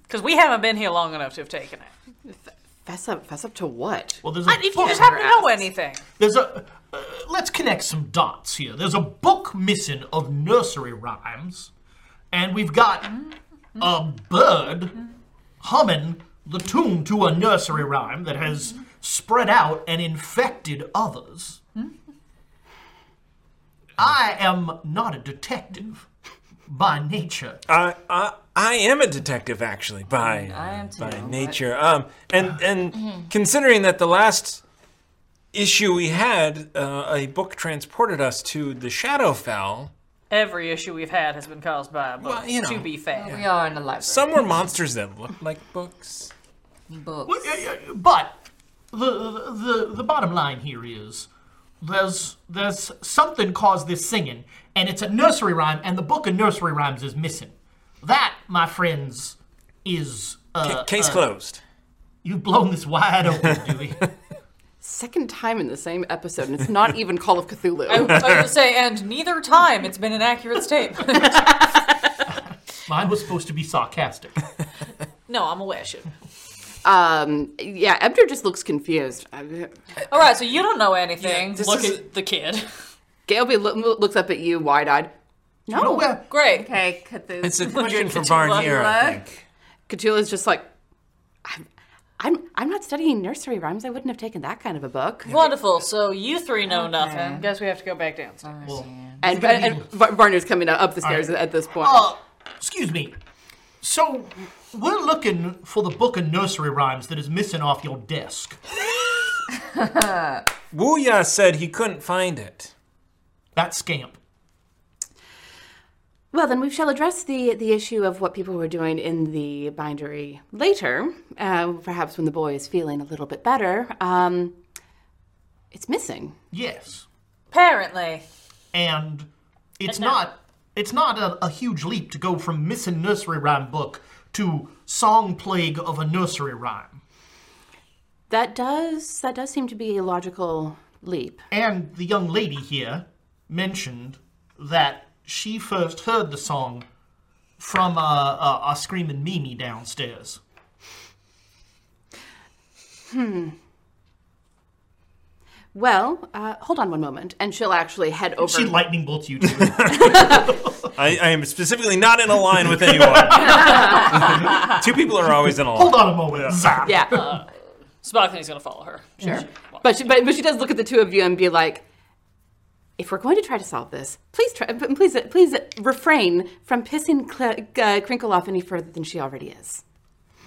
Speaker 3: Because we haven't been here long enough to have taken it.
Speaker 7: Fess up, fess up to what?
Speaker 6: Well, there's a
Speaker 3: If you
Speaker 6: book-
Speaker 3: just happen to know anything.
Speaker 6: There's a. Uh, let's connect some dots here. There's a book missing of nursery rhymes, and we've got a bird humming the tune to a nursery rhyme that has spread out and infected others. I am not a detective by nature.
Speaker 2: I, I, I am a detective, actually, by
Speaker 5: am too,
Speaker 2: by
Speaker 5: but-
Speaker 2: nature. Um, and and considering that the last issue we had, uh, a book transported us to the Shadowfell.
Speaker 3: Every issue we've had has been caused by a book,
Speaker 2: Well, you know.
Speaker 3: to be fair.
Speaker 5: We are in the library.
Speaker 2: Some were monsters that looked like books.
Speaker 5: Books.
Speaker 6: Well, yeah, yeah, But the, the the bottom line here is there's there's something caused this singing, and it's a nursery rhyme, and the book of nursery rhymes is missing. That, my friends, is
Speaker 2: C-
Speaker 6: uh,
Speaker 2: Case
Speaker 6: uh,
Speaker 2: closed.
Speaker 6: You've blown this wide open, Dewey.
Speaker 7: Second time in the same episode, and it's not even Call of
Speaker 3: I was
Speaker 6: Oh.
Speaker 7: Cthulhu.
Speaker 3: going to say, and neither time it's been an accurate statement.
Speaker 6: Mine was supposed to be sarcastic.
Speaker 3: no, I'm aware. Shit.
Speaker 7: Um, yeah, Ebner just looks confused. I-
Speaker 3: All right, so you don't know anything.
Speaker 2: Yeah, this
Speaker 3: Look
Speaker 2: is-
Speaker 3: at the kid.
Speaker 7: Gailby lo- looks up at you wide-eyed.
Speaker 6: You know
Speaker 7: No,
Speaker 6: where-
Speaker 3: Great.
Speaker 5: Okay, cut those.
Speaker 2: It's a question for Barnier, I think.
Speaker 7: Cthulhu's just like, I'm, I'm, I'm not studying nursery rhymes. I wouldn't have taken that kind of a book.
Speaker 3: Wonderful. So you three know nothing. Guess we have to go back downstairs.
Speaker 7: And, and, and Var- Varner's coming up the stairs at this point.
Speaker 6: Uh, excuse me. So we're looking for the book of nursery rhymes that is missing off your desk.
Speaker 2: Wuya said he couldn't find it.
Speaker 6: That scamp.
Speaker 7: Well, then we shall address the, the issue of what people were doing in the bindery later, uh, perhaps when the boy is feeling a little bit better. Um, it's missing.
Speaker 6: Yes.
Speaker 3: Apparently.
Speaker 6: and it's
Speaker 3: no.
Speaker 6: not it's not a, a huge leap to go from missing nursery rhyme book to song plague of a nursery rhyme
Speaker 7: That does that does seem to be a logical leap.
Speaker 6: and the young lady here mentioned that she first heard the song from a, a, a screaming mimi downstairs
Speaker 7: Well, uh, hold on one moment, and she'll actually head over.
Speaker 6: she lightning bolts you too
Speaker 2: I, I am specifically not in a line with anyone. Two people are always in a line.
Speaker 6: hold on a moment Zap.
Speaker 7: yeah,
Speaker 3: Spock then he's going to follow her. Sure.
Speaker 7: but she, but, but she does look at the two of you and be like, "If we're going to try to solve this, please try, p- please please refrain from pissing Cl- uh, Crinkle off any further than she already is.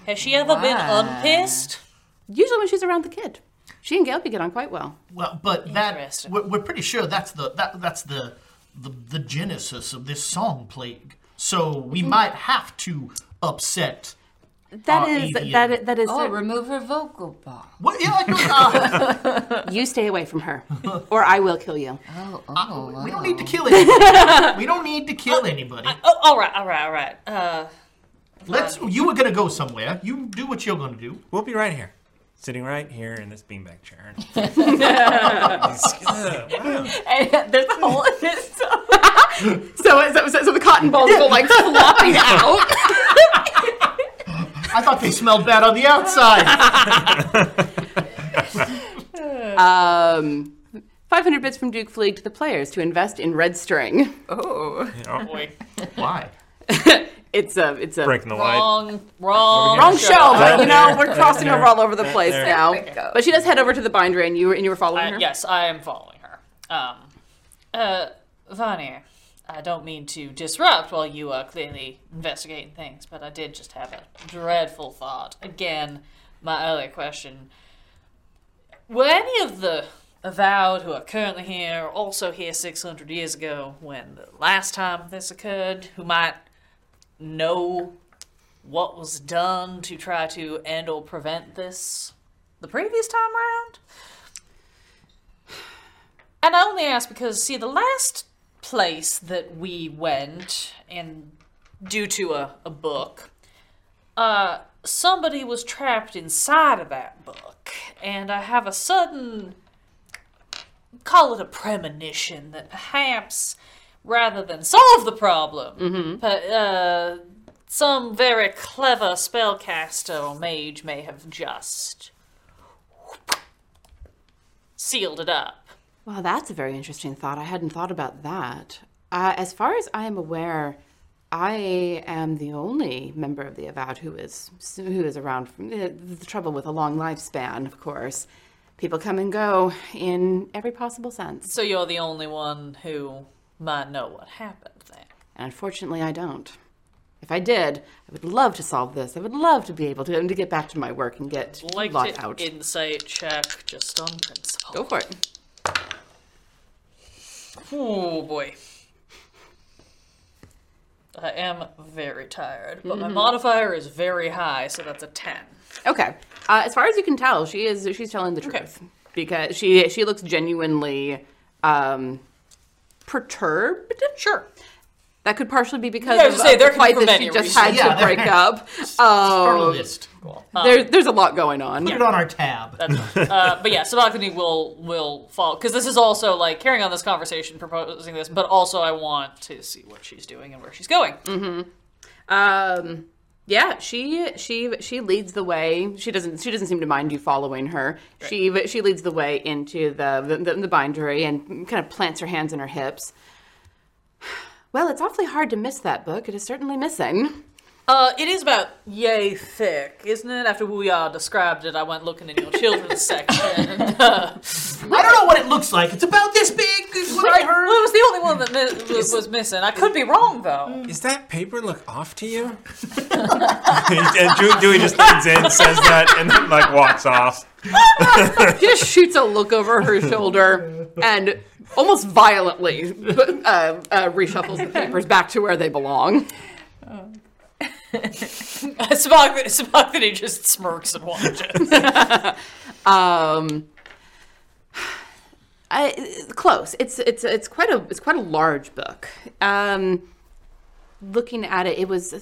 Speaker 3: Has she ever been unpissed?
Speaker 7: Usually when she's around the kid, she and Gailby get on quite well.
Speaker 6: well but that
Speaker 3: Interesting.
Speaker 6: we're, we're pretty sure that's the that, that's the, the the genesis of this song plague so we might have to upset
Speaker 7: That
Speaker 6: Aw,
Speaker 7: is
Speaker 6: idiot.
Speaker 7: that is, that is.
Speaker 5: Oh, remove her vocal box.
Speaker 6: what, yeah, I know, uh,
Speaker 7: you stay away from her, or I will kill you.
Speaker 5: Oh, oh,
Speaker 6: uh, We don't
Speaker 5: wow.
Speaker 6: need to kill anybody. we don't need to kill anybody.
Speaker 3: Oh, all right, all right, all right. Uh,
Speaker 6: Let's. You were gonna go somewhere. You do what you're gonna do.
Speaker 2: We'll be right here. Sitting right here in this beanbag chair.
Speaker 5: And there's a hole in this.
Speaker 7: So so, so, so the cotton balls go like flopping out.
Speaker 6: I thought they smelled bad on the outside.
Speaker 7: Um, 500 bits from Duke Fleeg to the players to invest in Red String.
Speaker 3: boy.
Speaker 6: Why?
Speaker 7: It's a it's a
Speaker 2: Breaking the light.
Speaker 3: Wrong, wrong,
Speaker 7: wrong show, but
Speaker 2: That
Speaker 7: you know
Speaker 2: there,
Speaker 7: we're
Speaker 2: that
Speaker 7: crossing
Speaker 2: there,
Speaker 7: over all over the place
Speaker 2: there.
Speaker 7: now. But she does head over to the bindery, and you were and you were following
Speaker 3: I-
Speaker 7: her.
Speaker 3: yes, I am following her. Um, uh, Vanier, I don't mean to disrupt while you are clearly investigating things, but I did just have a dreadful thought. Again, my earlier question: Were any of the avowed who are currently here also here 600 years ago when the last time this occurred? Who might know? What was done to try to end or prevent this the previous time round? And I only ask because, see, the last place that we went, and due to a, a book, uh, somebody was trapped inside of that book. And I have a sudden, call it a premonition, that perhaps rather than solve the problem. But, uh, some very clever spellcaster or mage may have just sealed it up.
Speaker 7: Well, that's a very interesting thought. I hadn't thought about that. Uh, as far as I am aware, I am the only member of the Avad who is who is around. From, uh, the trouble with a long lifespan, of course, people come and go in every possible sense.
Speaker 3: So you're the only one who might know what happened then.
Speaker 7: And unfortunately, I don't. If I did, I would love to solve this. I would love to be able to, to get back to my work and get
Speaker 3: Like
Speaker 7: lot
Speaker 3: to
Speaker 7: out.
Speaker 3: insight check just on principle.
Speaker 7: Go for it.
Speaker 3: Oh boy. I am very tired, but
Speaker 7: Mm-hmm.
Speaker 3: my modifier is very high, so that's a 10.
Speaker 7: Okay. Uh, as far as you can tell, she is she's telling the
Speaker 3: Okay.
Speaker 7: truth because she she looks genuinely um, perturbed. Sure. That could partially be because
Speaker 3: Yeah, I
Speaker 7: of,
Speaker 3: was gonna say,
Speaker 7: of
Speaker 3: there
Speaker 7: the
Speaker 3: could be
Speaker 7: fight
Speaker 3: for
Speaker 7: that she
Speaker 3: many
Speaker 7: just had
Speaker 3: reasons.
Speaker 6: Yeah,
Speaker 7: to break
Speaker 6: there-
Speaker 7: up.
Speaker 6: Start a
Speaker 7: Um,
Speaker 6: list.
Speaker 7: there, there's a lot going on.
Speaker 6: Put it on our tab.
Speaker 3: Uh, but yeah, Sabachthani will will fall because this is also like carrying on this conversation, proposing this, but also I want to see what she's doing and where she's going.
Speaker 7: Mm. Um, yeah, she she she leads the way. She doesn't she doesn't seem to mind you following her. She she leads the way into the the, the bindery and kind of plants her hands in her hips. Well, it's awfully hard to miss that book. It is certainly missing.
Speaker 3: Uh, it is about yay thick, isn't it? After Wuya described it, I went looking in your children's section.
Speaker 6: I don't know what it looks like. It's about this big, is what I
Speaker 3: Well,
Speaker 6: heard.
Speaker 3: it was the only one that mi- was, was missing. I could be wrong though.
Speaker 6: Mm.
Speaker 2: Is that paper look off to you? and Dewey, Dewey just leans in, says that, and then like walks off.
Speaker 7: She just shoots a look over her shoulder and almost violently uh, uh, reshuffles the papers back to where they belong.
Speaker 3: Sabachthani Sabachthani just smirks and watches.
Speaker 7: Um, I, close. It's it's it's quite a it's quite a large book. Um, looking at it, it was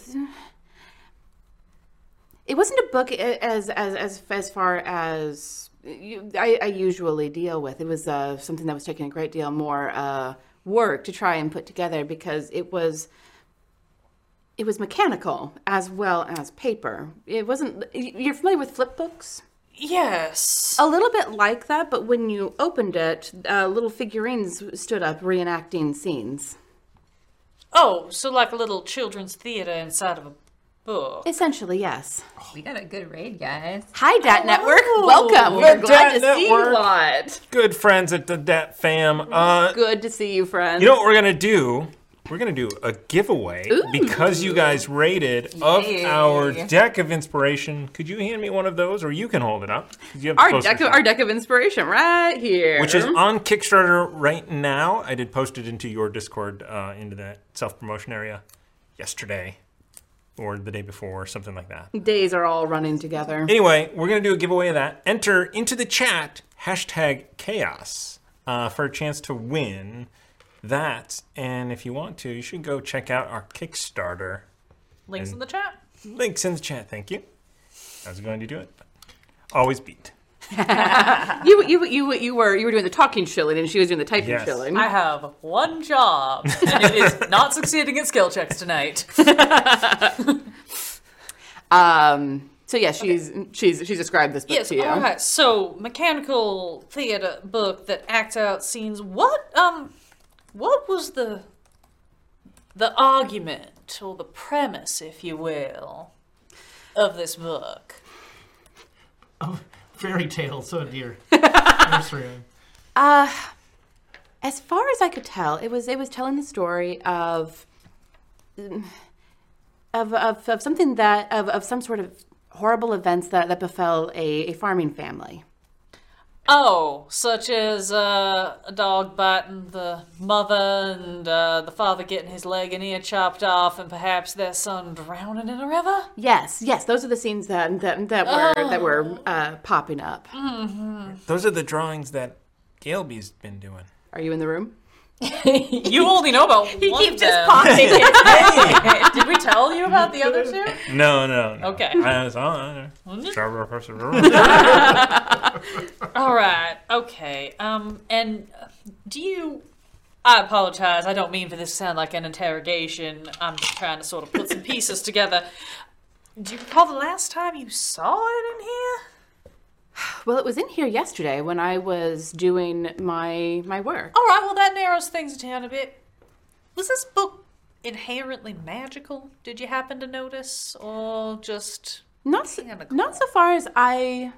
Speaker 7: it wasn't a book a- as as as as far as you, I, I usually deal with. It was uh, something that was taking a great deal more uh, work to try and put together because it was it was mechanical as well as paper. It wasn't. You're familiar with flip books?
Speaker 3: yes.
Speaker 7: A little bit like that, but when you opened it, uh, little figurines stood up reenacting scenes.
Speaker 3: Oh, so like a little children's theater inside of a book.
Speaker 7: Essentially, yes.
Speaker 5: Oh, We got a good raid, guys.
Speaker 7: Hi, Dat Network. Welcome. We're
Speaker 2: Dat
Speaker 7: glad to see you.
Speaker 2: Network.
Speaker 7: Lot.
Speaker 2: Good friends at the Dat fam. Uh,
Speaker 7: Good to see you, friends.
Speaker 2: You know what we're gonna do? We're gonna do a giveaway because you guys rated of our deck of inspiration. Could you hand me one of those, or you can hold it up? 'cause You have the
Speaker 7: our
Speaker 2: poster
Speaker 7: deck, of,
Speaker 2: here.
Speaker 7: our deck of inspiration, right here.
Speaker 2: which is on Kickstarter right now. I did post it into your Discord, uh, into that self promotion area yesterday, or the day before, or something like that.
Speaker 7: days are all running together.
Speaker 2: Anyway, we're going to do a giveaway of that. Enter into the chat hashtag chaos uh, for a chance to win that. And if you want to, you should go check out our Kickstarter.
Speaker 3: Links in the chat.
Speaker 2: Links in the chat. Thank you. I was going to do it. Always beat.
Speaker 7: You, you, you, you were you were doing the talking shilling, and she was doing the typing
Speaker 2: Yes.
Speaker 7: shilling.
Speaker 3: I have one job, and it is not succeeding at skill checks tonight.
Speaker 7: Um. So yeah, she's she's she's described this book
Speaker 3: Yes,
Speaker 7: to you.
Speaker 3: all right. So, mechanical theater book that acts out scenes. What um what was the the argument or the premise, if you will, of this book?
Speaker 6: Oh, Fairy tales, oh dear. Nursery rhyme.
Speaker 7: as far as I could tell, it was it was telling the story of of of, of something that of, of some sort of horrible events that, that befell a, a farming family.
Speaker 3: Oh, such as uh, a dog biting the mother and uh, the father getting his leg and ear chopped off, and perhaps their son drowning in a river.
Speaker 7: Yes, yes, those are the scenes that that, that were
Speaker 3: Oh.
Speaker 7: that were uh, popping up.
Speaker 2: Those are the drawings that Galeby's been doing.
Speaker 7: Are you in the room?
Speaker 3: You only know about one of them. Did we tell you about the other two?
Speaker 2: No, no. no.
Speaker 3: Okay.
Speaker 2: I was on.
Speaker 3: All right. Okay. Um. And uh, do you I apologize. I don't mean for this to sound like an interrogation. I'm just trying to sort of put some pieces together. Do you recall the last time you saw it in here?
Speaker 7: Well, it was in here yesterday when I was doing my my work.
Speaker 3: All right, well, that narrows things down a bit. Was this book inherently magical? Did you happen to notice? Or just.
Speaker 7: Not so, not so far as I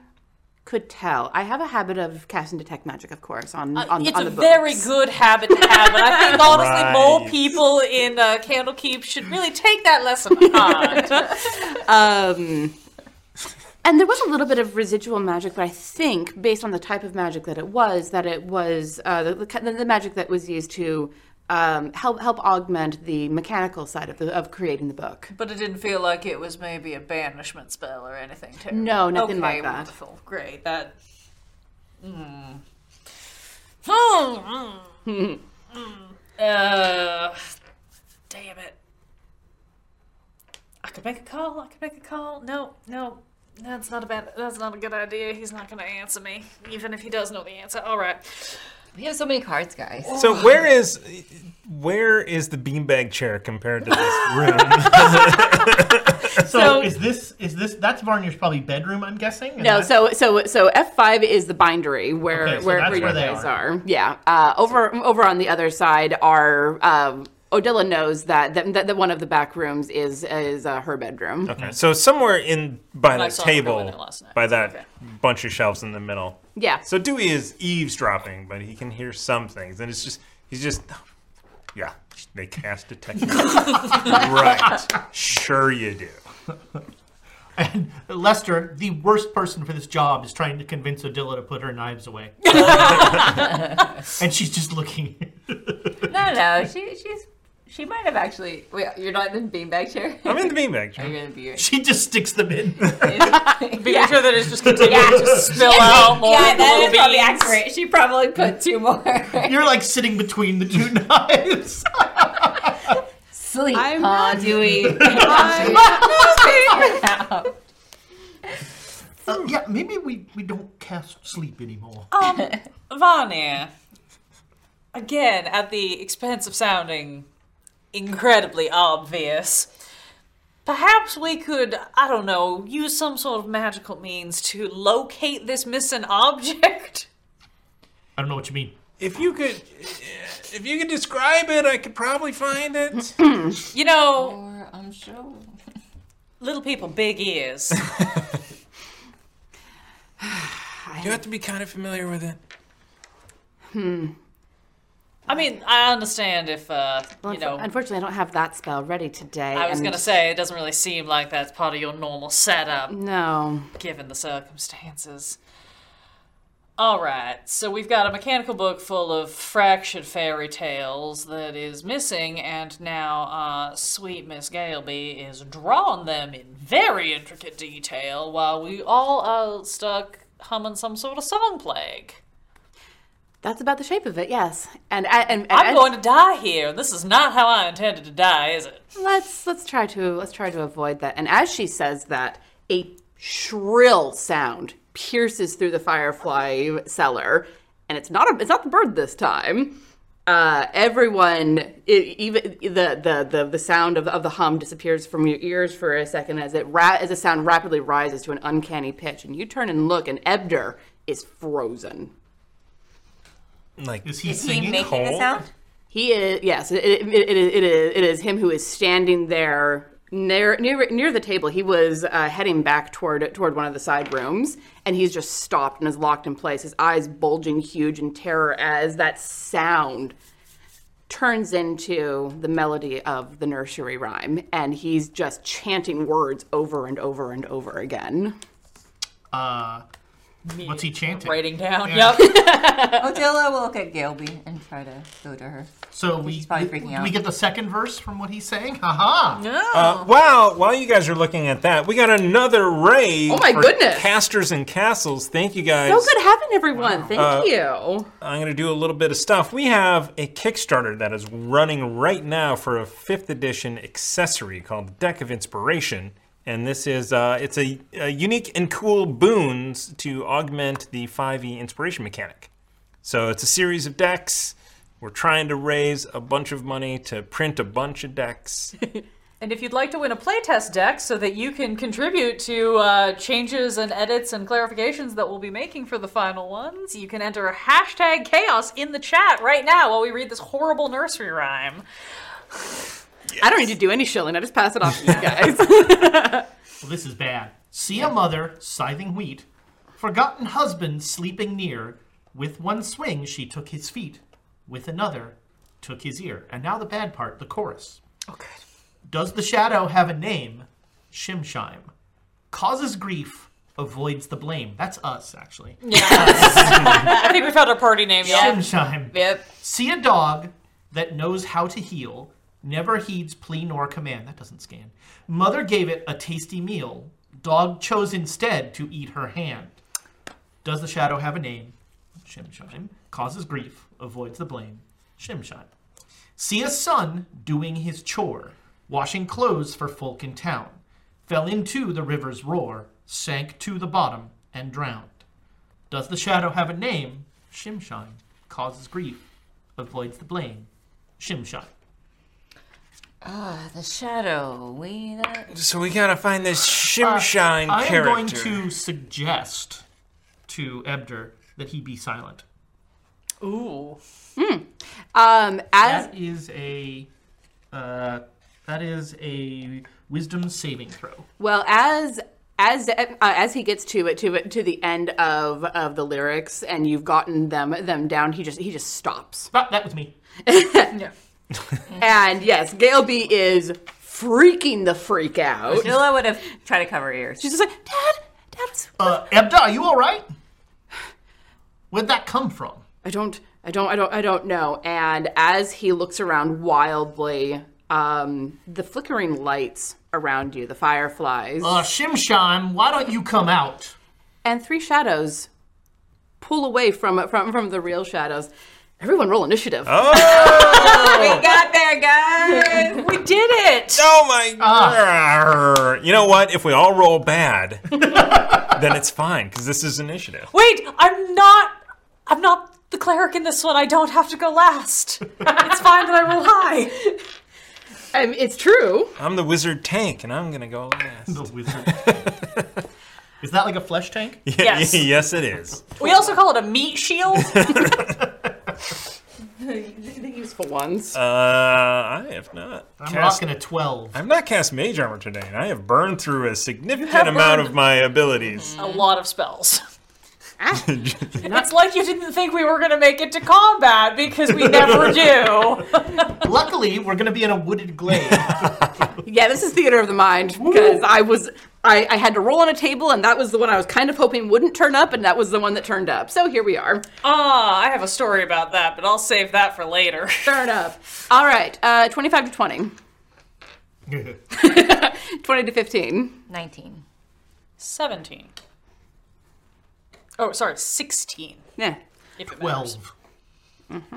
Speaker 7: could tell. I have a habit of cast and detect magic, of course, on on,
Speaker 3: Uh, it's
Speaker 7: on
Speaker 3: a
Speaker 7: the
Speaker 3: very
Speaker 7: books.
Speaker 3: good habit to have, and I think honestly, more
Speaker 2: Right.
Speaker 3: people in uh, Candlekeep should really take that lesson to heart.
Speaker 7: Um, and there was a little bit of residual magic, but I think, based on the type of magic that it was, that it was uh, the, the, ki- the magic that was used to um, help help augment the mechanical side of the, of creating the book.
Speaker 3: but it didn't feel like it was maybe a banishment spell or anything. Terrible.
Speaker 7: No, nothing
Speaker 3: okay,
Speaker 7: like that.
Speaker 3: Wonderful, great. That. Mm. Hmm. mm, mm. uh, damn it! I could make a call. I could make a call. No, no, that's not a bad. That's not a good idea. He's not going to answer me, even if he does know the answer. All right.
Speaker 5: We have so many cards, guys.
Speaker 2: So where is where is the beanbag chair compared to this room?
Speaker 6: So, is this is this that's Varnir's probably bedroom? I'm guessing. and
Speaker 7: No,
Speaker 6: that-
Speaker 7: so so so F five is the bindery where
Speaker 6: Okay, so
Speaker 7: where,
Speaker 6: that's
Speaker 7: where you
Speaker 6: where they
Speaker 7: guys are.
Speaker 6: are.
Speaker 7: Yeah. Uh, over over on the other side are um, Odilla knows that, that that that one of the back rooms is is uh, her bedroom.
Speaker 2: Okay, so somewhere in by
Speaker 3: Mm. I
Speaker 2: the
Speaker 3: saw her go in there
Speaker 2: table,
Speaker 3: last night.
Speaker 2: by that
Speaker 3: Okay.
Speaker 2: bunch of shelves in the middle.
Speaker 7: Yeah.
Speaker 2: So Dewey is eavesdropping, but he can hear some things, and it's just he's just yeah. They cast a technique, right? Sure you do.
Speaker 6: And Lester, the worst person for this job, is trying to convince Odila to put her knives away. and she's just looking.
Speaker 5: No, no, she she's she might have actually. Wait, you're not in the beanbag chair.
Speaker 2: I'm in the beanbag chair.
Speaker 5: You're gonna be.
Speaker 6: She just sticks them in.
Speaker 3: Be sure that it's just continuing to spill out more
Speaker 5: yeah, that
Speaker 3: little
Speaker 5: is probably
Speaker 3: beans.
Speaker 5: accurate. She probably put two more.
Speaker 6: You're like sitting between the two knives.
Speaker 5: Sleep,
Speaker 7: I'm
Speaker 5: huh, Dewey?
Speaker 6: Uh, yeah, maybe we, we don't cast sleep anymore.
Speaker 5: Oh.
Speaker 3: Vanya, again, at the expense of sounding incredibly obvious, perhaps we could, I don't know, use some sort of magical means to locate this missing object?
Speaker 6: I don't know what you mean.
Speaker 2: If you could, if you could describe it, I could probably find it.
Speaker 3: You know,
Speaker 5: Or I'm sure.
Speaker 3: little people, big ears.
Speaker 2: You have to be kind of familiar with it.
Speaker 3: I mean, I understand if, uh, you know,
Speaker 7: Unfortunately, I don't have that spell ready today.
Speaker 3: I was
Speaker 7: and-
Speaker 3: going to say it doesn't really seem like that's part of your normal setup.
Speaker 7: No.
Speaker 3: given the circumstances. All right, so we've got a mechanical book full of fractured fairy tales that is missing, and now uh, sweet Miss Galeby is drawing them in very intricate detail while we all are stuck humming some sort of song plague.
Speaker 7: That's about the shape of it, yes. And I- and, and
Speaker 3: I'm going to die here, and this is not how I intended to die, is it?
Speaker 7: let's let's try to let's try to avoid that. And as she says that, a shrill sound pierces through the firefly cellar, and it's not a, it's not the bird this time. Uh, everyone, i even the, the the the sound of, of the hum disappears from your ears for a second as it ra- as the sound rapidly rises to an uncanny pitch, and you turn and look, and Ebder is frozen.
Speaker 2: Like
Speaker 6: Is he
Speaker 5: Is he
Speaker 6: singing?
Speaker 5: making the
Speaker 2: cold?
Speaker 5: sound?
Speaker 7: He is yes. It, it, it, it, is, it is it is him who is standing there near near near the table. He was uh, heading back toward toward one of the side rooms, and he's just stopped and is locked in place. His eyes bulging huge in terror as that sound turns into the melody of the nursery rhyme, and he's just chanting words over and over and over again.
Speaker 6: Uh, what's he chanting?
Speaker 3: Writing down.
Speaker 6: Yeah.
Speaker 3: Yep.
Speaker 5: Odila will look at Galby and try to go to her.
Speaker 6: So we,
Speaker 5: is probably
Speaker 6: we-
Speaker 5: freaking
Speaker 6: do
Speaker 5: out.
Speaker 6: we get the second verse from what he's saying? Haha.
Speaker 2: Uh, wow, while you guys are looking at that, we got another raid.
Speaker 7: Oh my
Speaker 2: for
Speaker 7: goodness.
Speaker 2: Casters and castles. Thank you guys. Uh,
Speaker 7: So good having everyone. Thank you.
Speaker 2: I'm going to do a little bit of stuff. We have a Kickstarter that is running right now for a 5th edition accessory called the Deck of Inspiration. And this is uh, it's a, a unique and cool E boons to augment the 5e inspiration mechanic. So it's a series of decks We're trying to raise a bunch of money to print a bunch of decks.
Speaker 3: And if you'd like to win a playtest deck so that you can contribute to uh, changes and edits and clarifications that we'll be making for the final ones, you can enter hashtag chaos in the chat right now while we read this horrible nursery rhyme.
Speaker 7: I don't need to do any shilling. I just pass it off to you guys.
Speaker 6: Well, this is bad. See a mother scything wheat, forgotten husband sleeping near. With one swing, she took his feet. With another, took his ear. And now the bad part, the chorus.
Speaker 3: Oh, good.
Speaker 6: Does the shadow have a name? Shimshime. Causes grief, avoids the blame. That's us, actually.
Speaker 3: I think we found our party name, y'all.
Speaker 6: Shimshime.
Speaker 5: Yep.
Speaker 6: See a dog that knows how to heal, never heeds plea nor command. That doesn't scan. Mother gave it a tasty meal. Dog chose instead to eat her hand. Does the shadow have a name? Shimshine. Causes grief, avoids the blame. Shimshine. See a son doing his chore, washing clothes for folk in town. Fell into the river's roar, sank to the bottom, and drowned. Does the shadow have a name? Shimshine. Causes grief, avoids the blame. Shimshine.
Speaker 5: Ah, the shadow. We. That...
Speaker 2: So we gotta find this Shimshine
Speaker 6: Uh, I am
Speaker 2: character.
Speaker 6: going to suggest to Ebder that he be silent.
Speaker 3: Ooh.
Speaker 7: um, as
Speaker 6: That is a uh, that is a wisdom saving throw.
Speaker 7: Well, as as uh, as he gets to it to to the end of of the lyrics, and you've gotten them them down, he just he just stops.
Speaker 6: But that was me.
Speaker 7: And yes, Gail B is freaking the freak out.
Speaker 5: Nilla would have tried to cover her ears.
Speaker 7: She's just like, Dad, Dad, it's-
Speaker 6: Uh, Ebda, are you all right? Where'd that come from?
Speaker 7: I don't, I don't, I don't, I don't know. And as he looks around wildly, um, the flickering lights around you, the fireflies,
Speaker 6: Uh, Shimshime, why don't you come out?
Speaker 7: and three shadows pull away from from from the real shadows. Everyone, roll initiative.
Speaker 5: We got there, guys.
Speaker 3: We did it!
Speaker 2: Oh my
Speaker 6: Ah.
Speaker 2: god! You know what? If we all roll bad, then it's fine because this is initiative.
Speaker 3: Wait, I'm not. I'm not the cleric in this one. I don't have to go last. it's fine that I roll high.
Speaker 7: Um, it's true.
Speaker 2: I'm the wizard tank, and I'm gonna go last.
Speaker 6: The wizard. is that like a flesh tank?
Speaker 3: Yes.
Speaker 2: yes, it is.
Speaker 3: We also call it a meat shield.
Speaker 7: The useful ones.
Speaker 2: Uh, I have not.
Speaker 6: I'm
Speaker 2: cast-
Speaker 6: rocking a twelve.
Speaker 2: I've not cast mage armor today, and I have burned through a significant amount of my abilities.
Speaker 3: a lot of spells. Ah. it's like you didn't think we were going to make it to combat because we never do.
Speaker 6: Luckily, we're gonna be in a wooded glade.
Speaker 7: Yeah, this is theater of the mind because I was I, I had to roll on a table and that was the one I was kind of hoping wouldn't turn up and that was the one that turned up. So here we are.
Speaker 3: Ah, I have a story about that, but I'll save that for later.
Speaker 7: Turn up. All right, uh, 25 to 20. 20 to 15.
Speaker 5: 19.
Speaker 3: 17. Oh, sorry, 16.
Speaker 7: Yeah.
Speaker 3: If it matters.
Speaker 6: twelve.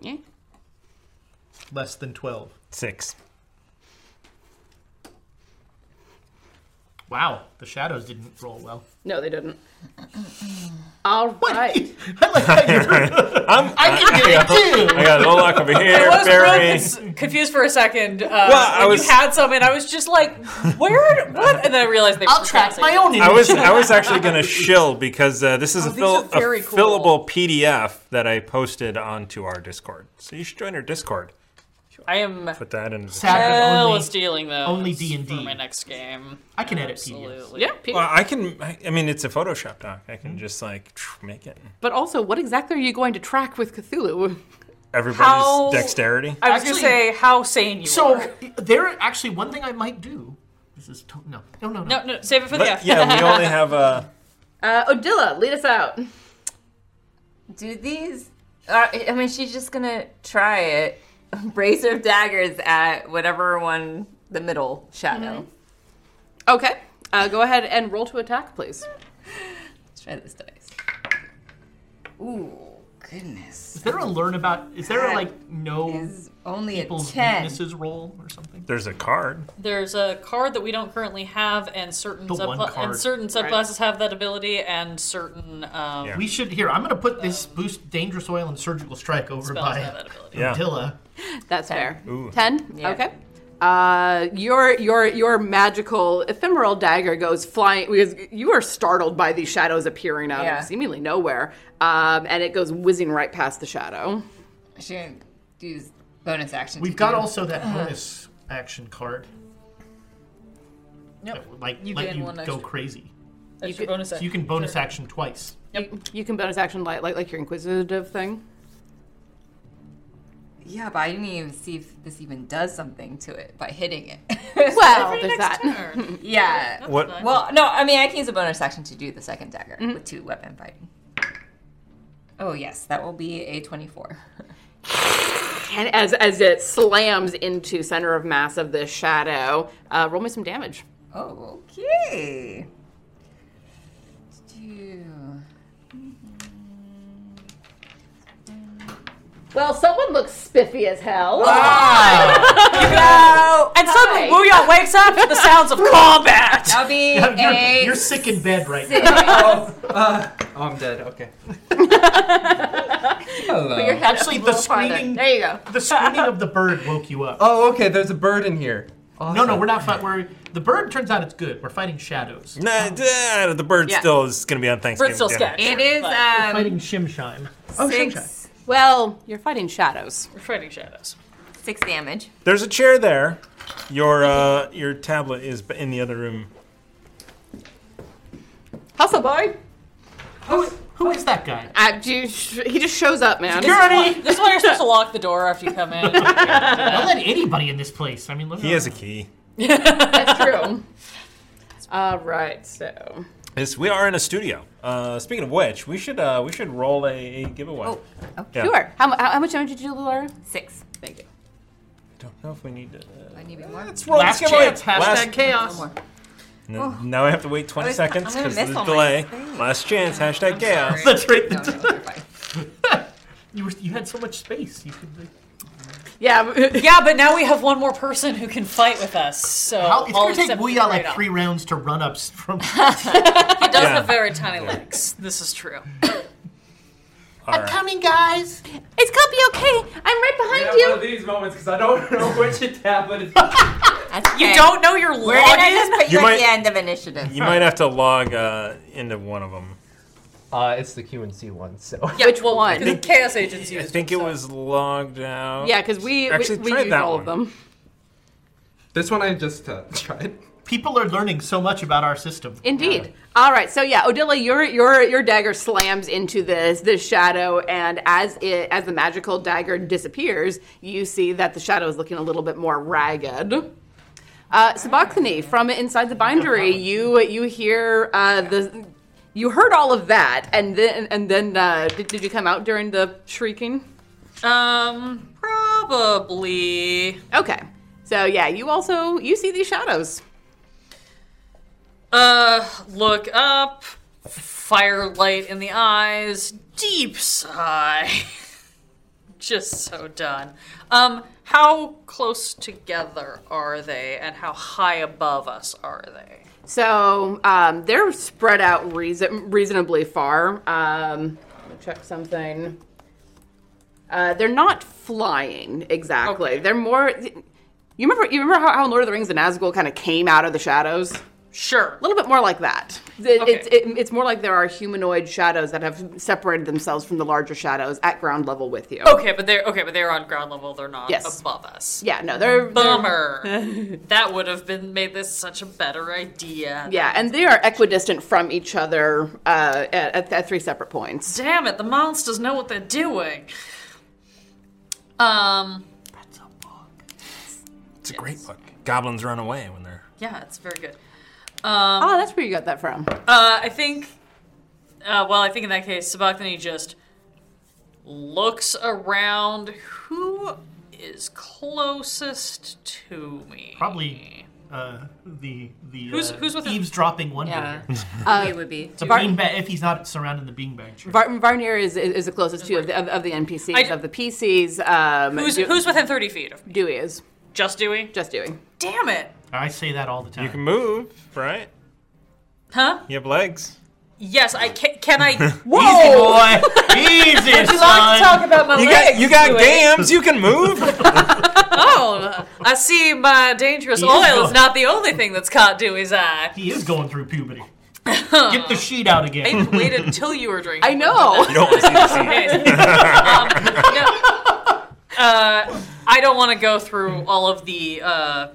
Speaker 7: yeah.
Speaker 6: Less than twelve.
Speaker 2: Six.
Speaker 6: Wow, the shadows didn't roll well.
Speaker 7: No, they didn't. All right.
Speaker 6: I like how you're. I can get it too.
Speaker 2: I got Olak over here,
Speaker 3: I was really
Speaker 2: Barry.
Speaker 3: cons- confused for a second. Uh,
Speaker 2: I
Speaker 3: when
Speaker 2: was-
Speaker 3: you had some, and I was just like, "Where? What?" And then I realized they.
Speaker 6: I'll track my own.
Speaker 2: I was I was actually gonna shill because uh, this is a,
Speaker 3: Oh, these
Speaker 2: fill,
Speaker 3: are very
Speaker 2: a
Speaker 3: cool.
Speaker 2: fillable PDF that I posted onto our Discord. So you should join our Discord.
Speaker 3: I am
Speaker 2: Put that in. The
Speaker 6: Savage
Speaker 3: hell
Speaker 6: only.
Speaker 3: is stealing those
Speaker 6: only D&D.
Speaker 3: for my next game.
Speaker 6: I can edit PDFs.
Speaker 3: Absolutely.
Speaker 7: Yeah. Pete.
Speaker 2: well, I can. I, I mean, it's a Photoshop doc. I can just like tch, make it.
Speaker 7: But also, what exactly are you going to track with Cthulhu?
Speaker 2: Everybody's
Speaker 3: How-
Speaker 2: dexterity.
Speaker 3: I was going to
Speaker 6: Actually-
Speaker 3: say how sane you
Speaker 6: So
Speaker 3: are.
Speaker 6: there, actually, one thing I might do. This is to- no, no, no, no.
Speaker 3: No, no, save it for the
Speaker 2: But
Speaker 3: after.
Speaker 2: yeah, we only have uh,
Speaker 7: Uh, Odilla, lead us out.
Speaker 5: Do these. Uh, I mean, she's just gonna try it. Bracer of daggers at whatever one, the middle shadow.
Speaker 7: Okay. Uh, go ahead and roll to attack, please.
Speaker 5: Let's try this dice. Ooh, goodness.
Speaker 6: Is there a learn about? Is there a,
Speaker 5: That
Speaker 6: like no
Speaker 5: is only a
Speaker 6: people's
Speaker 5: 10.
Speaker 6: weaknesses roll or something?
Speaker 2: There's a card.
Speaker 3: There's a card that we don't currently have, and certain
Speaker 6: The one
Speaker 3: subcla- and
Speaker 6: card.
Speaker 3: certain subclasses have that ability, and certain um,
Speaker 2: Yeah.
Speaker 6: We should here. I'm gonna put this boost dangerous oil and surgical strike over
Speaker 3: spells have
Speaker 6: by
Speaker 3: that ability.
Speaker 2: Yeah.
Speaker 6: Attila.
Speaker 7: That's fair.
Speaker 2: Ooh.
Speaker 7: Ten.
Speaker 5: Yeah.
Speaker 7: Okay. Uh, your your your magical ephemeral dagger goes flying. because You are startled by these shadows appearing out
Speaker 5: Yeah.
Speaker 7: of seemingly nowhere, um, and it goes whizzing right past the shadow.
Speaker 5: She didn't use bonus action.
Speaker 6: We've
Speaker 5: to
Speaker 6: got
Speaker 5: do-
Speaker 6: also that bonus action card.
Speaker 3: Yep.
Speaker 6: that would, Like
Speaker 3: You
Speaker 6: let
Speaker 3: gain
Speaker 6: you
Speaker 3: one
Speaker 6: go
Speaker 3: extra. Uh,
Speaker 6: crazy.
Speaker 3: That's your bonus
Speaker 6: So you can bonus action twice.
Speaker 7: You can bonus action like like, like your inquisitive thing.
Speaker 5: Yeah, but I didn't even see if this even does something to it by hitting it.
Speaker 7: Well, there's that.
Speaker 3: turn.
Speaker 5: yeah.
Speaker 2: What?
Speaker 5: Well, no, I mean I can use a bonus action to do the second dagger with two weapon fighting. Oh yes, that will be a twenty-four.
Speaker 7: And as as it slams into center of mass of this shadow, uh, roll me some damage.
Speaker 5: Oh, okay. Two.
Speaker 7: Well, someone looks spiffy as hell.
Speaker 3: And suddenly, Wuya wakes up to the sounds of combat.
Speaker 5: That'll be
Speaker 6: You're,
Speaker 5: a.
Speaker 6: you're sick in bed right now.
Speaker 4: Oh, I'm dead. Okay. Hello.
Speaker 6: Actually, the screaming,
Speaker 7: There you go.
Speaker 6: the screaming of the bird woke you up.
Speaker 4: Oh, okay. There's a bird in here.
Speaker 6: No, no, we're not fighting. We're the bird turns out it's good. We're fighting shadows.
Speaker 2: Nah, duh, the bird
Speaker 7: Yeah.
Speaker 2: still is going to be on Thanksgiving.
Speaker 3: still
Speaker 2: dinner.
Speaker 3: sketch.
Speaker 5: It is
Speaker 6: We're
Speaker 5: um,
Speaker 6: fighting Shimshine.
Speaker 2: Oh.
Speaker 5: six,
Speaker 7: Well, you're fighting shadows.
Speaker 3: We're fighting shadows.
Speaker 5: six damage.
Speaker 2: There's a chair there. Your uh, your tablet is b- in the other room.
Speaker 7: Hustle, boy.
Speaker 6: Who, who is that guy?
Speaker 7: Uh, do you sh- he just shows up, man.
Speaker 3: This is why you're supposed to lock the door after you come in.
Speaker 6: Don't let anybody in this place. I mean, look.
Speaker 2: He has a key.
Speaker 7: That's true. All right, so
Speaker 2: This, we are in a studio. Uh, speaking of which, we should uh, we should roll a, a giveaway.
Speaker 5: Oh,
Speaker 2: Yeah.
Speaker 7: sure. How, mu- how, how much damage did you do, Laura?
Speaker 5: Six.
Speaker 7: Thank you.
Speaker 2: Don't know if we need to. Uh,
Speaker 5: I need more.
Speaker 2: let's roll
Speaker 6: Last
Speaker 2: this giveaway.
Speaker 6: chance. Hashtag
Speaker 2: Last-
Speaker 6: chaos.
Speaker 2: No, Now I have to wait 20
Speaker 5: was-
Speaker 2: seconds
Speaker 5: I'm gonna
Speaker 2: because
Speaker 5: miss
Speaker 2: of the
Speaker 5: all my
Speaker 2: delay.
Speaker 5: things.
Speaker 2: Last chance. Hashtag chaos.
Speaker 6: That's right.
Speaker 5: No, no, you're fine.
Speaker 6: You, were, you had so much space. You could. like-
Speaker 7: Yeah.
Speaker 3: yeah, but now we have one more person who can fight with us. So
Speaker 6: How, it's
Speaker 3: all
Speaker 6: gonna take
Speaker 3: except for
Speaker 6: Wuya like
Speaker 3: Radon.
Speaker 6: three rounds to run up s- from.
Speaker 3: He does
Speaker 2: Yeah.
Speaker 3: have very tiny legs. This is true.
Speaker 2: All right.
Speaker 6: coming, guys.
Speaker 7: It's gonna be okay. I'm right behind
Speaker 9: have one of these moments because I don't know which tablet is.
Speaker 5: That's
Speaker 3: You
Speaker 5: okay.
Speaker 3: don't know your
Speaker 5: We're gonna just
Speaker 3: login.
Speaker 5: put
Speaker 2: You
Speaker 5: you,
Speaker 2: might-
Speaker 5: at the end of initiative.
Speaker 2: You might have to log uh, into one of them.
Speaker 9: Uh, it's the QNC one, so.
Speaker 7: you. Which one?
Speaker 3: The chaos agents
Speaker 2: I
Speaker 3: used.
Speaker 2: think it was logged out.
Speaker 7: Yeah, because we
Speaker 2: Actually,
Speaker 7: we, we
Speaker 2: tried
Speaker 7: used
Speaker 2: that
Speaker 7: all of
Speaker 2: one.
Speaker 7: them.
Speaker 9: This one I just uh, tried.
Speaker 6: People are learning so much about our system.
Speaker 7: Indeed. All right. So yeah, Odila, your your your dagger slams into this this shadow, and as it as the magical dagger disappears, you see that the shadow is looking a little bit more ragged. Uh, Sabachthani, from inside the bindery, you you hear uh, the you heard all of that, and then and then uh, did, did you come out during the shrieking?
Speaker 3: Um, probably.
Speaker 7: Okay. So yeah, you also you see these shadows.
Speaker 3: Uh, look up. Firelight in the eyes. Deep sigh. Just so done. Um, how close together are they, and how high above us are they?
Speaker 7: So um, they're spread out reason- reasonably far. Um, let me check something. Uh, they're not flying exactly.
Speaker 3: Okay.
Speaker 7: They're more. You remember? You remember how, how Lord of the Rings and Nazgul kind of came out of the shadows? A
Speaker 3: Sure.
Speaker 7: little bit more like that. It-
Speaker 3: Okay.
Speaker 7: It's it, it's more like there are humanoid shadows that have separated themselves from the larger shadows at ground level with you.
Speaker 3: Okay, but they're okay, but they're on ground level. They're not
Speaker 7: Yes.
Speaker 3: above us.
Speaker 7: Yeah. No. They're, they're
Speaker 3: Bummer. that would have been made this such a better idea.
Speaker 7: yeah, and they are equidistant from each other uh, at, at, at three separate points.
Speaker 3: Damn it, the monsters know what they're doing. Um,
Speaker 2: It's a great book. Goblins run away when they're.
Speaker 3: yeah, it's very good.
Speaker 7: Oh, that's where you got that from.
Speaker 3: Uh, I think, uh, well, I think in that case, Sabachthani just looks around who is closest to me.
Speaker 6: Probably uh, the the
Speaker 3: Who's-
Speaker 6: uh,
Speaker 3: who's with him?
Speaker 6: eavesdropping one.
Speaker 7: Yeah.
Speaker 5: Oh,
Speaker 6: Uh,
Speaker 7: would be.
Speaker 6: It's a
Speaker 7: Var-
Speaker 6: beanbag if he's not surrounding the beanbag tree.
Speaker 7: Var- Varnier is, is, is the closest to of the, of, of the NPCs,
Speaker 3: I-
Speaker 7: of the PCs. Um,
Speaker 3: Who's,
Speaker 7: Du-
Speaker 3: who's within 30 feet of me?
Speaker 7: Dewey is.
Speaker 3: Just Dewey?
Speaker 7: Just Dewey.
Speaker 3: Damn it.
Speaker 6: I say that all the time.
Speaker 2: You can move, right?
Speaker 3: Huh?
Speaker 2: You have legs.
Speaker 3: Yes, I can. Can I?
Speaker 6: Easy boy, easy son.
Speaker 3: about my
Speaker 2: You got you got gams. You can move.
Speaker 3: Oh, I see my dangerous
Speaker 6: He is
Speaker 3: oil is
Speaker 6: good.
Speaker 3: not the only thing that's caught Dewey's eye.
Speaker 6: He is going through puberty. Get the sheet out
Speaker 3: I
Speaker 6: again.
Speaker 3: even waited until you were drinking.
Speaker 7: I know.
Speaker 2: You don't want to see the scene.
Speaker 3: Okay. Um, yeah. Uh, I don't want to go through all of the uh,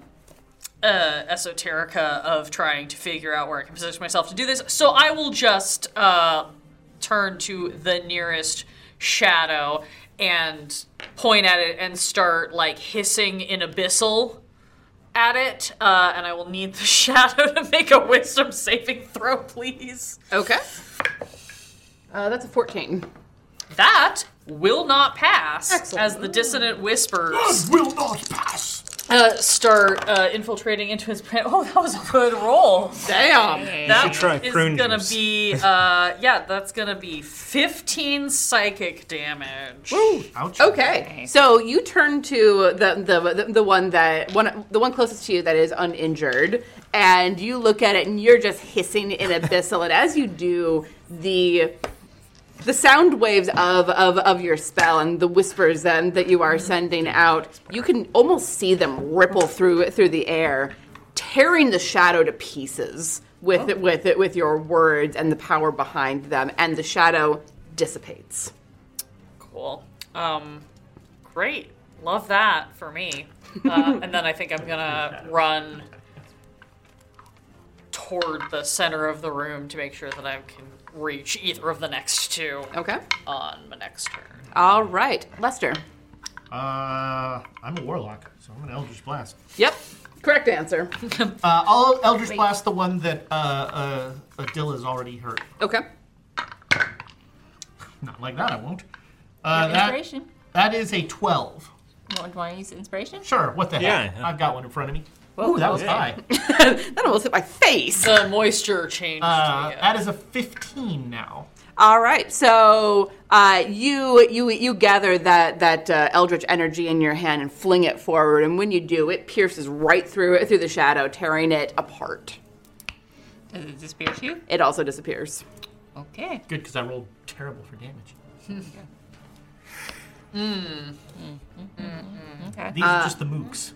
Speaker 3: uh, esoterica of trying to figure out where I can position myself to do this. So I will just uh, turn to the nearest shadow and point at it and start like hissing in abyssal at it. Uh, and I will need the shadow to make a wisdom saving throw, please.
Speaker 7: Okay. Uh, that's a 14.
Speaker 3: That will not pass as the dissonant whispers
Speaker 6: Will not pass.
Speaker 3: uh, start uh, infiltrating into his brain. Oh, that was a good roll.
Speaker 7: Damn.
Speaker 3: That
Speaker 2: should try
Speaker 3: is
Speaker 2: prune
Speaker 3: gonna
Speaker 2: juice.
Speaker 3: be uh, yeah, that's gonna be 15 psychic damage.
Speaker 6: Ouch.
Speaker 7: Okay. So you turn to the, the the the one that one the one closest to you that is uninjured, and you look at it, and you're just hissing in abyssal. and as you do, the the sound waves of, of, of your spell and the whispers then that you are sending out, you can almost see them ripple through through the air, tearing the shadow to pieces with with with your words and the power behind them, and the shadow dissipates.
Speaker 3: Cool. Um, great. Love that for me. Uh, and then I think I'm gonna run toward the center of the room to make sure that I can reach either of the next two
Speaker 7: Okay.
Speaker 3: on my next turn.
Speaker 7: All right, Lester.
Speaker 6: Uh, I'm a warlock, so I'm an Eldritch Blast.
Speaker 7: Yep. Correct answer.
Speaker 6: Uh, I'll Eldritch Blast the one that uh, uh, Adilla's already hurt.
Speaker 7: Okay.
Speaker 6: Not like that, I won't. Uh, that,
Speaker 5: Inspiration.
Speaker 6: that is a 12.
Speaker 5: Want, want to use inspiration?
Speaker 6: Sure, what the heck?
Speaker 2: Yeah, yeah.
Speaker 6: I've got one in front of me. Ooh, that was high.
Speaker 7: That almost hit my face.
Speaker 3: The moisture changed.
Speaker 6: Uh,
Speaker 3: the, uh,
Speaker 6: That is a 15 now.
Speaker 7: All right. So uh, you you you gather that that uh, eldritch energy in your hand and fling it forward, and when you do, it pierces right through it through the shadow, tearing it apart.
Speaker 5: Does it disappear to you?
Speaker 7: It also disappears.
Speaker 5: Okay.
Speaker 6: Good, because I rolled terrible for damage.
Speaker 5: Hmm.
Speaker 6: Hmm.
Speaker 5: Hmm. Okay.
Speaker 6: These are just the mooks.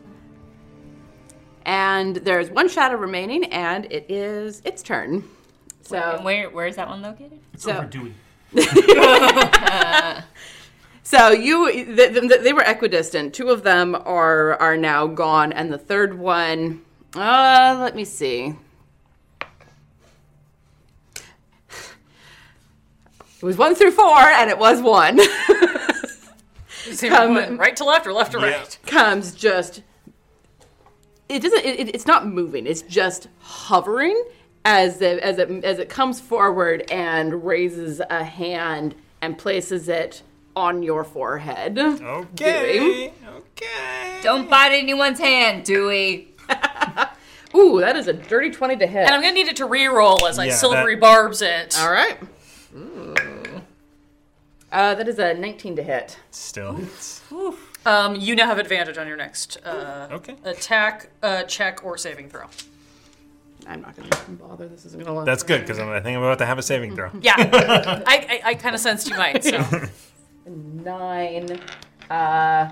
Speaker 7: And there's one shadow remaining, and it is its turn. So
Speaker 5: And Um, where where is that one located?
Speaker 6: It's
Speaker 7: so-
Speaker 6: over Dewey.
Speaker 7: So you, th th they were equidistant. Two of them are are now gone, and the third one. Uh, let me see. It was one through four, and it was one.
Speaker 3: um,
Speaker 7: come-
Speaker 3: right to left or left to
Speaker 2: Yeah.
Speaker 3: right.
Speaker 7: Comes just. It doesn't. It, it- it's not moving. It's just hovering as it, as it as it comes forward and raises a hand and places it on your forehead.
Speaker 2: Okay. Okay.
Speaker 5: Don't bite anyone's hand, Dewey.
Speaker 7: Ooh, that is a dirty 20 to hit.
Speaker 3: And I'm gonna need it to re-roll as I
Speaker 2: Yeah,
Speaker 3: silvery
Speaker 2: that-
Speaker 3: barbs it.
Speaker 7: All right. Uh, that is a 19 to hit.
Speaker 2: Still hits.
Speaker 3: Um, you now have advantage on your next uh,
Speaker 2: Okay.
Speaker 3: attack, uh, check, or saving throw.
Speaker 7: I'm not going to bother. This isn't going to
Speaker 2: That's good because I think I'm about to have a saving throw.
Speaker 3: Yeah, I, I, I kind of sensed you might. So
Speaker 7: Nine. Uh,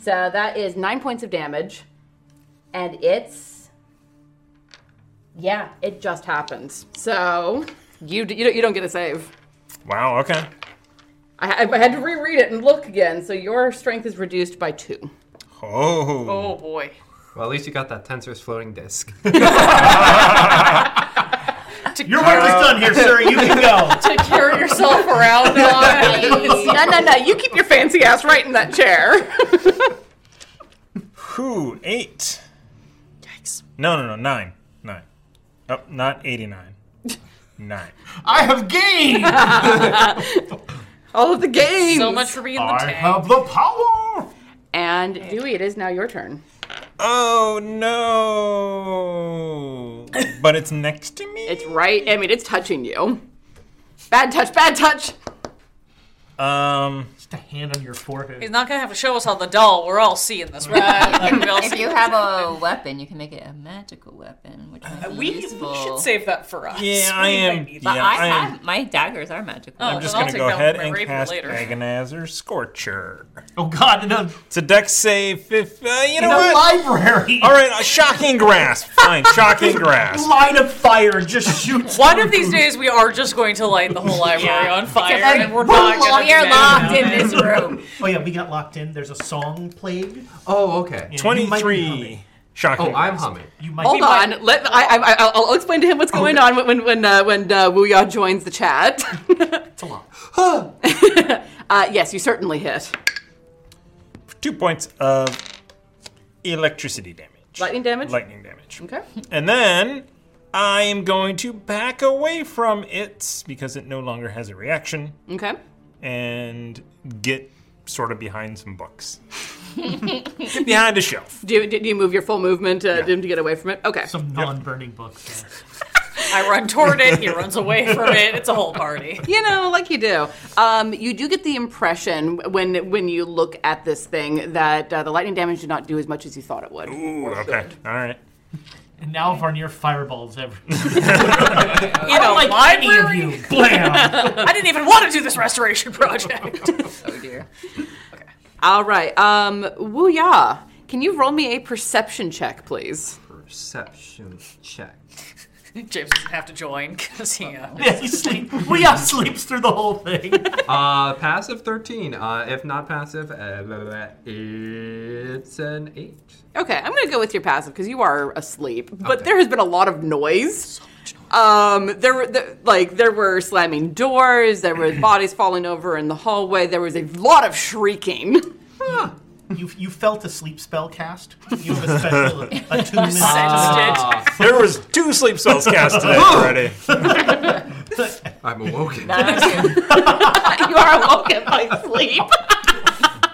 Speaker 7: so that is nine points of damage. And it's. Yeah, it just happens. So you, d- you, don't, you don't get a save.
Speaker 2: Wow. Okay.
Speaker 7: I, I had to reread it and look again. So your strength is reduced by two.
Speaker 2: Oh.
Speaker 3: oh boy,
Speaker 9: Well, at least you got that tensor's floating disk.
Speaker 6: Your work is done here, sir. You can go.
Speaker 3: to carry yourself around. on.
Speaker 7: no, no, no. You keep your fancy ass right in that chair.
Speaker 2: Who eight?
Speaker 3: Yikes.
Speaker 2: No, no, no. Nine. Nine. Oh, not eighty-nine. Nine.
Speaker 6: I have gained.
Speaker 7: All of the games.
Speaker 3: So much for being the
Speaker 6: I
Speaker 3: tank.
Speaker 6: have the power.
Speaker 7: And Dewey, it is now your turn.
Speaker 2: Oh no! But it's next to me.
Speaker 7: It's right. I mean, it's touching you. Bad touch. Bad touch.
Speaker 2: Um,
Speaker 6: Just a hand on your forehead.
Speaker 3: He's not gonna have to show us on the doll. We're all seeing this, right? we all
Speaker 5: If
Speaker 3: see
Speaker 5: you have a weapon, you can make it a magical weapon, which might be
Speaker 3: we, we
Speaker 5: useful.
Speaker 3: should save that for us.
Speaker 2: yeah, I
Speaker 3: We might
Speaker 2: am.
Speaker 3: need
Speaker 2: Yeah,
Speaker 5: But I,
Speaker 2: I am.
Speaker 5: have my daggers are magical.
Speaker 3: Oh,
Speaker 5: weapons.
Speaker 2: just
Speaker 3: I'll
Speaker 2: gonna
Speaker 3: take
Speaker 2: go
Speaker 3: that
Speaker 2: ahead
Speaker 3: with my
Speaker 2: and
Speaker 3: raven
Speaker 2: cast
Speaker 3: later.
Speaker 2: Agonizer Scorcher.
Speaker 6: oh God, in a,
Speaker 2: It's a dex save. Fifth, uh, you know
Speaker 6: in a
Speaker 2: what?
Speaker 6: library.
Speaker 2: All right, uh, shocking grasp. Fine, shocking grasp.
Speaker 6: Line of fire just shoots.
Speaker 3: One of these days, we are just going to light the whole library on fire, and we're not
Speaker 6: we're
Speaker 3: gonna.
Speaker 5: we are
Speaker 3: be
Speaker 5: locked
Speaker 3: mad.
Speaker 5: in this room.
Speaker 6: Oh yeah, we got locked in. There's a song played.
Speaker 9: Oh, okay.
Speaker 6: might be
Speaker 2: Twenty-three.
Speaker 6: humming.
Speaker 2: Shocking.
Speaker 9: Oh, I'm
Speaker 2: grasp.
Speaker 9: humming.
Speaker 6: You might.
Speaker 7: Hold
Speaker 6: be
Speaker 7: on. Let I, I I- I'll, I'll explain to him what's going on when when uh, when uh, Wuya joins the chat.
Speaker 6: It's a lot.
Speaker 7: uh, yes, you certainly hit.
Speaker 2: Two points of electricity damage.
Speaker 7: Lightning damage?
Speaker 2: Lightning damage.
Speaker 7: Okay.
Speaker 2: And then I am going to back away from it because it no longer has a reaction
Speaker 7: Okay.
Speaker 2: and get sort of behind some books. behind a shelf.
Speaker 7: Do you, do you move your full movement uh, to get away from it? Okay.
Speaker 6: Some non-burning books. there.
Speaker 3: I run toward it. He runs away from it. It's a whole party.
Speaker 7: you know, like you do. Um, you do get the impression when when you look at this thing that uh, the lightning damage did not do as much as you thought it would.
Speaker 2: Ooh, okay. All right.
Speaker 6: And now Varnier fireballs everywhere.
Speaker 3: You know,
Speaker 6: Any of
Speaker 3: library.
Speaker 6: you, blam!
Speaker 3: I didn't even want to do this restoration project.
Speaker 5: Oh dear.
Speaker 7: All right. Um, Woo ya. Can you roll me a perception check, please?
Speaker 9: Perception check.
Speaker 3: James doesn't have to join because he. Uh,
Speaker 6: Yeah, he sleep. We all sleeps through the whole thing.
Speaker 9: Uh, passive 13. Uh, if not passive, uh, blah, blah, blah, it's an 8.
Speaker 7: Okay, I'm gonna go with your passive because you are asleep. But there has been a lot of noise. Um, there were there, like there were slamming doors. There were bodies falling over in the hallway. There was a lot of shrieking.
Speaker 6: You, you felt a sleep spell cast. You have a special attunement.
Speaker 2: There was two sleep cells cast today already.
Speaker 9: I'm awoken.
Speaker 7: you are awoken by sleep.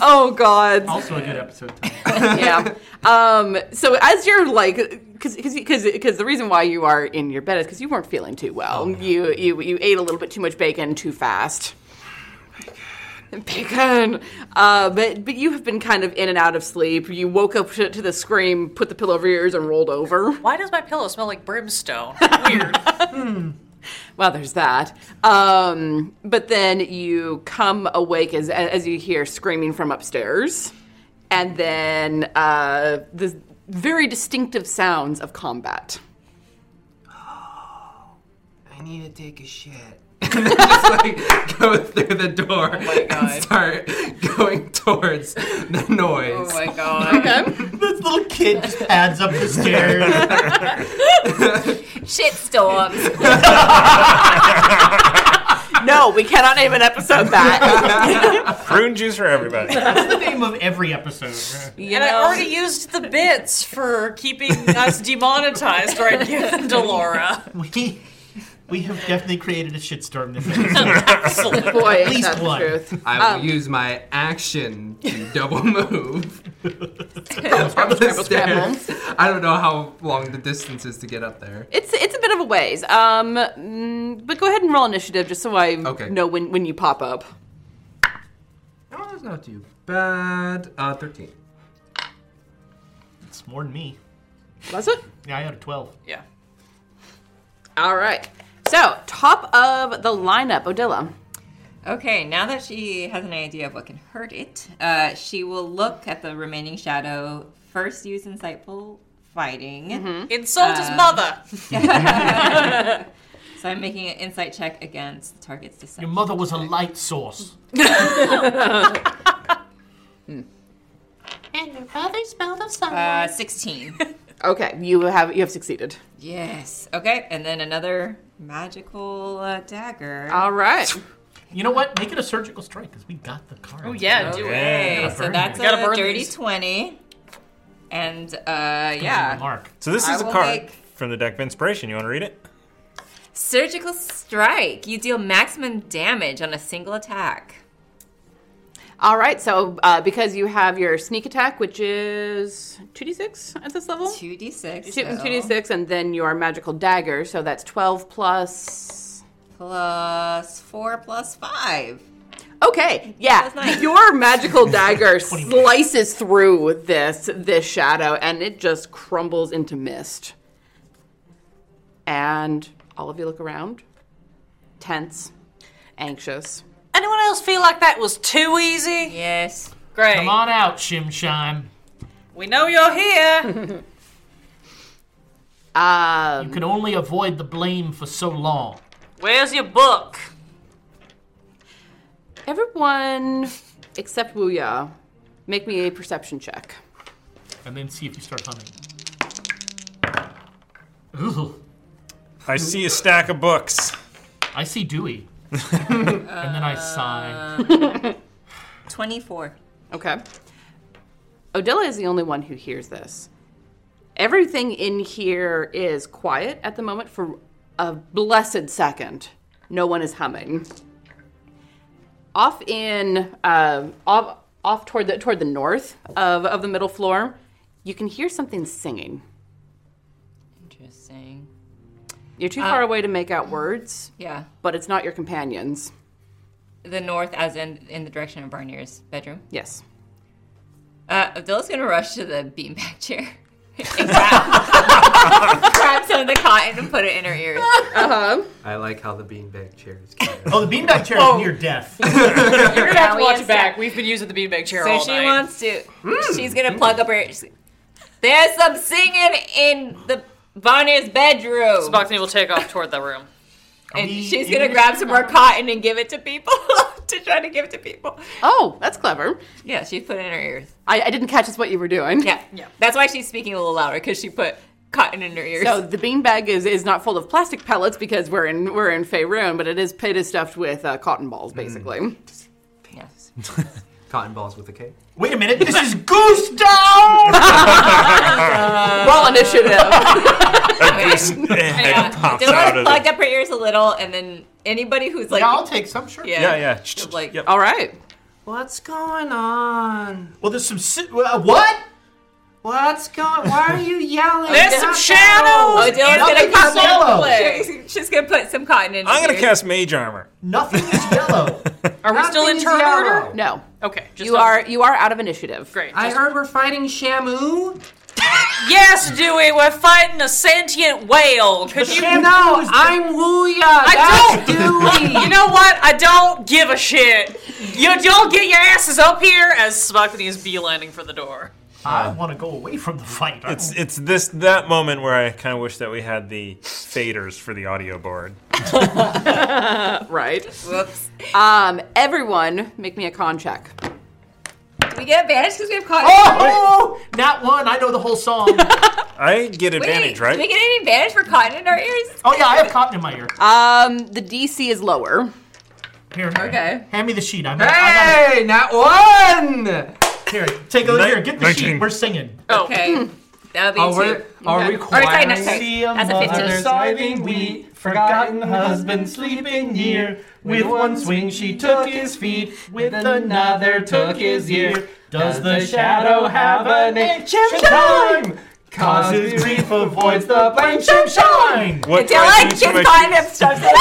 Speaker 7: oh God.
Speaker 6: also a good episode. title.
Speaker 7: yeah. Um, so as you're like, because because the reason why you are in your bed is because you weren't feeling too well. You you you ate a little bit too much bacon too fast. Bacon. Uh, but but you have been kind of in and out of sleep. You woke up to, to the scream, put the pillow over your ears, and rolled over.
Speaker 3: why does my pillow smell like brimstone? Weird.
Speaker 7: Well, there's that. Um, but then you come awake as as you hear screaming from upstairs, and then uh, the very distinctive sounds of combat.
Speaker 9: I need to take a shit. just like go through the door
Speaker 5: Oh
Speaker 9: and start going towards the noise.
Speaker 5: Oh my god.
Speaker 6: this little kid just pads up the stairs.
Speaker 5: Shitstorms.
Speaker 7: No, we cannot name an episode that.
Speaker 2: Prune juice for everybody.
Speaker 6: That's the name of every episode.
Speaker 7: You
Speaker 3: and I
Speaker 7: know,
Speaker 3: already used the bits for keeping us demonetized right here in Delora.
Speaker 6: We we have definitely created a shitstorm this episode.
Speaker 3: Absolutely.
Speaker 7: boy, at
Speaker 6: least
Speaker 7: that's the
Speaker 6: one.
Speaker 7: truth.
Speaker 9: I will use my action to double move. Up the
Speaker 7: scramble.
Speaker 9: stairs. I don't know how long the distance is to get up there.
Speaker 7: It's it's a bit of a ways. Um, mm, but go ahead and roll initiative just so I
Speaker 9: Okay.
Speaker 7: know when when you pop up.
Speaker 9: Oh, that's not too bad. Uh, 13.
Speaker 6: It's more than me.
Speaker 7: Was it?
Speaker 6: Yeah, I had a twelve.
Speaker 3: Yeah.
Speaker 7: All right. So top of the lineup, Odilla.
Speaker 5: okay, now that she has an idea of what can hurt it, uh, she will look at the remaining shadow. First, use insightful fighting.
Speaker 3: Insult his mother.
Speaker 5: So I'm making an insight check against the target's
Speaker 6: Your
Speaker 5: deception.
Speaker 6: mother was a light source.
Speaker 5: Uh, 16.
Speaker 7: Okay, you have you have succeeded.
Speaker 5: yes. Okay, and then another magical uh, dagger.
Speaker 7: All right.
Speaker 6: You know what? Make it a surgical strike because we got the card.
Speaker 3: Oh yeah, do it.
Speaker 5: Okay,
Speaker 2: Yeah.
Speaker 5: so that's a
Speaker 3: Gotta burn
Speaker 5: dirty
Speaker 3: these.
Speaker 5: 20. And uh,
Speaker 6: Yeah.
Speaker 5: yeah.
Speaker 6: Mark.
Speaker 2: So this
Speaker 5: I
Speaker 2: is a
Speaker 5: will
Speaker 2: card
Speaker 5: make-
Speaker 2: from the deck of inspiration. You want to read it?
Speaker 5: Surgical strike. You deal maximum damage on a single attack.
Speaker 7: All right, so uh, because you have your sneak attack, which is 2d6 at this level?
Speaker 5: 2d6.
Speaker 7: Two-
Speaker 5: so
Speaker 7: 2d6, and then your magical dagger, so that's 12 plus.
Speaker 5: Plus 4 plus 5.
Speaker 7: Okay, yeah.
Speaker 5: That's nice.
Speaker 7: Your magical dagger slices through this this shadow and it just crumbles into mist. And all of you look around, tense, anxious.
Speaker 3: Anyone else feel like that was too easy?
Speaker 5: Yes.
Speaker 3: Great.
Speaker 6: Come on out, Shimshime.
Speaker 3: We know you're here.
Speaker 6: You
Speaker 7: Um,
Speaker 6: can only avoid the blame for so long.
Speaker 3: Where's your book?
Speaker 7: Everyone except Wuya, make me a perception check.
Speaker 6: And then see if you start hunting. Ooh,
Speaker 2: I see a stack of books.
Speaker 6: I see Dewey. and then I sigh.
Speaker 5: 24.
Speaker 7: Okay. Odila is the only one who hears this. Everything in here is quiet at the moment for a blessed second. No one is humming. Off in uh, off off toward the toward the north of, of the middle floor, you can hear something singing.
Speaker 5: Interesting.
Speaker 7: You're too far away to make out words,
Speaker 5: Yeah.
Speaker 7: but it's not your companions.
Speaker 5: The north, as in in the direction of Barnier's bedroom.
Speaker 7: Yes.
Speaker 5: Uh, Abdullah's gonna rush to the beanbag chair. and grab, grab some of the cotton and put it in her ears.
Speaker 9: I like how the beanbag chairs.
Speaker 6: Oh, the beanbag chair is near death.
Speaker 3: You're gonna have to
Speaker 5: we
Speaker 3: watch
Speaker 5: have
Speaker 3: back. We've been using the beanbag chair
Speaker 5: So
Speaker 3: all
Speaker 5: she
Speaker 3: night.
Speaker 5: wants to. She's gonna plug up her. she's- There's some singing in the Barnier's bedroom,
Speaker 3: Spockney will take off toward the room.
Speaker 5: and
Speaker 6: we
Speaker 5: she's
Speaker 6: in
Speaker 5: gonna
Speaker 6: this?
Speaker 5: grab some more cotton and give it to people to try to give it to people.
Speaker 7: Oh, that's clever.
Speaker 5: Yeah, she put it in her ears.
Speaker 7: I, I didn't catch just what you were doing.
Speaker 5: Yeah, yeah. That's why she's speaking a little louder because she put cotton in her ears.
Speaker 7: So Oh, the beanbag is is not full of plastic pellets because we're in we're in Faerun, but it is it is stuffed with uh, cotton balls basically.
Speaker 5: Yeah.
Speaker 9: Cotton balls with a K.
Speaker 6: Wait a minute, this is Goose Down!
Speaker 7: Roll initiative.
Speaker 2: yeah. It pops
Speaker 5: Dylan
Speaker 2: out of
Speaker 5: plugged
Speaker 2: the,
Speaker 5: up her ears a little, and then anybody who's like,
Speaker 6: yeah, I'll take some, sure.
Speaker 5: yeah,
Speaker 2: Yeah, yeah.
Speaker 5: like-
Speaker 2: yep.
Speaker 7: All right.
Speaker 9: What's going on?
Speaker 6: Well, there's some. Si- uh, what?
Speaker 9: What's going? Why are you yelling?
Speaker 3: There's some shadows.
Speaker 5: Oh, Dylan's
Speaker 6: Nothing
Speaker 5: gonna
Speaker 6: is
Speaker 5: pop
Speaker 6: yellow.
Speaker 5: it. She's, she's gonna put some cotton in. her
Speaker 2: I'm gonna
Speaker 5: ears.
Speaker 2: cast mage armor.
Speaker 6: Nothing is yellow.
Speaker 3: Are we still in turn order?
Speaker 7: No.
Speaker 3: Okay. Just
Speaker 7: You are you are out of initiative.
Speaker 3: great.
Speaker 9: I heard we're fighting Shamu.
Speaker 3: yes, Dewey. We're fighting a sentient whale. Could you?
Speaker 9: No, I'm Wuya.
Speaker 3: I
Speaker 9: That's Dewey.
Speaker 3: You know what? I don't give a shit. You don't get your asses up here as Spockney is beelining for the door.
Speaker 6: I want to go away from the fight. I
Speaker 2: It's it's this that moment where I kind of wish that we had the faders for the audio board.
Speaker 7: Right.
Speaker 5: Whoops.
Speaker 7: Um. Everyone, make me a con check.
Speaker 5: We get advantage because we have cotton.
Speaker 6: Oh, not one. I know the whole song. oh
Speaker 2: I get advantage,
Speaker 5: Do we
Speaker 2: right?
Speaker 5: get any advantage for cotton in our ears?
Speaker 6: Oh, yeah, I have cotton in my ear.
Speaker 7: Um. The DC is lower.
Speaker 6: Here, here.
Speaker 5: Okay.
Speaker 6: Hand me the sheet. I'm. I
Speaker 9: Hey, not one.
Speaker 6: got here, take a look. Here, get the sheet.
Speaker 2: Nineteen.
Speaker 6: We're singing.
Speaker 3: Oh.
Speaker 5: Okay. That'll be
Speaker 9: Oh,
Speaker 5: two.
Speaker 9: we're, are we
Speaker 5: Or sorry, not
Speaker 9: choiring?
Speaker 5: sorry. That's a 15.
Speaker 6: Scything
Speaker 9: wheat, forgotten husband
Speaker 6: sleeping near.
Speaker 9: With one swing she took his
Speaker 6: feet,
Speaker 9: with another took his ear. Does the shadow have a name?
Speaker 6: Shimshine!
Speaker 9: Causes grief,
Speaker 6: avoids the blame. Shimshine!
Speaker 2: What do
Speaker 5: Dylan
Speaker 2: I
Speaker 5: just
Speaker 2: do to my
Speaker 5: kind of shoves it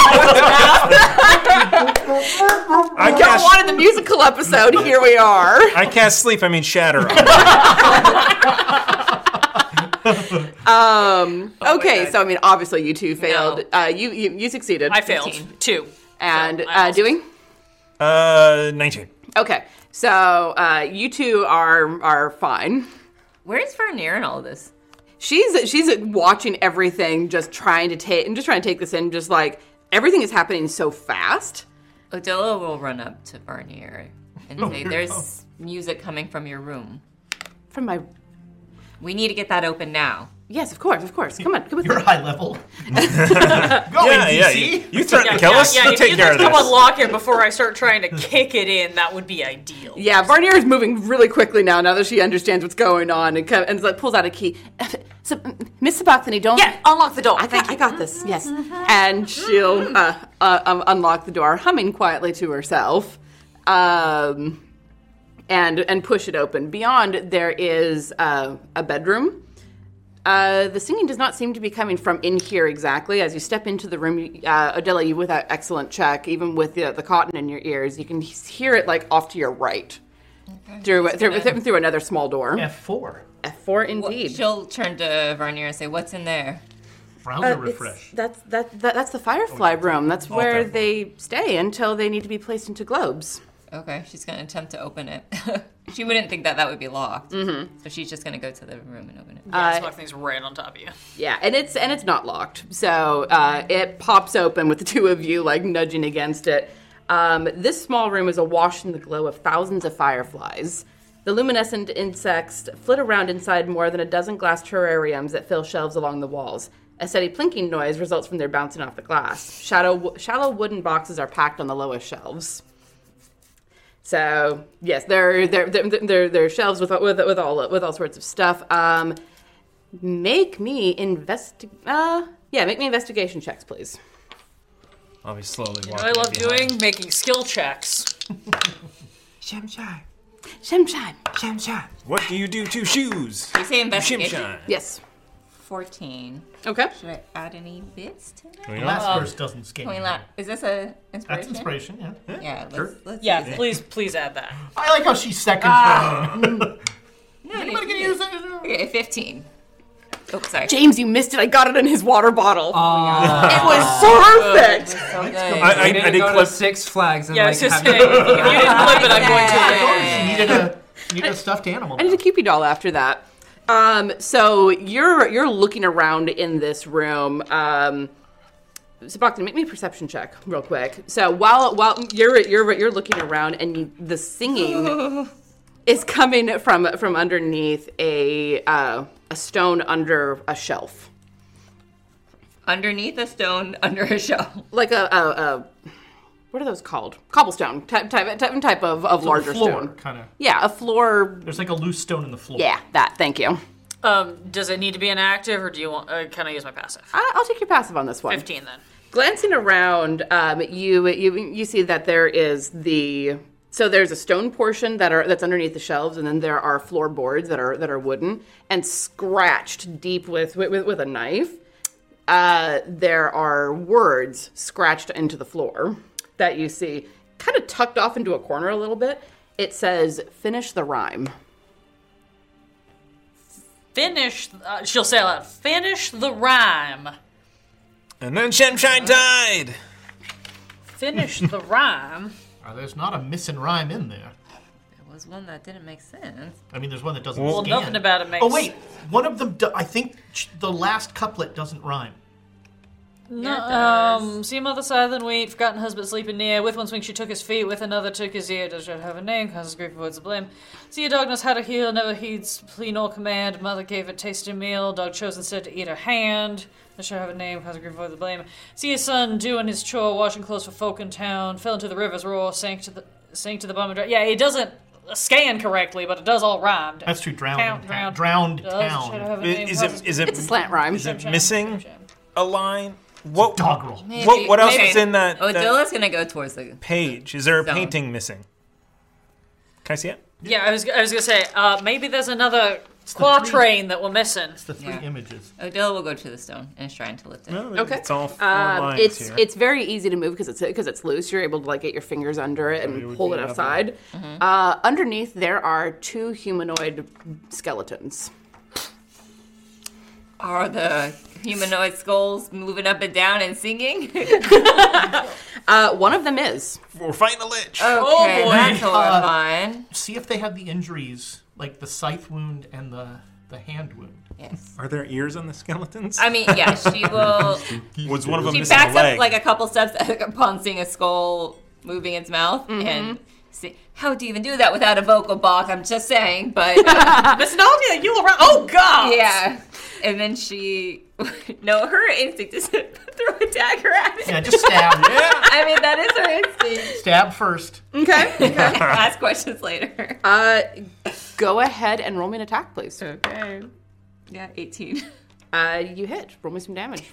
Speaker 2: sheet? I
Speaker 7: Y'all
Speaker 2: cast
Speaker 7: wanted the musical episode. Here we are. Oh
Speaker 2: I cast sleep. I mean shatter.
Speaker 7: okay. So I mean, obviously you two failed.
Speaker 5: No.
Speaker 7: Uh. You you, you succeeded.
Speaker 3: I failed.
Speaker 5: 15.
Speaker 3: Two.
Speaker 7: And
Speaker 3: So I
Speaker 7: uh,
Speaker 3: lost.
Speaker 7: doing.
Speaker 2: uh, nineteen.
Speaker 7: Okay. So uh, you two are are fine.
Speaker 5: Where's Vernier in all of this?
Speaker 7: she's she's watching everything, just trying to take and just trying to take this in. Just like everything is happening so fast.
Speaker 5: Odilla will run up to Vernier and say, There's music coming from your room.
Speaker 7: From my
Speaker 5: We need to get that open now.
Speaker 7: yes, of course, of course. Come on, come with
Speaker 6: You're
Speaker 7: me.
Speaker 6: high level. go,
Speaker 2: Yeah, yeah.
Speaker 6: NPC.
Speaker 2: You, you threaten to kill us. We'll
Speaker 3: if
Speaker 2: take
Speaker 3: you
Speaker 2: care of
Speaker 3: guys come
Speaker 2: this.
Speaker 3: unlock it before I start trying to kick it in, that would be ideal.
Speaker 7: Yeah, Varnier is moving really quickly now. Now that she understands what's going on, and co- and like pulls out a key. So, Miss Sabathany, don't.
Speaker 3: Yeah, unlock the door.
Speaker 7: I got, I got this. Yes, and she'll uh, uh, um, unlock the door, humming quietly to herself. Um, and and push it open. Beyond there is uh, a bedroom. Uh, the singing does not seem to be coming from in here exactly. As you step into the room, you- uh, Adela, you with that excellent check, even with the, the cotton in your ears, you can he- hear it like off to your right through through, through, through another small door.
Speaker 6: F4.
Speaker 7: Four
Speaker 5: Well,
Speaker 7: indeed.
Speaker 5: she'll turn to Vernier and say, What's in there?
Speaker 6: Browser
Speaker 7: Uh, it's-
Speaker 6: refresh.
Speaker 7: That's that, that that's the Firefly room. That's where they stay until they need to be placed into globes.
Speaker 5: Okay, she's going to attempt to open it. she wouldn't think that that would be locked.
Speaker 3: Mm-hmm.
Speaker 5: So she's just going to go to the room and open it.
Speaker 3: Yeah, this thing's right on top of you.
Speaker 7: Yeah, and it's and it's not locked, so uh, it pops open with the two of you like nudging against it. Um, this small room is awash in the glow of thousands of fireflies. The luminescent insects flit around inside more than a dozen glass terrariums that fill shelves along the walls. A steady plinking noise results from their bouncing off the glass. Shadow, shallow wooden boxes are packed on the lowest shelves. So yes, there there there there, there are shelves with with with all with all sorts of stuff. Um, Make me invest. Uh, yeah, make me investigation checks, please.
Speaker 2: I'll be slowly walking.
Speaker 3: What I love
Speaker 2: behind.
Speaker 3: doing making skill checks.
Speaker 9: Sham Shai.
Speaker 7: Shemshine.
Speaker 9: Sham Shai.
Speaker 2: What do you do to shoes?
Speaker 5: You say investigation?
Speaker 2: Shimshine.
Speaker 7: Yes.
Speaker 5: 14.
Speaker 7: Okay.
Speaker 5: Should I add any bits to that?
Speaker 2: We
Speaker 6: The
Speaker 2: don't-
Speaker 6: last verse doesn't skate.
Speaker 5: Can we la- Is this a
Speaker 6: That's
Speaker 5: inspiration?
Speaker 6: inspiration, yeah.
Speaker 5: Yeah, let's, let's
Speaker 3: Yeah,
Speaker 5: use it.
Speaker 3: please, please add that.
Speaker 6: I like how she seconds
Speaker 5: No, no,
Speaker 6: that. Anybody
Speaker 5: you-
Speaker 6: gonna use that?
Speaker 5: Okay, 15. Oh, sorry.
Speaker 7: James, you missed it. I got it in his water bottle.
Speaker 3: Uh,
Speaker 7: it was perfect.
Speaker 5: so good.
Speaker 2: I, I,
Speaker 9: Uh, I didn't
Speaker 2: I did
Speaker 9: go
Speaker 2: clip.
Speaker 9: to Six Flags and
Speaker 3: Yeah, I
Speaker 9: like
Speaker 3: was just
Speaker 9: have
Speaker 3: saying, if you didn't clip it, I'm going to.
Speaker 6: You needed a, you needed a stuffed animal.
Speaker 7: I need a Cupid doll after that. Um, so you're you're looking around in this room. Um, Sabachthani, make me a perception check real quick. So while while you're you're you're looking around and you, the singing is coming from from underneath a uh, a stone under a shelf,
Speaker 5: Underneath a stone, under a shell.
Speaker 7: like a, a, a what are those called? Cobblestone type type type, type of, of larger stone.
Speaker 6: Kind of.
Speaker 7: Yeah, a floor.
Speaker 6: There's like a loose stone in the floor.
Speaker 7: Yeah, that. Thank you.
Speaker 3: Um, does it need to be an active, or do you want? Uh, can I use my passive?
Speaker 7: I, I'll take your passive on this one.
Speaker 3: Fifteen then.
Speaker 7: glancing around um, you, you you see that there is the so there's a stone portion that are that's underneath the shelves and then there are floorboards that are that are wooden and scratched deep with with, with a knife uh, there are words scratched into the floor that you see kind of tucked off into a corner a little bit it says finish the rhyme
Speaker 3: Finish. Uh, she'll say aloud. Finish the rhyme.
Speaker 2: And then Shemshine died.
Speaker 3: Finish the rhyme.
Speaker 6: Uh, there's not a missing rhyme in there.
Speaker 5: There was one that didn't make sense.
Speaker 6: I mean, there's one that doesn't.
Speaker 3: Well,
Speaker 6: scan.
Speaker 3: nothing about it makes-
Speaker 6: Oh wait, one of them. Do- I think ch- the last couplet doesn't rhyme.
Speaker 3: No,
Speaker 5: Yeah, it does.
Speaker 3: um, see him other side than wheat, forgotten husband sleeping near. With one swing she took his feet, with another took his ear. Does not have a name, causes grief, avoids the blame. See a dog knows how to heal, never heeds plea nor command. Mother gave a tasty meal, dog chose instead to eat her hand. Does not have a name, causes grief, avoids the blame. See his son doing his chore, washing clothes for folk in town. Fell into the river's roar, sank to the sank to the bottom of dra- Yeah, it doesn't scan correctly, but it does all rhymed.
Speaker 6: That's true. Drowned.
Speaker 3: Town-
Speaker 6: in town.
Speaker 3: drowned.
Speaker 6: Drowned
Speaker 3: Does not
Speaker 6: town.
Speaker 3: have a name,
Speaker 2: Is
Speaker 3: causes-
Speaker 2: it? Is it?
Speaker 7: it's a slant rhyme
Speaker 2: Is it missing a line? What?
Speaker 6: Doggerel.
Speaker 2: What? What else
Speaker 5: Maybe-
Speaker 2: is in that,
Speaker 5: Oh,
Speaker 2: that
Speaker 5: Dilla's gonna go towards the.
Speaker 2: page? Is there a
Speaker 5: Zone.
Speaker 2: painting missing? Can I see it?
Speaker 3: Yeah, I was, I was gonna say, uh, maybe there's another quatrain that we're missing.
Speaker 6: It's the three
Speaker 5: Yeah.
Speaker 6: images.
Speaker 5: Odella will go to the stone and is trying to lift it.
Speaker 2: No,
Speaker 7: Okay.
Speaker 2: It's all four
Speaker 7: Um,
Speaker 5: Uh,
Speaker 2: lines
Speaker 7: it's
Speaker 2: here.
Speaker 7: it's very easy to move because it's because it's loose. You're able to like get your fingers under it and pull it aside.
Speaker 2: Mm-hmm.
Speaker 7: Uh, underneath there are two humanoid skeletons.
Speaker 5: Are the humanoid skulls moving up and down and singing?
Speaker 7: Uh, one of them is
Speaker 2: We're fighting a lich.
Speaker 5: Uh, Okay, Oh, that's horrifying.
Speaker 6: See if they have the injuries, like the scythe wound and the the hand wound.
Speaker 5: Yes.
Speaker 2: Are there ears on the skeletons?
Speaker 5: I mean, yeah, she will.
Speaker 2: was one of them
Speaker 5: She
Speaker 2: missing a
Speaker 5: backs
Speaker 2: leg?
Speaker 5: up like a couple steps upon seeing a skull moving its mouth and. See, how do you even do that without a vocal box? I'm just saying, but uh,
Speaker 3: Miss Nadia, you around? Oh God!
Speaker 5: yeah. And then she, no, her instinct is to throw a dagger at it.
Speaker 6: Yeah, just stab.
Speaker 5: I mean, that is her instinct.
Speaker 6: Stab first.
Speaker 7: okay.
Speaker 5: Ask questions later.
Speaker 7: uh, go ahead and roll me an attack, please.
Speaker 5: Okay. Yeah, 18.
Speaker 7: Uh, you hit. Roll me some damage.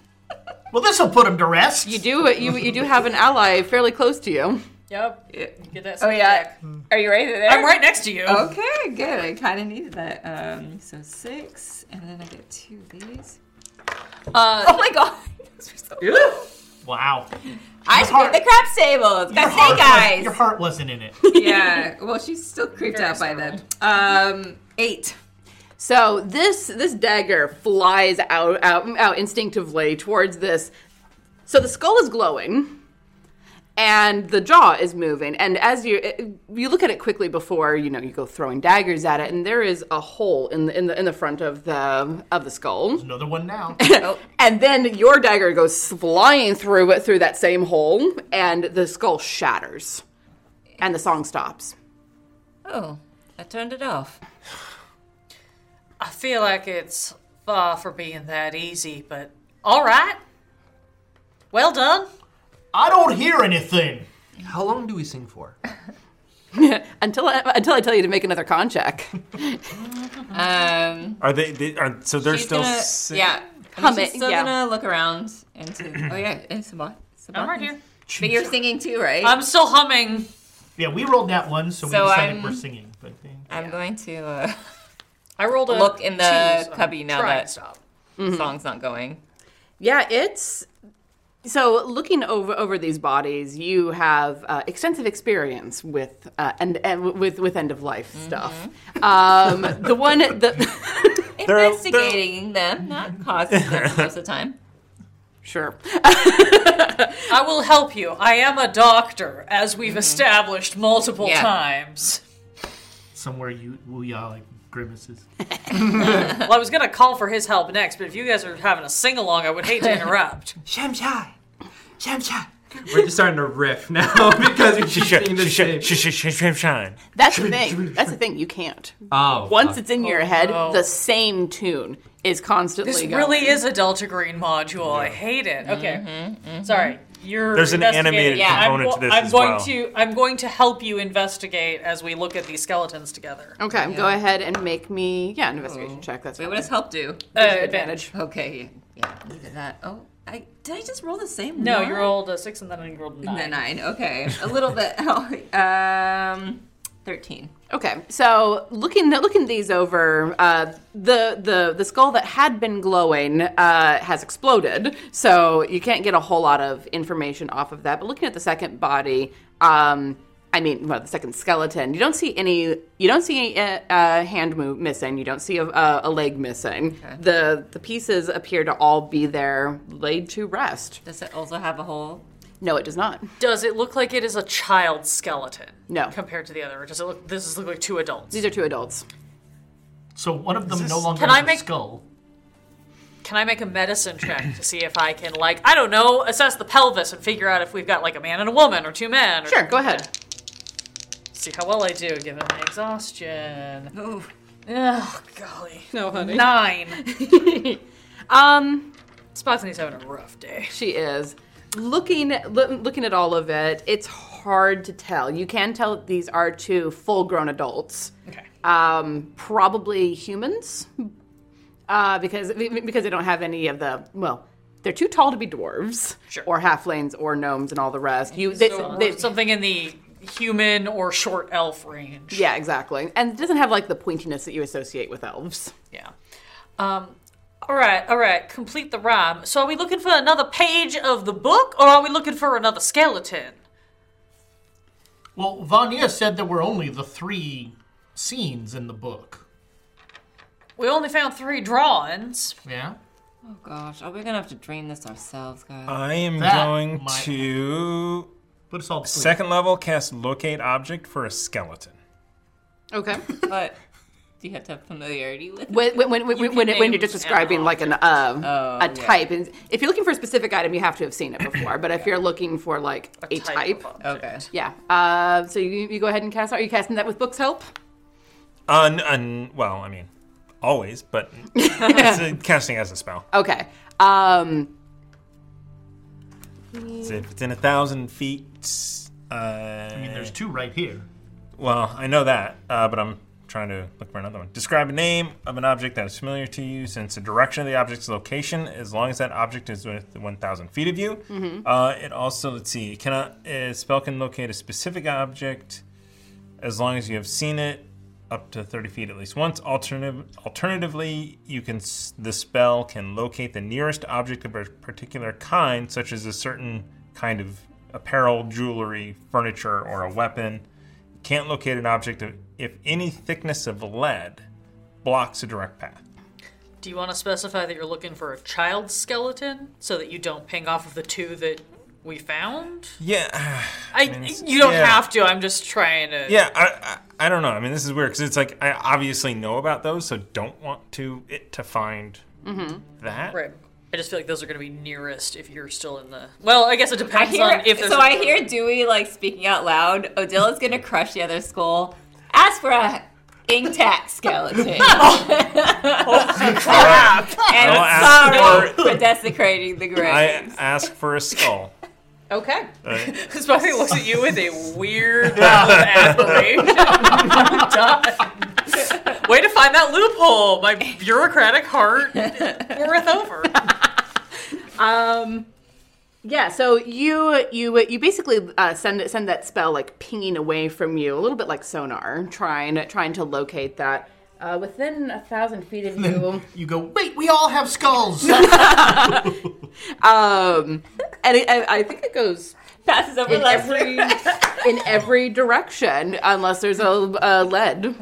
Speaker 6: Well, this will put him to rest.
Speaker 7: You do you you do have an ally fairly close to you.
Speaker 3: Yep. Get that
Speaker 5: Oh
Speaker 3: sneak
Speaker 5: yeah.
Speaker 3: attack.
Speaker 2: Hmm.
Speaker 5: Are you ready there?
Speaker 3: I'm right next to you.
Speaker 5: Okay, good. I kind of needed that. Um, so six, and then I get two of these.
Speaker 3: Uh,
Speaker 5: oh my god! Those are so-
Speaker 6: Wow.
Speaker 5: I should be at the crab stables. Got snake eyes.
Speaker 6: Your heart wasn't in it.
Speaker 5: yeah. Well, she's still creeped out by them.
Speaker 7: Um, eight. So this this dagger flies out, out out instinctively towards this. So the skull is glowing, and the jaw is moving. And as you it- you look at it quickly before you know you go throwing daggers at it, and there is a hole in the in the in the front of the of the skull.
Speaker 6: Another one now.
Speaker 7: And then your dagger goes flying through it through that same hole, and the skull shatters, and the song stops.
Speaker 5: Oh, I turned it off.
Speaker 3: I feel like it's far for being that easy, but all right. Well done.
Speaker 6: I don't hear anything.
Speaker 9: How long do we sing for?
Speaker 7: until I, until I tell you to make another con check.
Speaker 5: Um,
Speaker 2: Are they? they are, so they're
Speaker 5: she's
Speaker 2: still.
Speaker 5: gonna,
Speaker 2: si-
Speaker 5: yeah. I mean,
Speaker 7: Hum
Speaker 5: she's
Speaker 7: it,
Speaker 5: still
Speaker 7: yeah.
Speaker 5: gonna look around and see. Oh yeah, it's Sabat.
Speaker 3: I'm right here.
Speaker 5: But you're singing too, right?
Speaker 3: I'm still humming.
Speaker 6: Yeah, we rolled that one, so,
Speaker 5: So
Speaker 6: we decided
Speaker 5: I'm-
Speaker 6: we're singing. But eh,
Speaker 5: I'm going to uh,
Speaker 3: I rolled a
Speaker 5: look in the
Speaker 3: two, so
Speaker 5: cubby
Speaker 3: I'm
Speaker 5: now
Speaker 3: trying
Speaker 5: that-
Speaker 3: to stop.
Speaker 5: song's not going.
Speaker 7: Yeah, it's so looking over over these bodies, you have uh, extensive experience with uh, and, and with with end of life stuff.
Speaker 3: Mm-hmm.
Speaker 7: Um, the one the
Speaker 2: They're-
Speaker 5: Investigating them, not causing them most of the time.
Speaker 7: sure
Speaker 3: I will help you. I am a doctor, as we've established multiple
Speaker 5: Mm-hmm. Yeah.
Speaker 3: times.
Speaker 6: somewhere you woo ya like grimaces.
Speaker 3: Well, I was gonna call for his help next, but if you guys are having a sing along, I would hate to interrupt.
Speaker 9: Shamshai! Shamshai! We're just starting to riff now because we keep
Speaker 2: Shine,
Speaker 9: singing the
Speaker 2: shine,
Speaker 9: same.
Speaker 2: shine, shine, shine, shine.
Speaker 7: that's the thing that's the thing you can't
Speaker 9: Oh.
Speaker 7: once it's in your head
Speaker 3: no.
Speaker 7: the same tune is constantly
Speaker 3: This
Speaker 7: going.
Speaker 3: really is a Delta Green module. I hate it. Okay, sorry. You're
Speaker 2: There's an
Speaker 3: investigating.
Speaker 2: animated
Speaker 5: Yeah.
Speaker 2: component
Speaker 3: I'm,
Speaker 2: to this
Speaker 3: I'm
Speaker 2: as
Speaker 3: going
Speaker 2: well.
Speaker 3: to I'm going to help you investigate as we look at these skeletons together.
Speaker 7: okay go ahead and make me yeah an
Speaker 3: Oh.
Speaker 7: investigation check that's
Speaker 5: Wait,
Speaker 7: fine.
Speaker 5: what does help do?
Speaker 3: Uh, advantage.
Speaker 5: Okay, yeah, neither that. Oh, I did I just roll the same?
Speaker 3: No,
Speaker 5: nine?
Speaker 3: you rolled a six and then you rolled a nine.
Speaker 5: the nine. Okay, a little bit. Oh, um, thirteen.
Speaker 7: Okay, so looking looking these over, uh, the the the skull that had been glowing uh, has exploded, so you can't get a whole lot of information off of that. But looking at the second body, um, I mean, well, the second skeleton, you don't see any you don't see any uh, uh, hand move missing. You don't see a, a, a leg missing. The the pieces appear to all be there, laid to rest.
Speaker 5: Does it also have a hole?
Speaker 7: No, it does not.
Speaker 3: Does it look like it is a child skeleton?
Speaker 7: No.
Speaker 3: Compared to the other, or does it look? This is look like two adults.
Speaker 7: These are two adults.
Speaker 6: So one of them no longer
Speaker 3: Can
Speaker 6: has
Speaker 3: I make-
Speaker 6: a skull.
Speaker 3: Can I make a medicine check to see if I can, like, I don't know, assess the pelvis and figure out if we've got like a man and a woman or two men? Or
Speaker 7: Sure, go ahead.
Speaker 3: See how well I do given my exhaustion. Oh, oh golly.
Speaker 7: No, honey.
Speaker 3: Nine.
Speaker 7: Um.
Speaker 3: Spotsany's having a rough day.
Speaker 7: She is looking loo- looking at all of it. It's hard to tell. You can tell that these are two full grown adults,
Speaker 3: Okay.
Speaker 7: um, probably humans, uh, because because they don't have any of the well. They're too tall to be dwarves
Speaker 3: Sure.
Speaker 7: or halflings or gnomes and all the rest. You, they, they-
Speaker 3: Something in the human or short elf range.
Speaker 7: yeah, exactly. And it doesn't have like the pointiness that you associate with elves.
Speaker 3: Yeah. Um, all right, all right. Complete the rhyme. So, are we looking for another page of the book, or are we looking for another skeleton?
Speaker 6: Well, Vanya said there were only the three scenes in the book.
Speaker 3: We only found three drawings.
Speaker 6: Yeah.
Speaker 5: Oh gosh, are we gonna have to drain this ourselves, guys?
Speaker 3: Uh.
Speaker 2: I am
Speaker 6: That
Speaker 2: going
Speaker 6: might-
Speaker 2: to
Speaker 6: Put us all to sleep.
Speaker 2: second level cast locate object for a skeleton.
Speaker 7: Okay.
Speaker 5: but do you have to have familiarity with?
Speaker 7: when when when, when, when,
Speaker 5: name
Speaker 7: when you're just
Speaker 5: an
Speaker 7: describing like an um, a type, and if you're looking for a specific item, you have to have seen it before. But if you're looking for like a, type,
Speaker 3: of-
Speaker 5: Okay.
Speaker 7: yeah. Uh, so you, you go ahead and cast. Are you casting that with books help?
Speaker 2: Un, un, uh, well, I mean, always, but it's a, casting as a spell.
Speaker 7: Okay. Um,
Speaker 2: So if it's in a thousand feet, uh,
Speaker 6: I mean, there's two right here.
Speaker 2: well, I know that, uh, but I'm trying to look for another one. Describe a name of an object that is familiar to you since the direction of the object's location, as long as that object is within 1,000 feet of you.
Speaker 10: Mhm.
Speaker 2: Uh, it also, let's see, it cannot, a spell can locate a specific object as long as you have seen it up to 30 feet at least once. Alternative, alternatively, you can s- the spell can locate the nearest object of a particular kind, such as a certain kind of apparel, jewelry, furniture, or a weapon. You can't locate an object of- if any thickness of lead blocks a direct path.
Speaker 3: Do you want to specify that you're looking for a child skeleton so that you don't ping off of the two that we found?
Speaker 2: Yeah.
Speaker 3: I,
Speaker 2: mean,
Speaker 3: you don't
Speaker 2: yeah.
Speaker 3: have to. I'm just trying to.
Speaker 2: Yeah, I, I, I don't know. I mean, this is weird because it's like I obviously know about those, so don't want to it to find
Speaker 3: Mm-hmm.
Speaker 2: that.
Speaker 3: Right. I just feel like those are going to be nearest if you're still in the. Well, I guess it
Speaker 5: I
Speaker 3: depends
Speaker 5: hear,
Speaker 3: on if there's.
Speaker 5: so
Speaker 3: I
Speaker 5: I hear Dewey like speaking out loud. Odilla's gonna crush the other skull. Ask for a intact skeleton.
Speaker 2: crap!
Speaker 5: and sorry for desecrating the grave.
Speaker 2: I ask for a skull. Uh,
Speaker 3: Okay.
Speaker 2: Right.
Speaker 3: Sparky looks at you with a weird look of admiration. Done. Way to find that loophole. My bureaucratic heart worth over.
Speaker 7: Um, yeah. So you you you basically uh, send send that spell like pinging away from you, a little bit like sonar, trying trying to locate that uh, within a thousand feet of you.
Speaker 6: you go. Wait, we all have skulls.
Speaker 7: um, and it, I, I think it goes
Speaker 5: passes over
Speaker 7: in
Speaker 5: Lester.
Speaker 7: every in every direction unless there's a, a lead.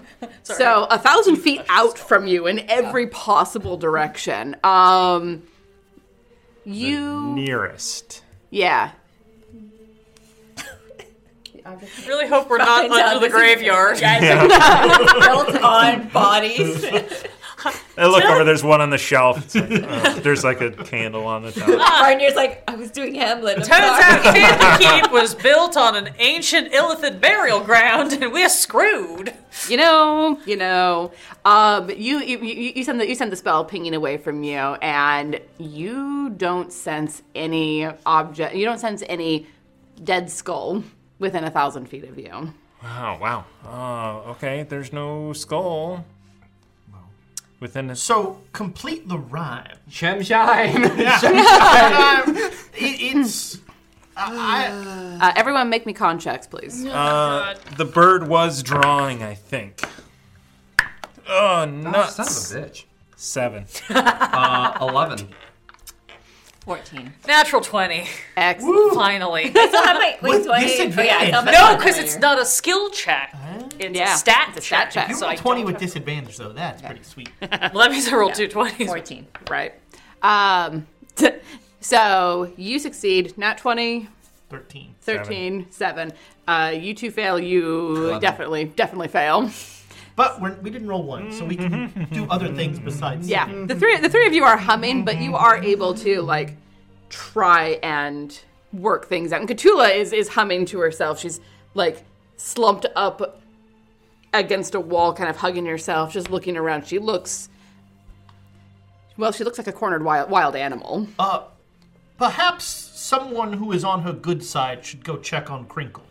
Speaker 7: So a thousand feet out from you in every possible direction. Um, you
Speaker 2: nearest.
Speaker 7: yeah.
Speaker 3: Really hope we're not
Speaker 5: Finds out
Speaker 3: under the
Speaker 5: this is-
Speaker 3: graveyard.
Speaker 5: Guys,
Speaker 2: Yeah.
Speaker 5: built on bodies.
Speaker 2: I look over. There's one on the shelf. It's like, oh, there's like a candle on the top.
Speaker 5: Barnier's like, I was doing Hamlet. I'm
Speaker 3: Turns
Speaker 5: sorry."
Speaker 3: out Candykeep was built on an ancient Illithid burial ground, and we're screwed.
Speaker 7: You know, you know. Um, you, you you you send the you send the spell pinging away from you, and you don't sense any object. You don't sense any dead skull within a thousand feet of you.
Speaker 2: Wow, wow. Oh, okay. There's no skull. Within a...
Speaker 6: So complete the rhyme.
Speaker 9: Shemshine.
Speaker 6: Shemshine. It, it's. I,
Speaker 7: Uh, everyone, make me con checks, please.
Speaker 2: Uh, the bird was drawing, I think. Oh, nuts.
Speaker 9: son of a bitch.
Speaker 2: Seven.
Speaker 9: Uh, Eleven.
Speaker 5: 14.
Speaker 3: Natural 20.
Speaker 7: Excellent.
Speaker 3: Finally.
Speaker 5: I still have my wait, 20. Oh, yeah, I still have my
Speaker 3: no,
Speaker 5: plus
Speaker 3: because
Speaker 5: one
Speaker 3: it's
Speaker 5: here.
Speaker 3: not a skill check. It's
Speaker 5: Yeah,
Speaker 3: a stat
Speaker 5: it's a
Speaker 3: check.
Speaker 5: stat check.
Speaker 6: you
Speaker 3: So
Speaker 6: roll
Speaker 3: I
Speaker 6: 20 with disadvantage, though. That's pretty sweet.
Speaker 3: well, that means I rolled two 20s.
Speaker 5: 14.
Speaker 7: Right. Um, so you succeed. Nat 20,
Speaker 6: 13.
Speaker 7: 13, 7. Uh, you two fail. You
Speaker 6: Eleven.
Speaker 7: definitely, definitely fail.
Speaker 6: But we're, we didn't roll one, so we can do other things besides.
Speaker 7: Yeah. The three, the three of you are humming, but you are able to, like, try and work things out. And Katula is, is humming to herself. She's, like, slumped up against a wall, kind of hugging herself, just looking around. She looks. Well, she looks like a cornered wild, wild animal.
Speaker 6: Uh, perhaps someone who is on her good side should go check on Crinkle.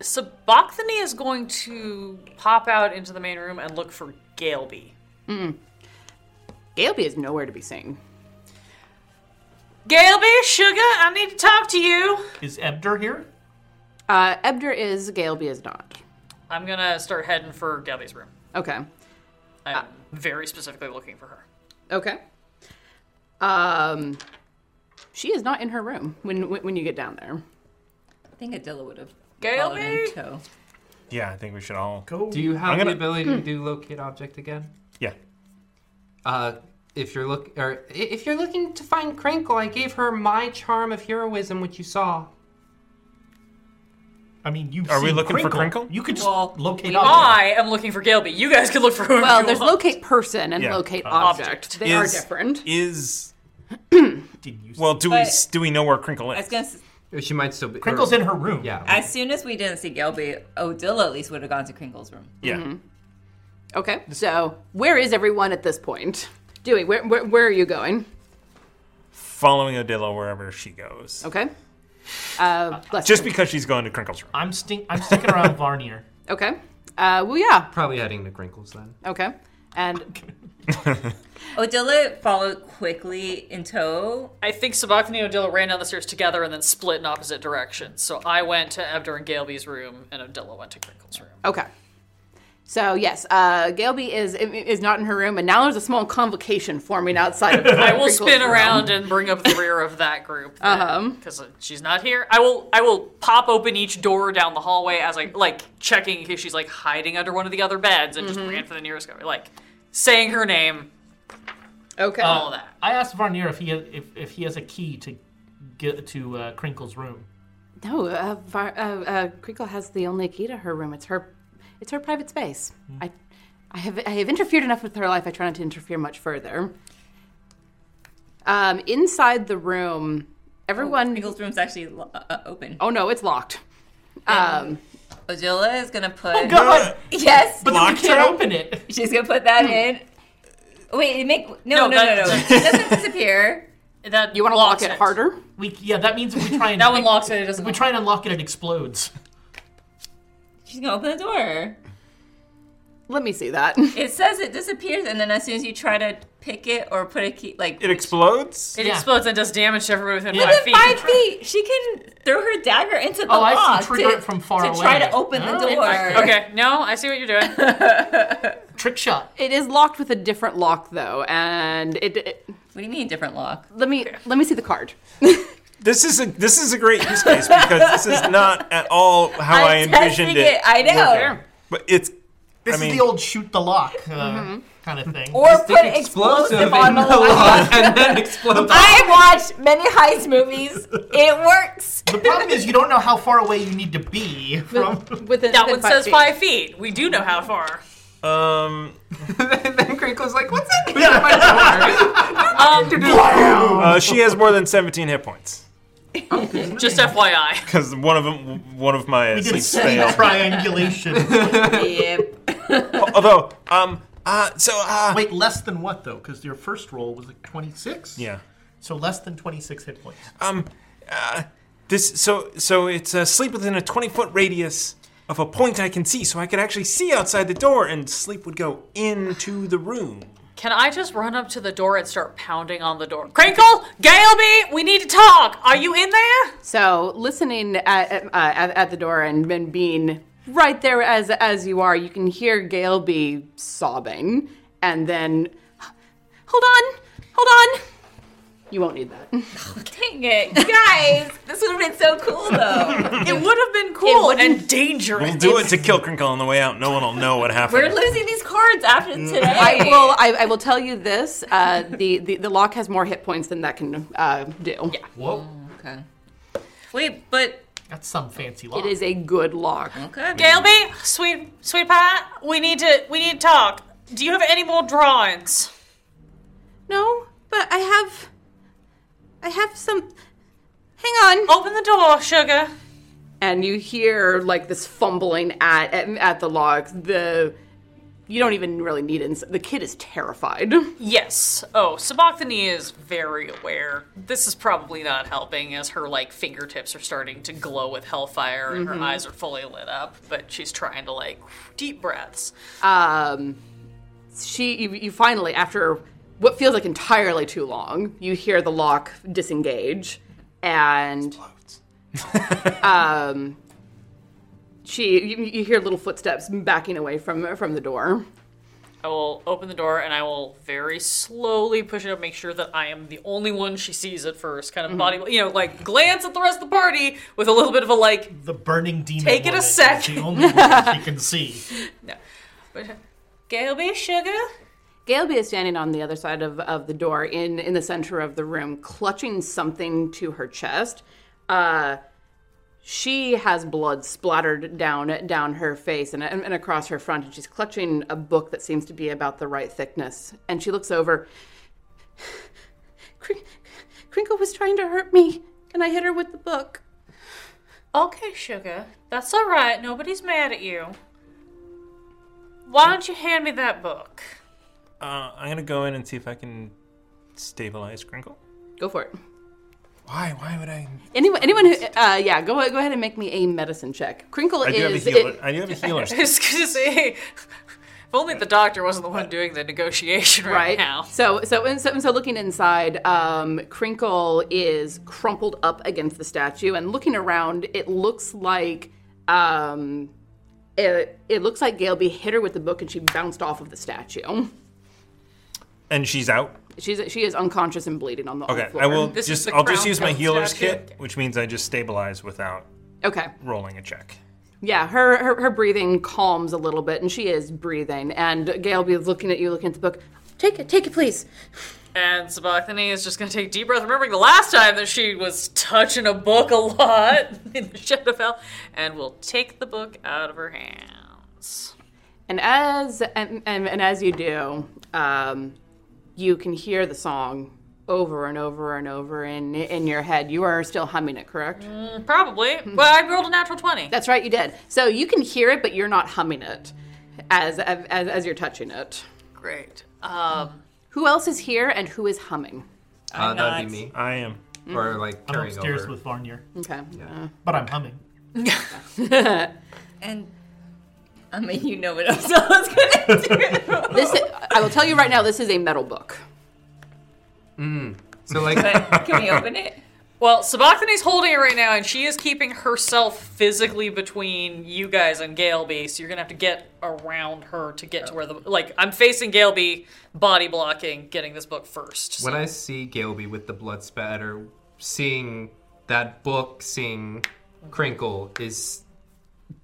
Speaker 3: Sabachthani is going to pop out into the main room and look for Galeby.
Speaker 7: Galeby is nowhere to be seen.
Speaker 3: Galeby, sugar, I need to talk to you.
Speaker 6: Is Ebder here?
Speaker 7: Uh, Ebder is, Galeby is not.
Speaker 3: I'm going to start heading for Galeby's room.
Speaker 7: Okay.
Speaker 3: I'm very specifically looking for her.
Speaker 7: Okay. Um, she is not in her room when when when you get down there.
Speaker 5: I think Adilla would have.
Speaker 3: Gail
Speaker 5: followed
Speaker 3: me?
Speaker 5: in tow.
Speaker 2: Yeah, I think we should all.
Speaker 6: Go.
Speaker 9: Do you have
Speaker 2: I'm gonna-
Speaker 9: the ability to do locate object again?
Speaker 2: Yeah.
Speaker 9: Uh, if you're look or i- if you're looking to find Crinkle, I gave her my charm of heroism, which you saw.
Speaker 6: I mean, you
Speaker 2: Are we looking for Crinkle?
Speaker 6: You could just
Speaker 3: Well,
Speaker 6: locate object.
Speaker 3: I am looking for Galeby. You guys can look for whoever
Speaker 7: Well,
Speaker 3: you
Speaker 7: Oh, there's
Speaker 3: want.
Speaker 7: locate person and
Speaker 2: Yeah,
Speaker 7: locate
Speaker 2: uh,
Speaker 7: object.
Speaker 3: object.
Speaker 7: They are
Speaker 2: Is-
Speaker 7: different.
Speaker 2: Is
Speaker 6: Didn't you?
Speaker 2: well, do we
Speaker 5: But-
Speaker 2: s- do we know where Crinkle
Speaker 5: I was
Speaker 2: is?
Speaker 5: gonna. s-
Speaker 9: She might still be. or-
Speaker 6: Crinkle's in her room.
Speaker 9: Yeah.
Speaker 5: As soon as we didn't see Gilby, Odilla at least would have gone to Kringle's room.
Speaker 2: Yeah.
Speaker 7: Okay. So where is everyone at this point? Dewey, where where, where are you going?
Speaker 2: Following Odilo wherever she goes.
Speaker 7: Okay. Uh, bless
Speaker 2: Just
Speaker 7: you.
Speaker 2: because she's going to Crinkle's room.
Speaker 6: I'm, stink- I'm sticking around Varnier.
Speaker 7: okay. Uh, well, yeah.
Speaker 9: Probably heading to Crinkles then.
Speaker 7: Okay. And
Speaker 5: Odila followed quickly in tow.
Speaker 3: I think Sabachthani and Odila ran down the stairs together and then split in opposite directions. So I went to Abdur and Galeby's room, and Odila went to Crinkle's room.
Speaker 7: okay. So yes, uh, Gailby is is not in her room, and now there's a small convocation forming outside. of
Speaker 3: I will spin around and bring up the rear of that group
Speaker 7: Uh-huh.
Speaker 3: because she's not here. I will I will pop open each door down the hallway as I like checking if she's like hiding under one of the other beds and
Speaker 7: Mm-hmm.
Speaker 3: just ran for the nearest guy, like saying her name,
Speaker 7: Okay.
Speaker 3: all that.
Speaker 6: I asked Varnier if he has, if, if he has a key to get to uh, Crinkle's room.
Speaker 1: No, uh, Var- uh, uh, Kriegel has the only key to her room. It's her, it's her private space. I, I have, I have interfered enough with her life. I try not to interfere much further.
Speaker 7: Um, inside the room,
Speaker 3: Oh,
Speaker 7: everyone.
Speaker 5: Nicole's room's actually lo- uh, uh, open.
Speaker 7: Oh no, it's locked. Um,
Speaker 5: Odila is gonna put. Oh
Speaker 6: God!
Speaker 5: Yes,
Speaker 6: But then we can't open it.
Speaker 5: she's gonna put that in. Wait, it make no no
Speaker 3: No,
Speaker 5: no no.
Speaker 3: that-
Speaker 5: It doesn't disappear.
Speaker 3: Uh, That
Speaker 7: you want to lock
Speaker 3: locks
Speaker 7: it harder?
Speaker 6: We yeah, that means if we try and
Speaker 3: That one locks it. It doesn't.
Speaker 6: if we try and unlock it, it explodes.
Speaker 5: She's gonna open the door.
Speaker 7: Let me see that.
Speaker 5: It says it disappears, and then as soon as you try to pick it or put a key, like
Speaker 2: It explodes?
Speaker 3: It
Speaker 6: Yeah.
Speaker 3: explodes and does damage to everybody within
Speaker 6: Yeah.
Speaker 3: five
Speaker 5: within
Speaker 3: feet.
Speaker 5: five feet, she can throw her dagger into the
Speaker 6: Oh, I see.
Speaker 5: lock
Speaker 6: Trigger
Speaker 5: to,
Speaker 6: it from far
Speaker 5: to try
Speaker 6: away.
Speaker 5: to open the
Speaker 6: Oh,
Speaker 5: door.
Speaker 3: Okay, no, I see what you're doing.
Speaker 6: Trick shot.
Speaker 7: It is locked with a different lock though, and it. it
Speaker 5: What do you mean different lock?
Speaker 7: let me let me see the card.
Speaker 2: This is a this is a great use case because this is not at all how
Speaker 5: I'm
Speaker 2: I envisioned
Speaker 5: testing it, I know.
Speaker 2: working. But it's
Speaker 6: This
Speaker 2: I mean
Speaker 6: is the old shoot the lock uh,
Speaker 3: Mm-hmm.
Speaker 6: kind of thing.
Speaker 5: Or put
Speaker 9: Stick explosive in the lock and then explode.
Speaker 5: I watched many heist movies. It works.
Speaker 6: the problem is you don't know how far away you need to be from.
Speaker 7: With a,
Speaker 3: That one says five feet. We do know how far.
Speaker 2: um
Speaker 9: and then Crinkle's like, "What's that?" near my door?"
Speaker 2: uh, she has more than 17 hit points
Speaker 3: Just FYI.
Speaker 2: because one of them one of my
Speaker 6: Did a
Speaker 2: sleeps
Speaker 6: semi
Speaker 2: failed.
Speaker 6: triangulation.
Speaker 5: Yep.
Speaker 2: Although um uh so uh
Speaker 6: Wait, less than what though? Because your first roll was like 26.
Speaker 2: yeah
Speaker 6: So less than 26 hit points.
Speaker 3: Uh,
Speaker 2: Uh, this so so it's uh, sleep within a 20 foot radius of a point I can see so I could actually see outside the door and sleep would go into the room.
Speaker 3: Can I just run up to the door and start pounding on the door? Crinkle, Galeby, we need to talk. Are you in there?
Speaker 7: So listening at, at, uh, at, at the door and, and being right there as as you are, you can hear Gail be sobbing, and then hold on, hold on. You won't need that.
Speaker 5: Dang it, guys! This would have been so cool though.
Speaker 3: It would have been cool and dangerous.
Speaker 2: We'll do it to kill Crinkle on the way out. No one will know what happened.
Speaker 5: We're losing these cards after
Speaker 9: Mm.
Speaker 5: today.
Speaker 7: I will. I, I will tell you this: uh, the, the the lock has more hit points than that can uh, do. Yeah.
Speaker 6: Whoa,
Speaker 5: Okay. Wait, but
Speaker 6: that's some fancy lock.
Speaker 7: It is a good lock.
Speaker 5: okay.
Speaker 3: Galeby, sweet sweet Pat, we need to we need to talk. Do you have any more drawings?
Speaker 7: No, but I have. I have some. Hang on.
Speaker 3: Open the door, sugar.
Speaker 7: And you hear like this fumbling at at, at the lock. The you don't even really need it. The kid is terrified.
Speaker 3: Yes. Oh, Sabachthani is very aware. This is probably not helping as her like fingertips are starting to glow with hellfire and her eyes are fully lit up, but she's trying to like deep breaths.
Speaker 7: Um, she. You, you finally after what feels like entirely too long, you hear the lock disengage, and um, she. You, you hear little footsteps backing away from from the door.
Speaker 3: I will open the door and I will very slowly push it up, make sure that I am the only one she sees at first. Kind of body, you know, like glance at the rest of the party with a little bit of a like.
Speaker 6: the burning demon.
Speaker 3: Take it a
Speaker 6: woman is
Speaker 3: sec.
Speaker 6: The only one she can see.
Speaker 3: Gailby, sugar.
Speaker 7: Gailby is standing on the other side of, of the door in, in the center of the room, clutching something to her chest. Uh, she has blood splattered down down her face and, and, and across her front, and she's clutching a book that seems to be about the right thickness. And she looks over. "Crin- Crinkle was trying to hurt me, and I hit her with the book.
Speaker 3: Okay, sugar. That's all right. Nobody's mad at you. Why don't you hand me that book?
Speaker 2: Uh, I'm gonna go in and see if I can stabilize Crinkle.
Speaker 7: Go for it.
Speaker 2: Why? Why would I?
Speaker 7: Anyone, anyone who, uh, yeah, go go ahead and make me a medicine check. Crinkle
Speaker 2: I do have a
Speaker 7: is
Speaker 2: healer.
Speaker 7: it-
Speaker 2: I do have a healer.
Speaker 3: I was gonna say, if only the doctor wasn't the one doing the negotiation right,
Speaker 7: right
Speaker 3: now.
Speaker 7: So so and so, and so looking inside, um, Crinkle is crumpled up against the statue, and looking around, it looks like um, it, it looks like Galeby hit her with the book, and she bounced off of the statue.
Speaker 2: And she's out.
Speaker 7: She's she is unconscious and bleeding on the on the
Speaker 2: Okay,
Speaker 7: floor.
Speaker 2: I will
Speaker 3: This
Speaker 2: just.
Speaker 3: is the
Speaker 2: I'll just
Speaker 3: crown
Speaker 2: use my
Speaker 3: count
Speaker 2: healer's
Speaker 3: statue.
Speaker 2: kit, which means I just stabilize without
Speaker 7: Okay.
Speaker 2: rolling a check.
Speaker 7: Yeah, her, her her breathing calms a little bit, and she is breathing. And Gail be looking at you, looking at the book. Take it, take it, please.
Speaker 3: And Sabachthani is just gonna take a deep breath, remembering the last time that she was touching a book a lot in the Shadow Fell, and will take the book out of her hands.
Speaker 7: And as and, and, and as you do, um, you can hear the song over and over and over in in your head. You are still humming it, correct?
Speaker 3: Probably.
Speaker 7: Hmm.
Speaker 3: Well, I rolled a natural twenty.
Speaker 7: That's right, you did. So you can hear it, but you're not humming it as as, as you're touching it.
Speaker 3: Great. Um,
Speaker 7: Who else is here and who is humming?
Speaker 9: Uh,
Speaker 3: I'm
Speaker 9: that'd
Speaker 3: not-
Speaker 9: be me.
Speaker 2: I am.
Speaker 9: Or like
Speaker 6: I'm
Speaker 9: carrying
Speaker 6: upstairs
Speaker 9: over.
Speaker 6: with Varnier,
Speaker 7: Okay.
Speaker 6: but I'm humming.
Speaker 5: And I mean, you know what else I was gonna do.
Speaker 7: This I will tell you right now. This is a metal book.
Speaker 9: So like,
Speaker 5: Can we open it?
Speaker 3: well, Sabachthani's holding it right now, and she is keeping herself physically between you guys and Galeby, so you're gonna have to get around her to get to where the like I'm facing Galeby, body blocking, getting this book first.
Speaker 9: when I see Galeby with the blood spatter, seeing that book, seeing Crinkle, is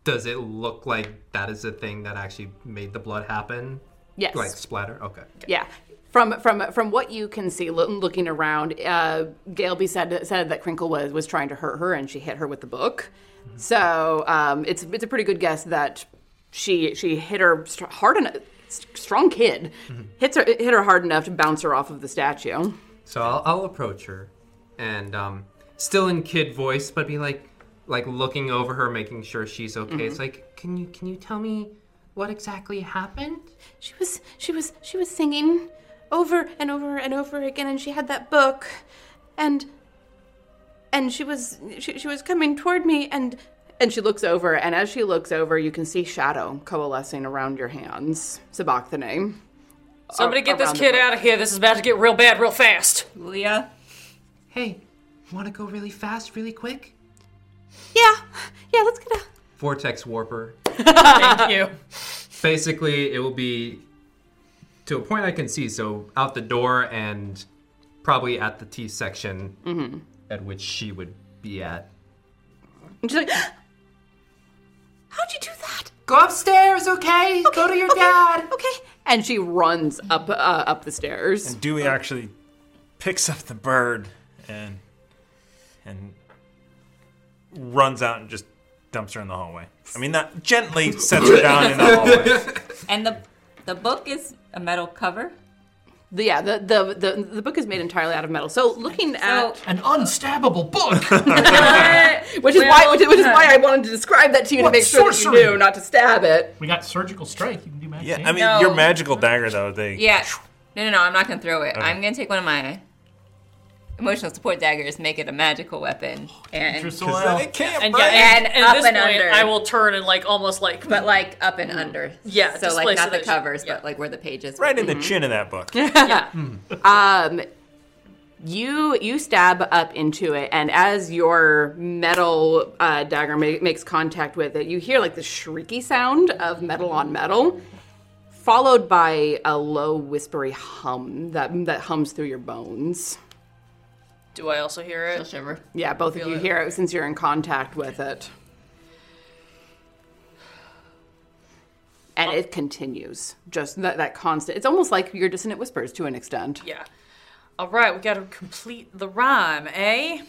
Speaker 9: does it look like that is the thing that actually made the blood happen?
Speaker 7: Yes.
Speaker 9: Like splatter? Okay.
Speaker 7: Yeah. From from from what you can see, loo- looking around, uh, Galeby said said that Crinkle was was trying to hurt her, and she hit her with the book. So um, it's it's a pretty good guess that she she hit her str- hard enough. Strong kid hits her hit her hard enough to bounce her off of the statue.
Speaker 9: So I'll, I'll approach her, and um, still in kid voice, but be like, like looking over her, making sure she's okay. It's like, can you can you tell me what exactly happened?
Speaker 7: She was she was she was singing over and over and over again and she had that book and and she was she, she was coming toward me and and she looks over and as she looks over you can see shadow coalescing around your hands Sabachthani.
Speaker 3: Somebody
Speaker 7: Ar-
Speaker 3: get this
Speaker 7: around the
Speaker 3: kid
Speaker 7: book.
Speaker 3: out of here. This is about to get real bad real fast.
Speaker 5: Julia,
Speaker 9: Hey, want to go really fast, really quick?
Speaker 7: yeah yeah let's get out
Speaker 9: Vortex warper.
Speaker 3: Thank you.
Speaker 9: Basically, it will be to a point I can see, so out the door and probably at the T section
Speaker 3: Mm-hmm.
Speaker 9: at which she would be at.
Speaker 7: and she's like how'd you do that
Speaker 9: Go upstairs, okay? Go to your
Speaker 7: okay,
Speaker 9: dad.
Speaker 7: okay and she runs up uh, up the stairs
Speaker 2: Dewey actually picks up the bird and and runs out and just dumps her in the hallway. I mean, not gently sets her down in the hallway.
Speaker 5: and the the book is a metal cover.
Speaker 7: the, yeah the, the the the book is made entirely out of metal so looking at
Speaker 5: So
Speaker 6: An unstabbable book.
Speaker 7: Which is why, which is, which is why I wanted to describe that to you
Speaker 6: What
Speaker 7: to make sure that
Speaker 6: sorcery?
Speaker 7: you knew not to stab it.
Speaker 6: we got surgical strike. You can do magic.
Speaker 2: Yeah,
Speaker 6: damage.
Speaker 2: I mean,
Speaker 5: No.
Speaker 2: your magical dagger though. They
Speaker 5: yeah, no, no, no. I'm not gonna throw it. I'm gonna take one of my emotional support daggers, make it a magical weapon, and
Speaker 6: Interest oil.
Speaker 2: It can't
Speaker 3: And
Speaker 2: break.
Speaker 3: yeah, and,
Speaker 5: And
Speaker 3: and
Speaker 5: up
Speaker 3: this
Speaker 5: and
Speaker 3: point,
Speaker 5: under.
Speaker 3: I will turn and like almost like
Speaker 5: but like up and under.
Speaker 3: Yeah,
Speaker 5: so
Speaker 3: display
Speaker 5: like
Speaker 3: so
Speaker 5: not the
Speaker 3: that-
Speaker 5: covers,
Speaker 3: yeah.
Speaker 5: but like where the pages.
Speaker 2: right in the chin of that book.
Speaker 7: You you stab up into it, and as your metal uh, dagger ma- makes contact with it, you hear like the shrieky sound of metal on metal, followed by a low whispery hum that that hums through your bones.
Speaker 3: Do I also hear
Speaker 5: She'll
Speaker 3: it?
Speaker 5: shiver.
Speaker 7: Yeah, both of you hear it since you're in contact with it. And it continues, just that, that constant. It's almost like your dissonant whispers to an extent.
Speaker 3: Yeah. All right, we got to complete the rhyme, eh?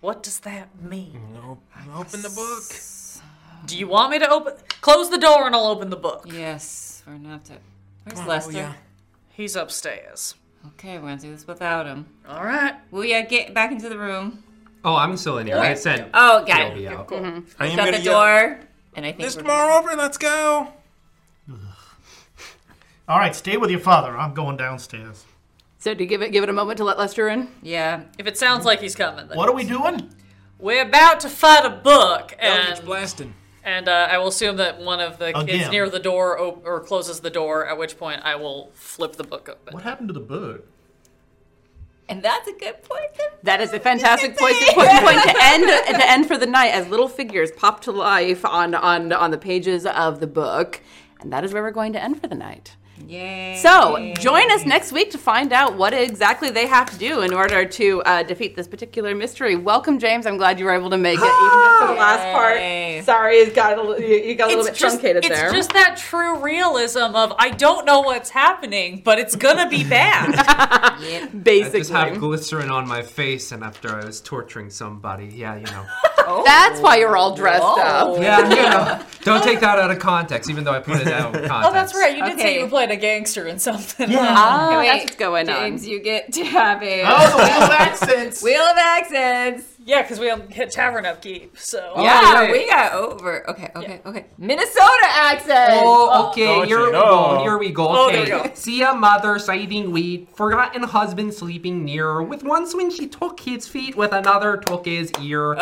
Speaker 3: What does that
Speaker 6: Mm-hmm.
Speaker 3: mean?
Speaker 2: Open the book.
Speaker 3: Do you want me to open? Close the door and I'll open the book.
Speaker 5: Yes, we're gonna have to. Where's
Speaker 2: Oh,
Speaker 5: Lester?
Speaker 3: He's upstairs.
Speaker 5: Okay, we're gonna do this without him.
Speaker 3: All right.
Speaker 5: Will ya get back into the room?
Speaker 9: Oh, I'm still in here. I said
Speaker 5: Oh,
Speaker 9: I'll
Speaker 5: got
Speaker 9: be
Speaker 5: it.
Speaker 9: out.
Speaker 2: I am
Speaker 5: Shut
Speaker 2: gonna
Speaker 5: the
Speaker 2: yell,
Speaker 5: door, and I think
Speaker 2: There's
Speaker 5: we're
Speaker 2: more over. Let's go.
Speaker 6: All right, stay with your father. I'm going downstairs.
Speaker 7: So do you give it give it a moment to let Lester in?
Speaker 5: Yeah.
Speaker 3: If it sounds like he's coming, then
Speaker 6: What are we doing?
Speaker 3: We're about to fight a book, and
Speaker 2: blasting.
Speaker 3: and uh, I will assume that one of the kids
Speaker 6: Again.
Speaker 3: near the door op- or closes the door. At which point, I will flip the book open.
Speaker 6: What happened to the bird?
Speaker 5: And that's a good point.
Speaker 7: That is a fantastic point, point, point to end to end for the night as little figures pop to life on on on the pages of the book, and that is where we're going to end for the night.
Speaker 5: Yay.
Speaker 7: So join us next week to find out what exactly they have to do in order to uh, defeat this particular mystery. Welcome, James. I'm glad you were able to make it, even if for the last
Speaker 5: Yay.
Speaker 7: part. Sorry, it got a little, you you got a little bit truncated
Speaker 3: it's
Speaker 7: there.
Speaker 3: just that true realism of I don't know what's happening, but it's gonna be bad.
Speaker 9: I
Speaker 7: Basically,
Speaker 9: just have glycerin on my face, and after I was torturing somebody, yeah, you know.
Speaker 7: that's why you're all dressed
Speaker 3: Oh.
Speaker 7: up.
Speaker 9: Yeah, you know. Don't take that out of context, even though I put it out of context.
Speaker 3: oh, that's right. You did say
Speaker 5: Okay.
Speaker 3: you were playing a gangster in something.
Speaker 7: Ah,
Speaker 5: Wait,
Speaker 7: that's what's going
Speaker 5: James,
Speaker 7: on.
Speaker 5: you get to have a
Speaker 6: Oh, the wheel of accents.
Speaker 5: wheel of accents.
Speaker 3: yeah, because we don't hit tavern upkeep. So
Speaker 5: yeah,
Speaker 9: right.
Speaker 5: we got over. Okay, okay, okay. Minnesota accent.
Speaker 9: Oh, okay.
Speaker 2: Don't
Speaker 9: Here
Speaker 2: you
Speaker 9: we
Speaker 2: know.
Speaker 9: go. Here we go.
Speaker 3: Oh,
Speaker 9: Okay.
Speaker 3: there we go.
Speaker 9: See a mother siding wheat, forgotten husband sleeping near. With one swing she took his feet, with another took his ear. Oh.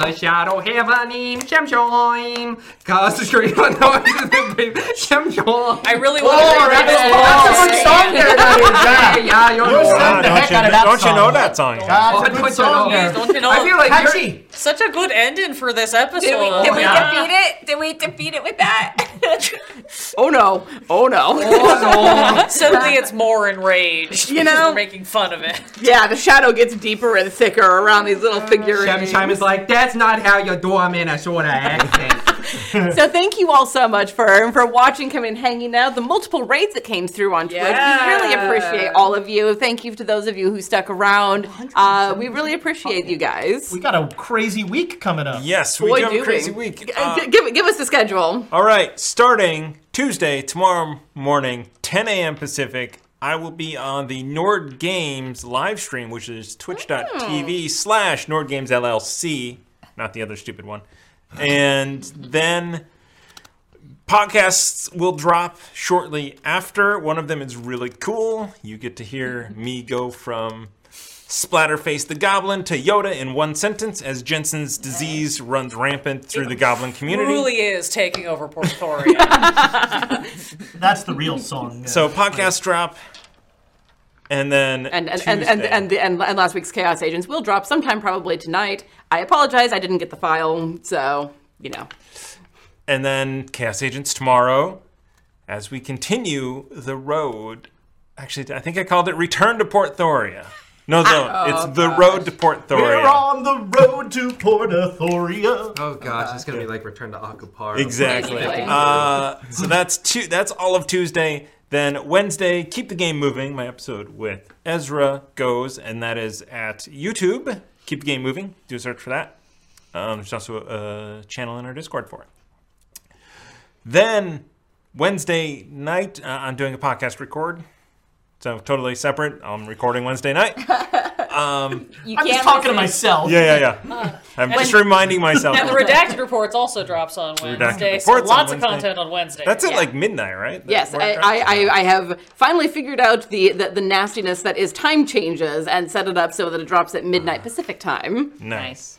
Speaker 9: Does a shadow have a name? Shem Shem. Cause the scream of noise. Shem Shem.
Speaker 3: I really want to.
Speaker 9: that
Speaker 3: read
Speaker 9: is-
Speaker 3: it.
Speaker 9: that's
Speaker 6: That's a good song there. that is, yeah.
Speaker 9: Yeah, you're
Speaker 6: You
Speaker 9: right.
Speaker 6: sound-
Speaker 2: Ah,
Speaker 6: the
Speaker 2: don't
Speaker 6: heck
Speaker 2: you,
Speaker 6: out of that
Speaker 2: don't you know
Speaker 6: song.
Speaker 2: that song?
Speaker 6: That's a
Speaker 9: Don't
Speaker 6: good
Speaker 9: you
Speaker 6: song
Speaker 9: know.
Speaker 6: there.
Speaker 3: Don't you know?
Speaker 9: I feel like you're,
Speaker 6: Patchy.
Speaker 3: Such a good ending for this episode.
Speaker 5: Did we, did we
Speaker 6: yeah.
Speaker 5: defeat it? Did we defeat it with that?
Speaker 7: Oh no! Oh no!
Speaker 9: Oh,
Speaker 3: Suddenly, it's more enraged.
Speaker 7: You
Speaker 3: because
Speaker 7: know-
Speaker 3: we're making fun of it.
Speaker 7: Yeah, the shadow gets deeper and thicker around these
Speaker 3: Uh,
Speaker 7: little
Speaker 9: Shem
Speaker 7: figurines.
Speaker 9: Shem is like, that's not how you do a Minnesota accent.
Speaker 7: So thank you all so much for for watching, coming and hanging out. The multiple raids that came through on Twitch. We really appreciate all of you. Thank you to those of you who stuck around. Uh, we really appreciate you guys.
Speaker 6: We got a crazy week coming up.
Speaker 2: Yes, we
Speaker 7: Boy,
Speaker 2: do have
Speaker 7: do
Speaker 2: a
Speaker 7: we.
Speaker 2: crazy week. Oh,
Speaker 7: Uh,
Speaker 2: Uh,
Speaker 7: gi- give, give us the schedule.
Speaker 2: All right, starting Tuesday, tomorrow morning, 10 a.m. Pacific, I will be on the Nord Games live stream, which is twitch.tv slash Nord Games LLC, not the other stupid one. And then podcasts will drop shortly after. One of them is really cool. You get to hear me go from Splatterface the Goblin to Yoda in one sentence as Jensen's disease runs rampant through the goblin community.
Speaker 3: Truly is taking over Portoria.
Speaker 6: That's the real song. yeah.
Speaker 2: So podcast drop, and then
Speaker 7: And and, and, and,
Speaker 2: Tuesday.
Speaker 7: and, the, and and last week's Chaos Agents will drop sometime probably tonight. I apologize, I didn't get the file, so you know.
Speaker 2: And then Chaos Agents tomorrow, as we continue the road. Actually, I think I called it Return to Port Thoria. No, no,
Speaker 7: Oh,
Speaker 2: it's the road to Port
Speaker 6: We're
Speaker 2: Thoria.
Speaker 6: on the road to Port Authoria.
Speaker 9: Oh gosh, it's gonna be like Return to oh, Akupar.
Speaker 2: Exactly. Uh, so that's two. That's all of Tuesday. Then Wednesday, keep the game moving. My episode with Ezra goes, and that is at YouTube. Keep the game moving. Do a search for that. Um, there's also a, a channel in our Discord for it. Then Wednesday night, uh, I'm doing a podcast record. So totally separate. I'm recording Wednesday night.
Speaker 5: you
Speaker 6: I'm just
Speaker 5: can't
Speaker 6: talking to
Speaker 5: listen.
Speaker 6: myself.
Speaker 2: Yeah, yeah, yeah. I'm just reminding myself.
Speaker 3: and the redacted reports also drops on Wednesday. So
Speaker 2: reports on
Speaker 3: lots of
Speaker 2: Wednesday.
Speaker 3: content on Wednesday.
Speaker 2: That's at like midnight, right?
Speaker 7: Yes, I, I, I, I have finally figured out the, the, the nastiness that is time changes and set it up so that it drops at midnight Pacific time.
Speaker 2: Nice.
Speaker 5: Nice.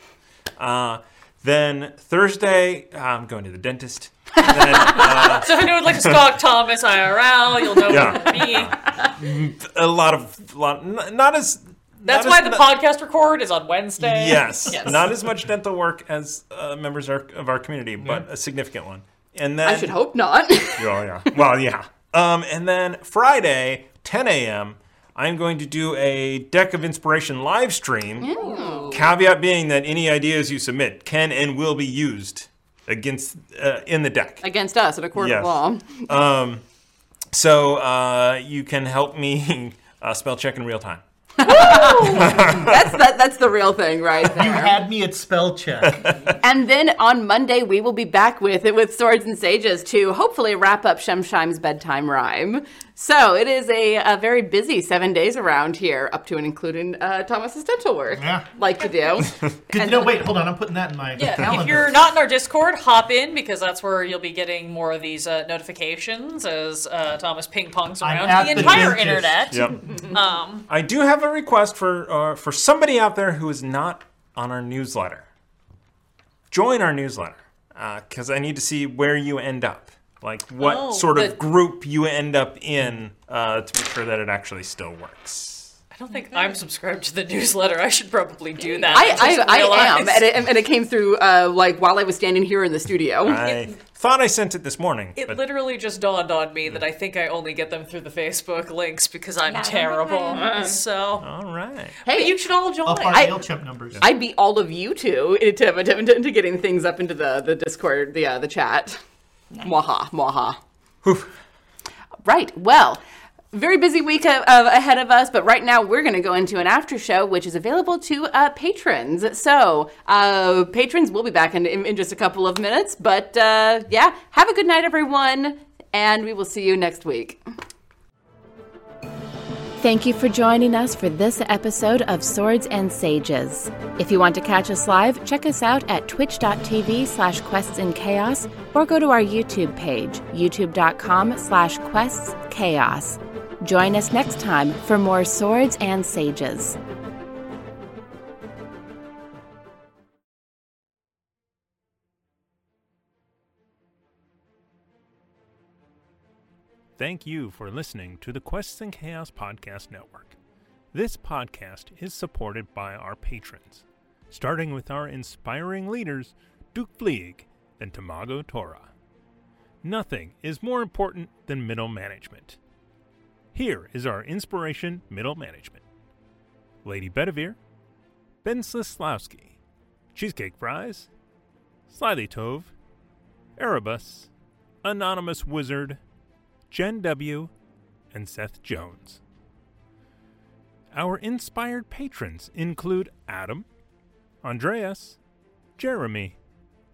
Speaker 2: Uh, then Thursday, I'm going to the dentist. Then, uh,
Speaker 3: So if anyone would like to stalk Thomas IRL, you'll know
Speaker 2: Yeah.
Speaker 3: who me.
Speaker 2: a lot of lot, n- not as.
Speaker 3: That's
Speaker 2: not
Speaker 3: why
Speaker 2: as,
Speaker 3: the
Speaker 2: mu-
Speaker 3: podcast record is on Wednesday.
Speaker 2: Yes,
Speaker 3: Yes.
Speaker 2: not as much dental work as uh, members of our, of our community, but a significant one. And then
Speaker 7: I should hope not.
Speaker 2: Oh yeah. Well, yeah. Um, and then Friday, 10 a.m. I'm going to do a deck of inspiration live stream. Caveat being that any ideas you submit can and will be used against uh, in the deck.
Speaker 7: Against us at a court
Speaker 2: Yes.
Speaker 7: of law.
Speaker 2: Um, so uh, you can help me uh, spell check in real time.
Speaker 7: That's that, that's the real thing right
Speaker 6: You
Speaker 7: there.
Speaker 6: had me at spell check.
Speaker 7: And then on Monday we will be back with it with Swords and Sages to hopefully wrap up Shemshime's bedtime rhyme. So it is a, a very busy seven days around here, up to and including uh, Thomas's dental work.
Speaker 6: Yeah.
Speaker 7: Like you do.
Speaker 6: Good, no, wait, hold on. I'm putting that in my
Speaker 3: Yeah,
Speaker 6: calendar.
Speaker 3: if you're not in our Discord, hop in because that's where you'll be getting more of these uh, notifications as uh, Thomas ping pongs
Speaker 6: I'm
Speaker 3: around
Speaker 6: at
Speaker 3: the
Speaker 6: the
Speaker 3: entire
Speaker 6: dentist.
Speaker 3: internet.
Speaker 11: Yep.
Speaker 3: Um,
Speaker 11: I do have a request for uh, for somebody out there who is not on our newsletter. Join our newsletter because I need to see where you end up, like what
Speaker 3: Oh,
Speaker 11: sort
Speaker 3: the-
Speaker 11: of group you end up in uh, to make sure that it actually still works.
Speaker 3: I don't think I'm subscribed to the newsletter. I should probably do that.
Speaker 7: I,
Speaker 3: just
Speaker 7: I, I am,
Speaker 3: realized.
Speaker 7: and it, and it came through uh, like while I was standing here in the studio.
Speaker 11: I thought I sent it this morning,
Speaker 3: It
Speaker 11: but
Speaker 3: literally just dawned on me that I think I only get them through the Facebook links because I'm
Speaker 12: Yeah, I don't think I
Speaker 3: terrible. So
Speaker 11: all right.
Speaker 7: hey,
Speaker 3: you should all join.
Speaker 6: Up our
Speaker 7: I-
Speaker 6: MailChimp numbers.
Speaker 7: I beat all of you two into, into, into, into getting things up into the, the Discord, the, uh, the chat. Mwaha, mwaha. Right, well, very busy week of, of, ahead of us, but right now we're going to go into an after show, which is available to uh, patrons. So, uh, patrons, we'll be back in, in, in just a couple of minutes, but uh, yeah, have a good night, everyone, and we will see you next week.
Speaker 1: Thank you for joining us for this episode of Swords and Sages. If you want to catch us live, check us out at twitch.tv slash quests in chaos or go to our YouTube page, youtube.com slash quests chaos. Join us next time for more Swords and Sages.
Speaker 2: Thank you for listening to the Quests and Chaos Podcast Network. This podcast is supported by our patrons, starting with our inspiring leaders, Duke Fleeg and Tamago Tora. Nothing is more important than middle management. Here is our inspiration middle management Lady Bedivere, Ben Slislawski, Cheesecake Fries, Slyly Tove, Erebus, Anonymous Wizard, Jen W., and Seth Jones. Our inspired patrons include Adam, Andreas, Jeremy,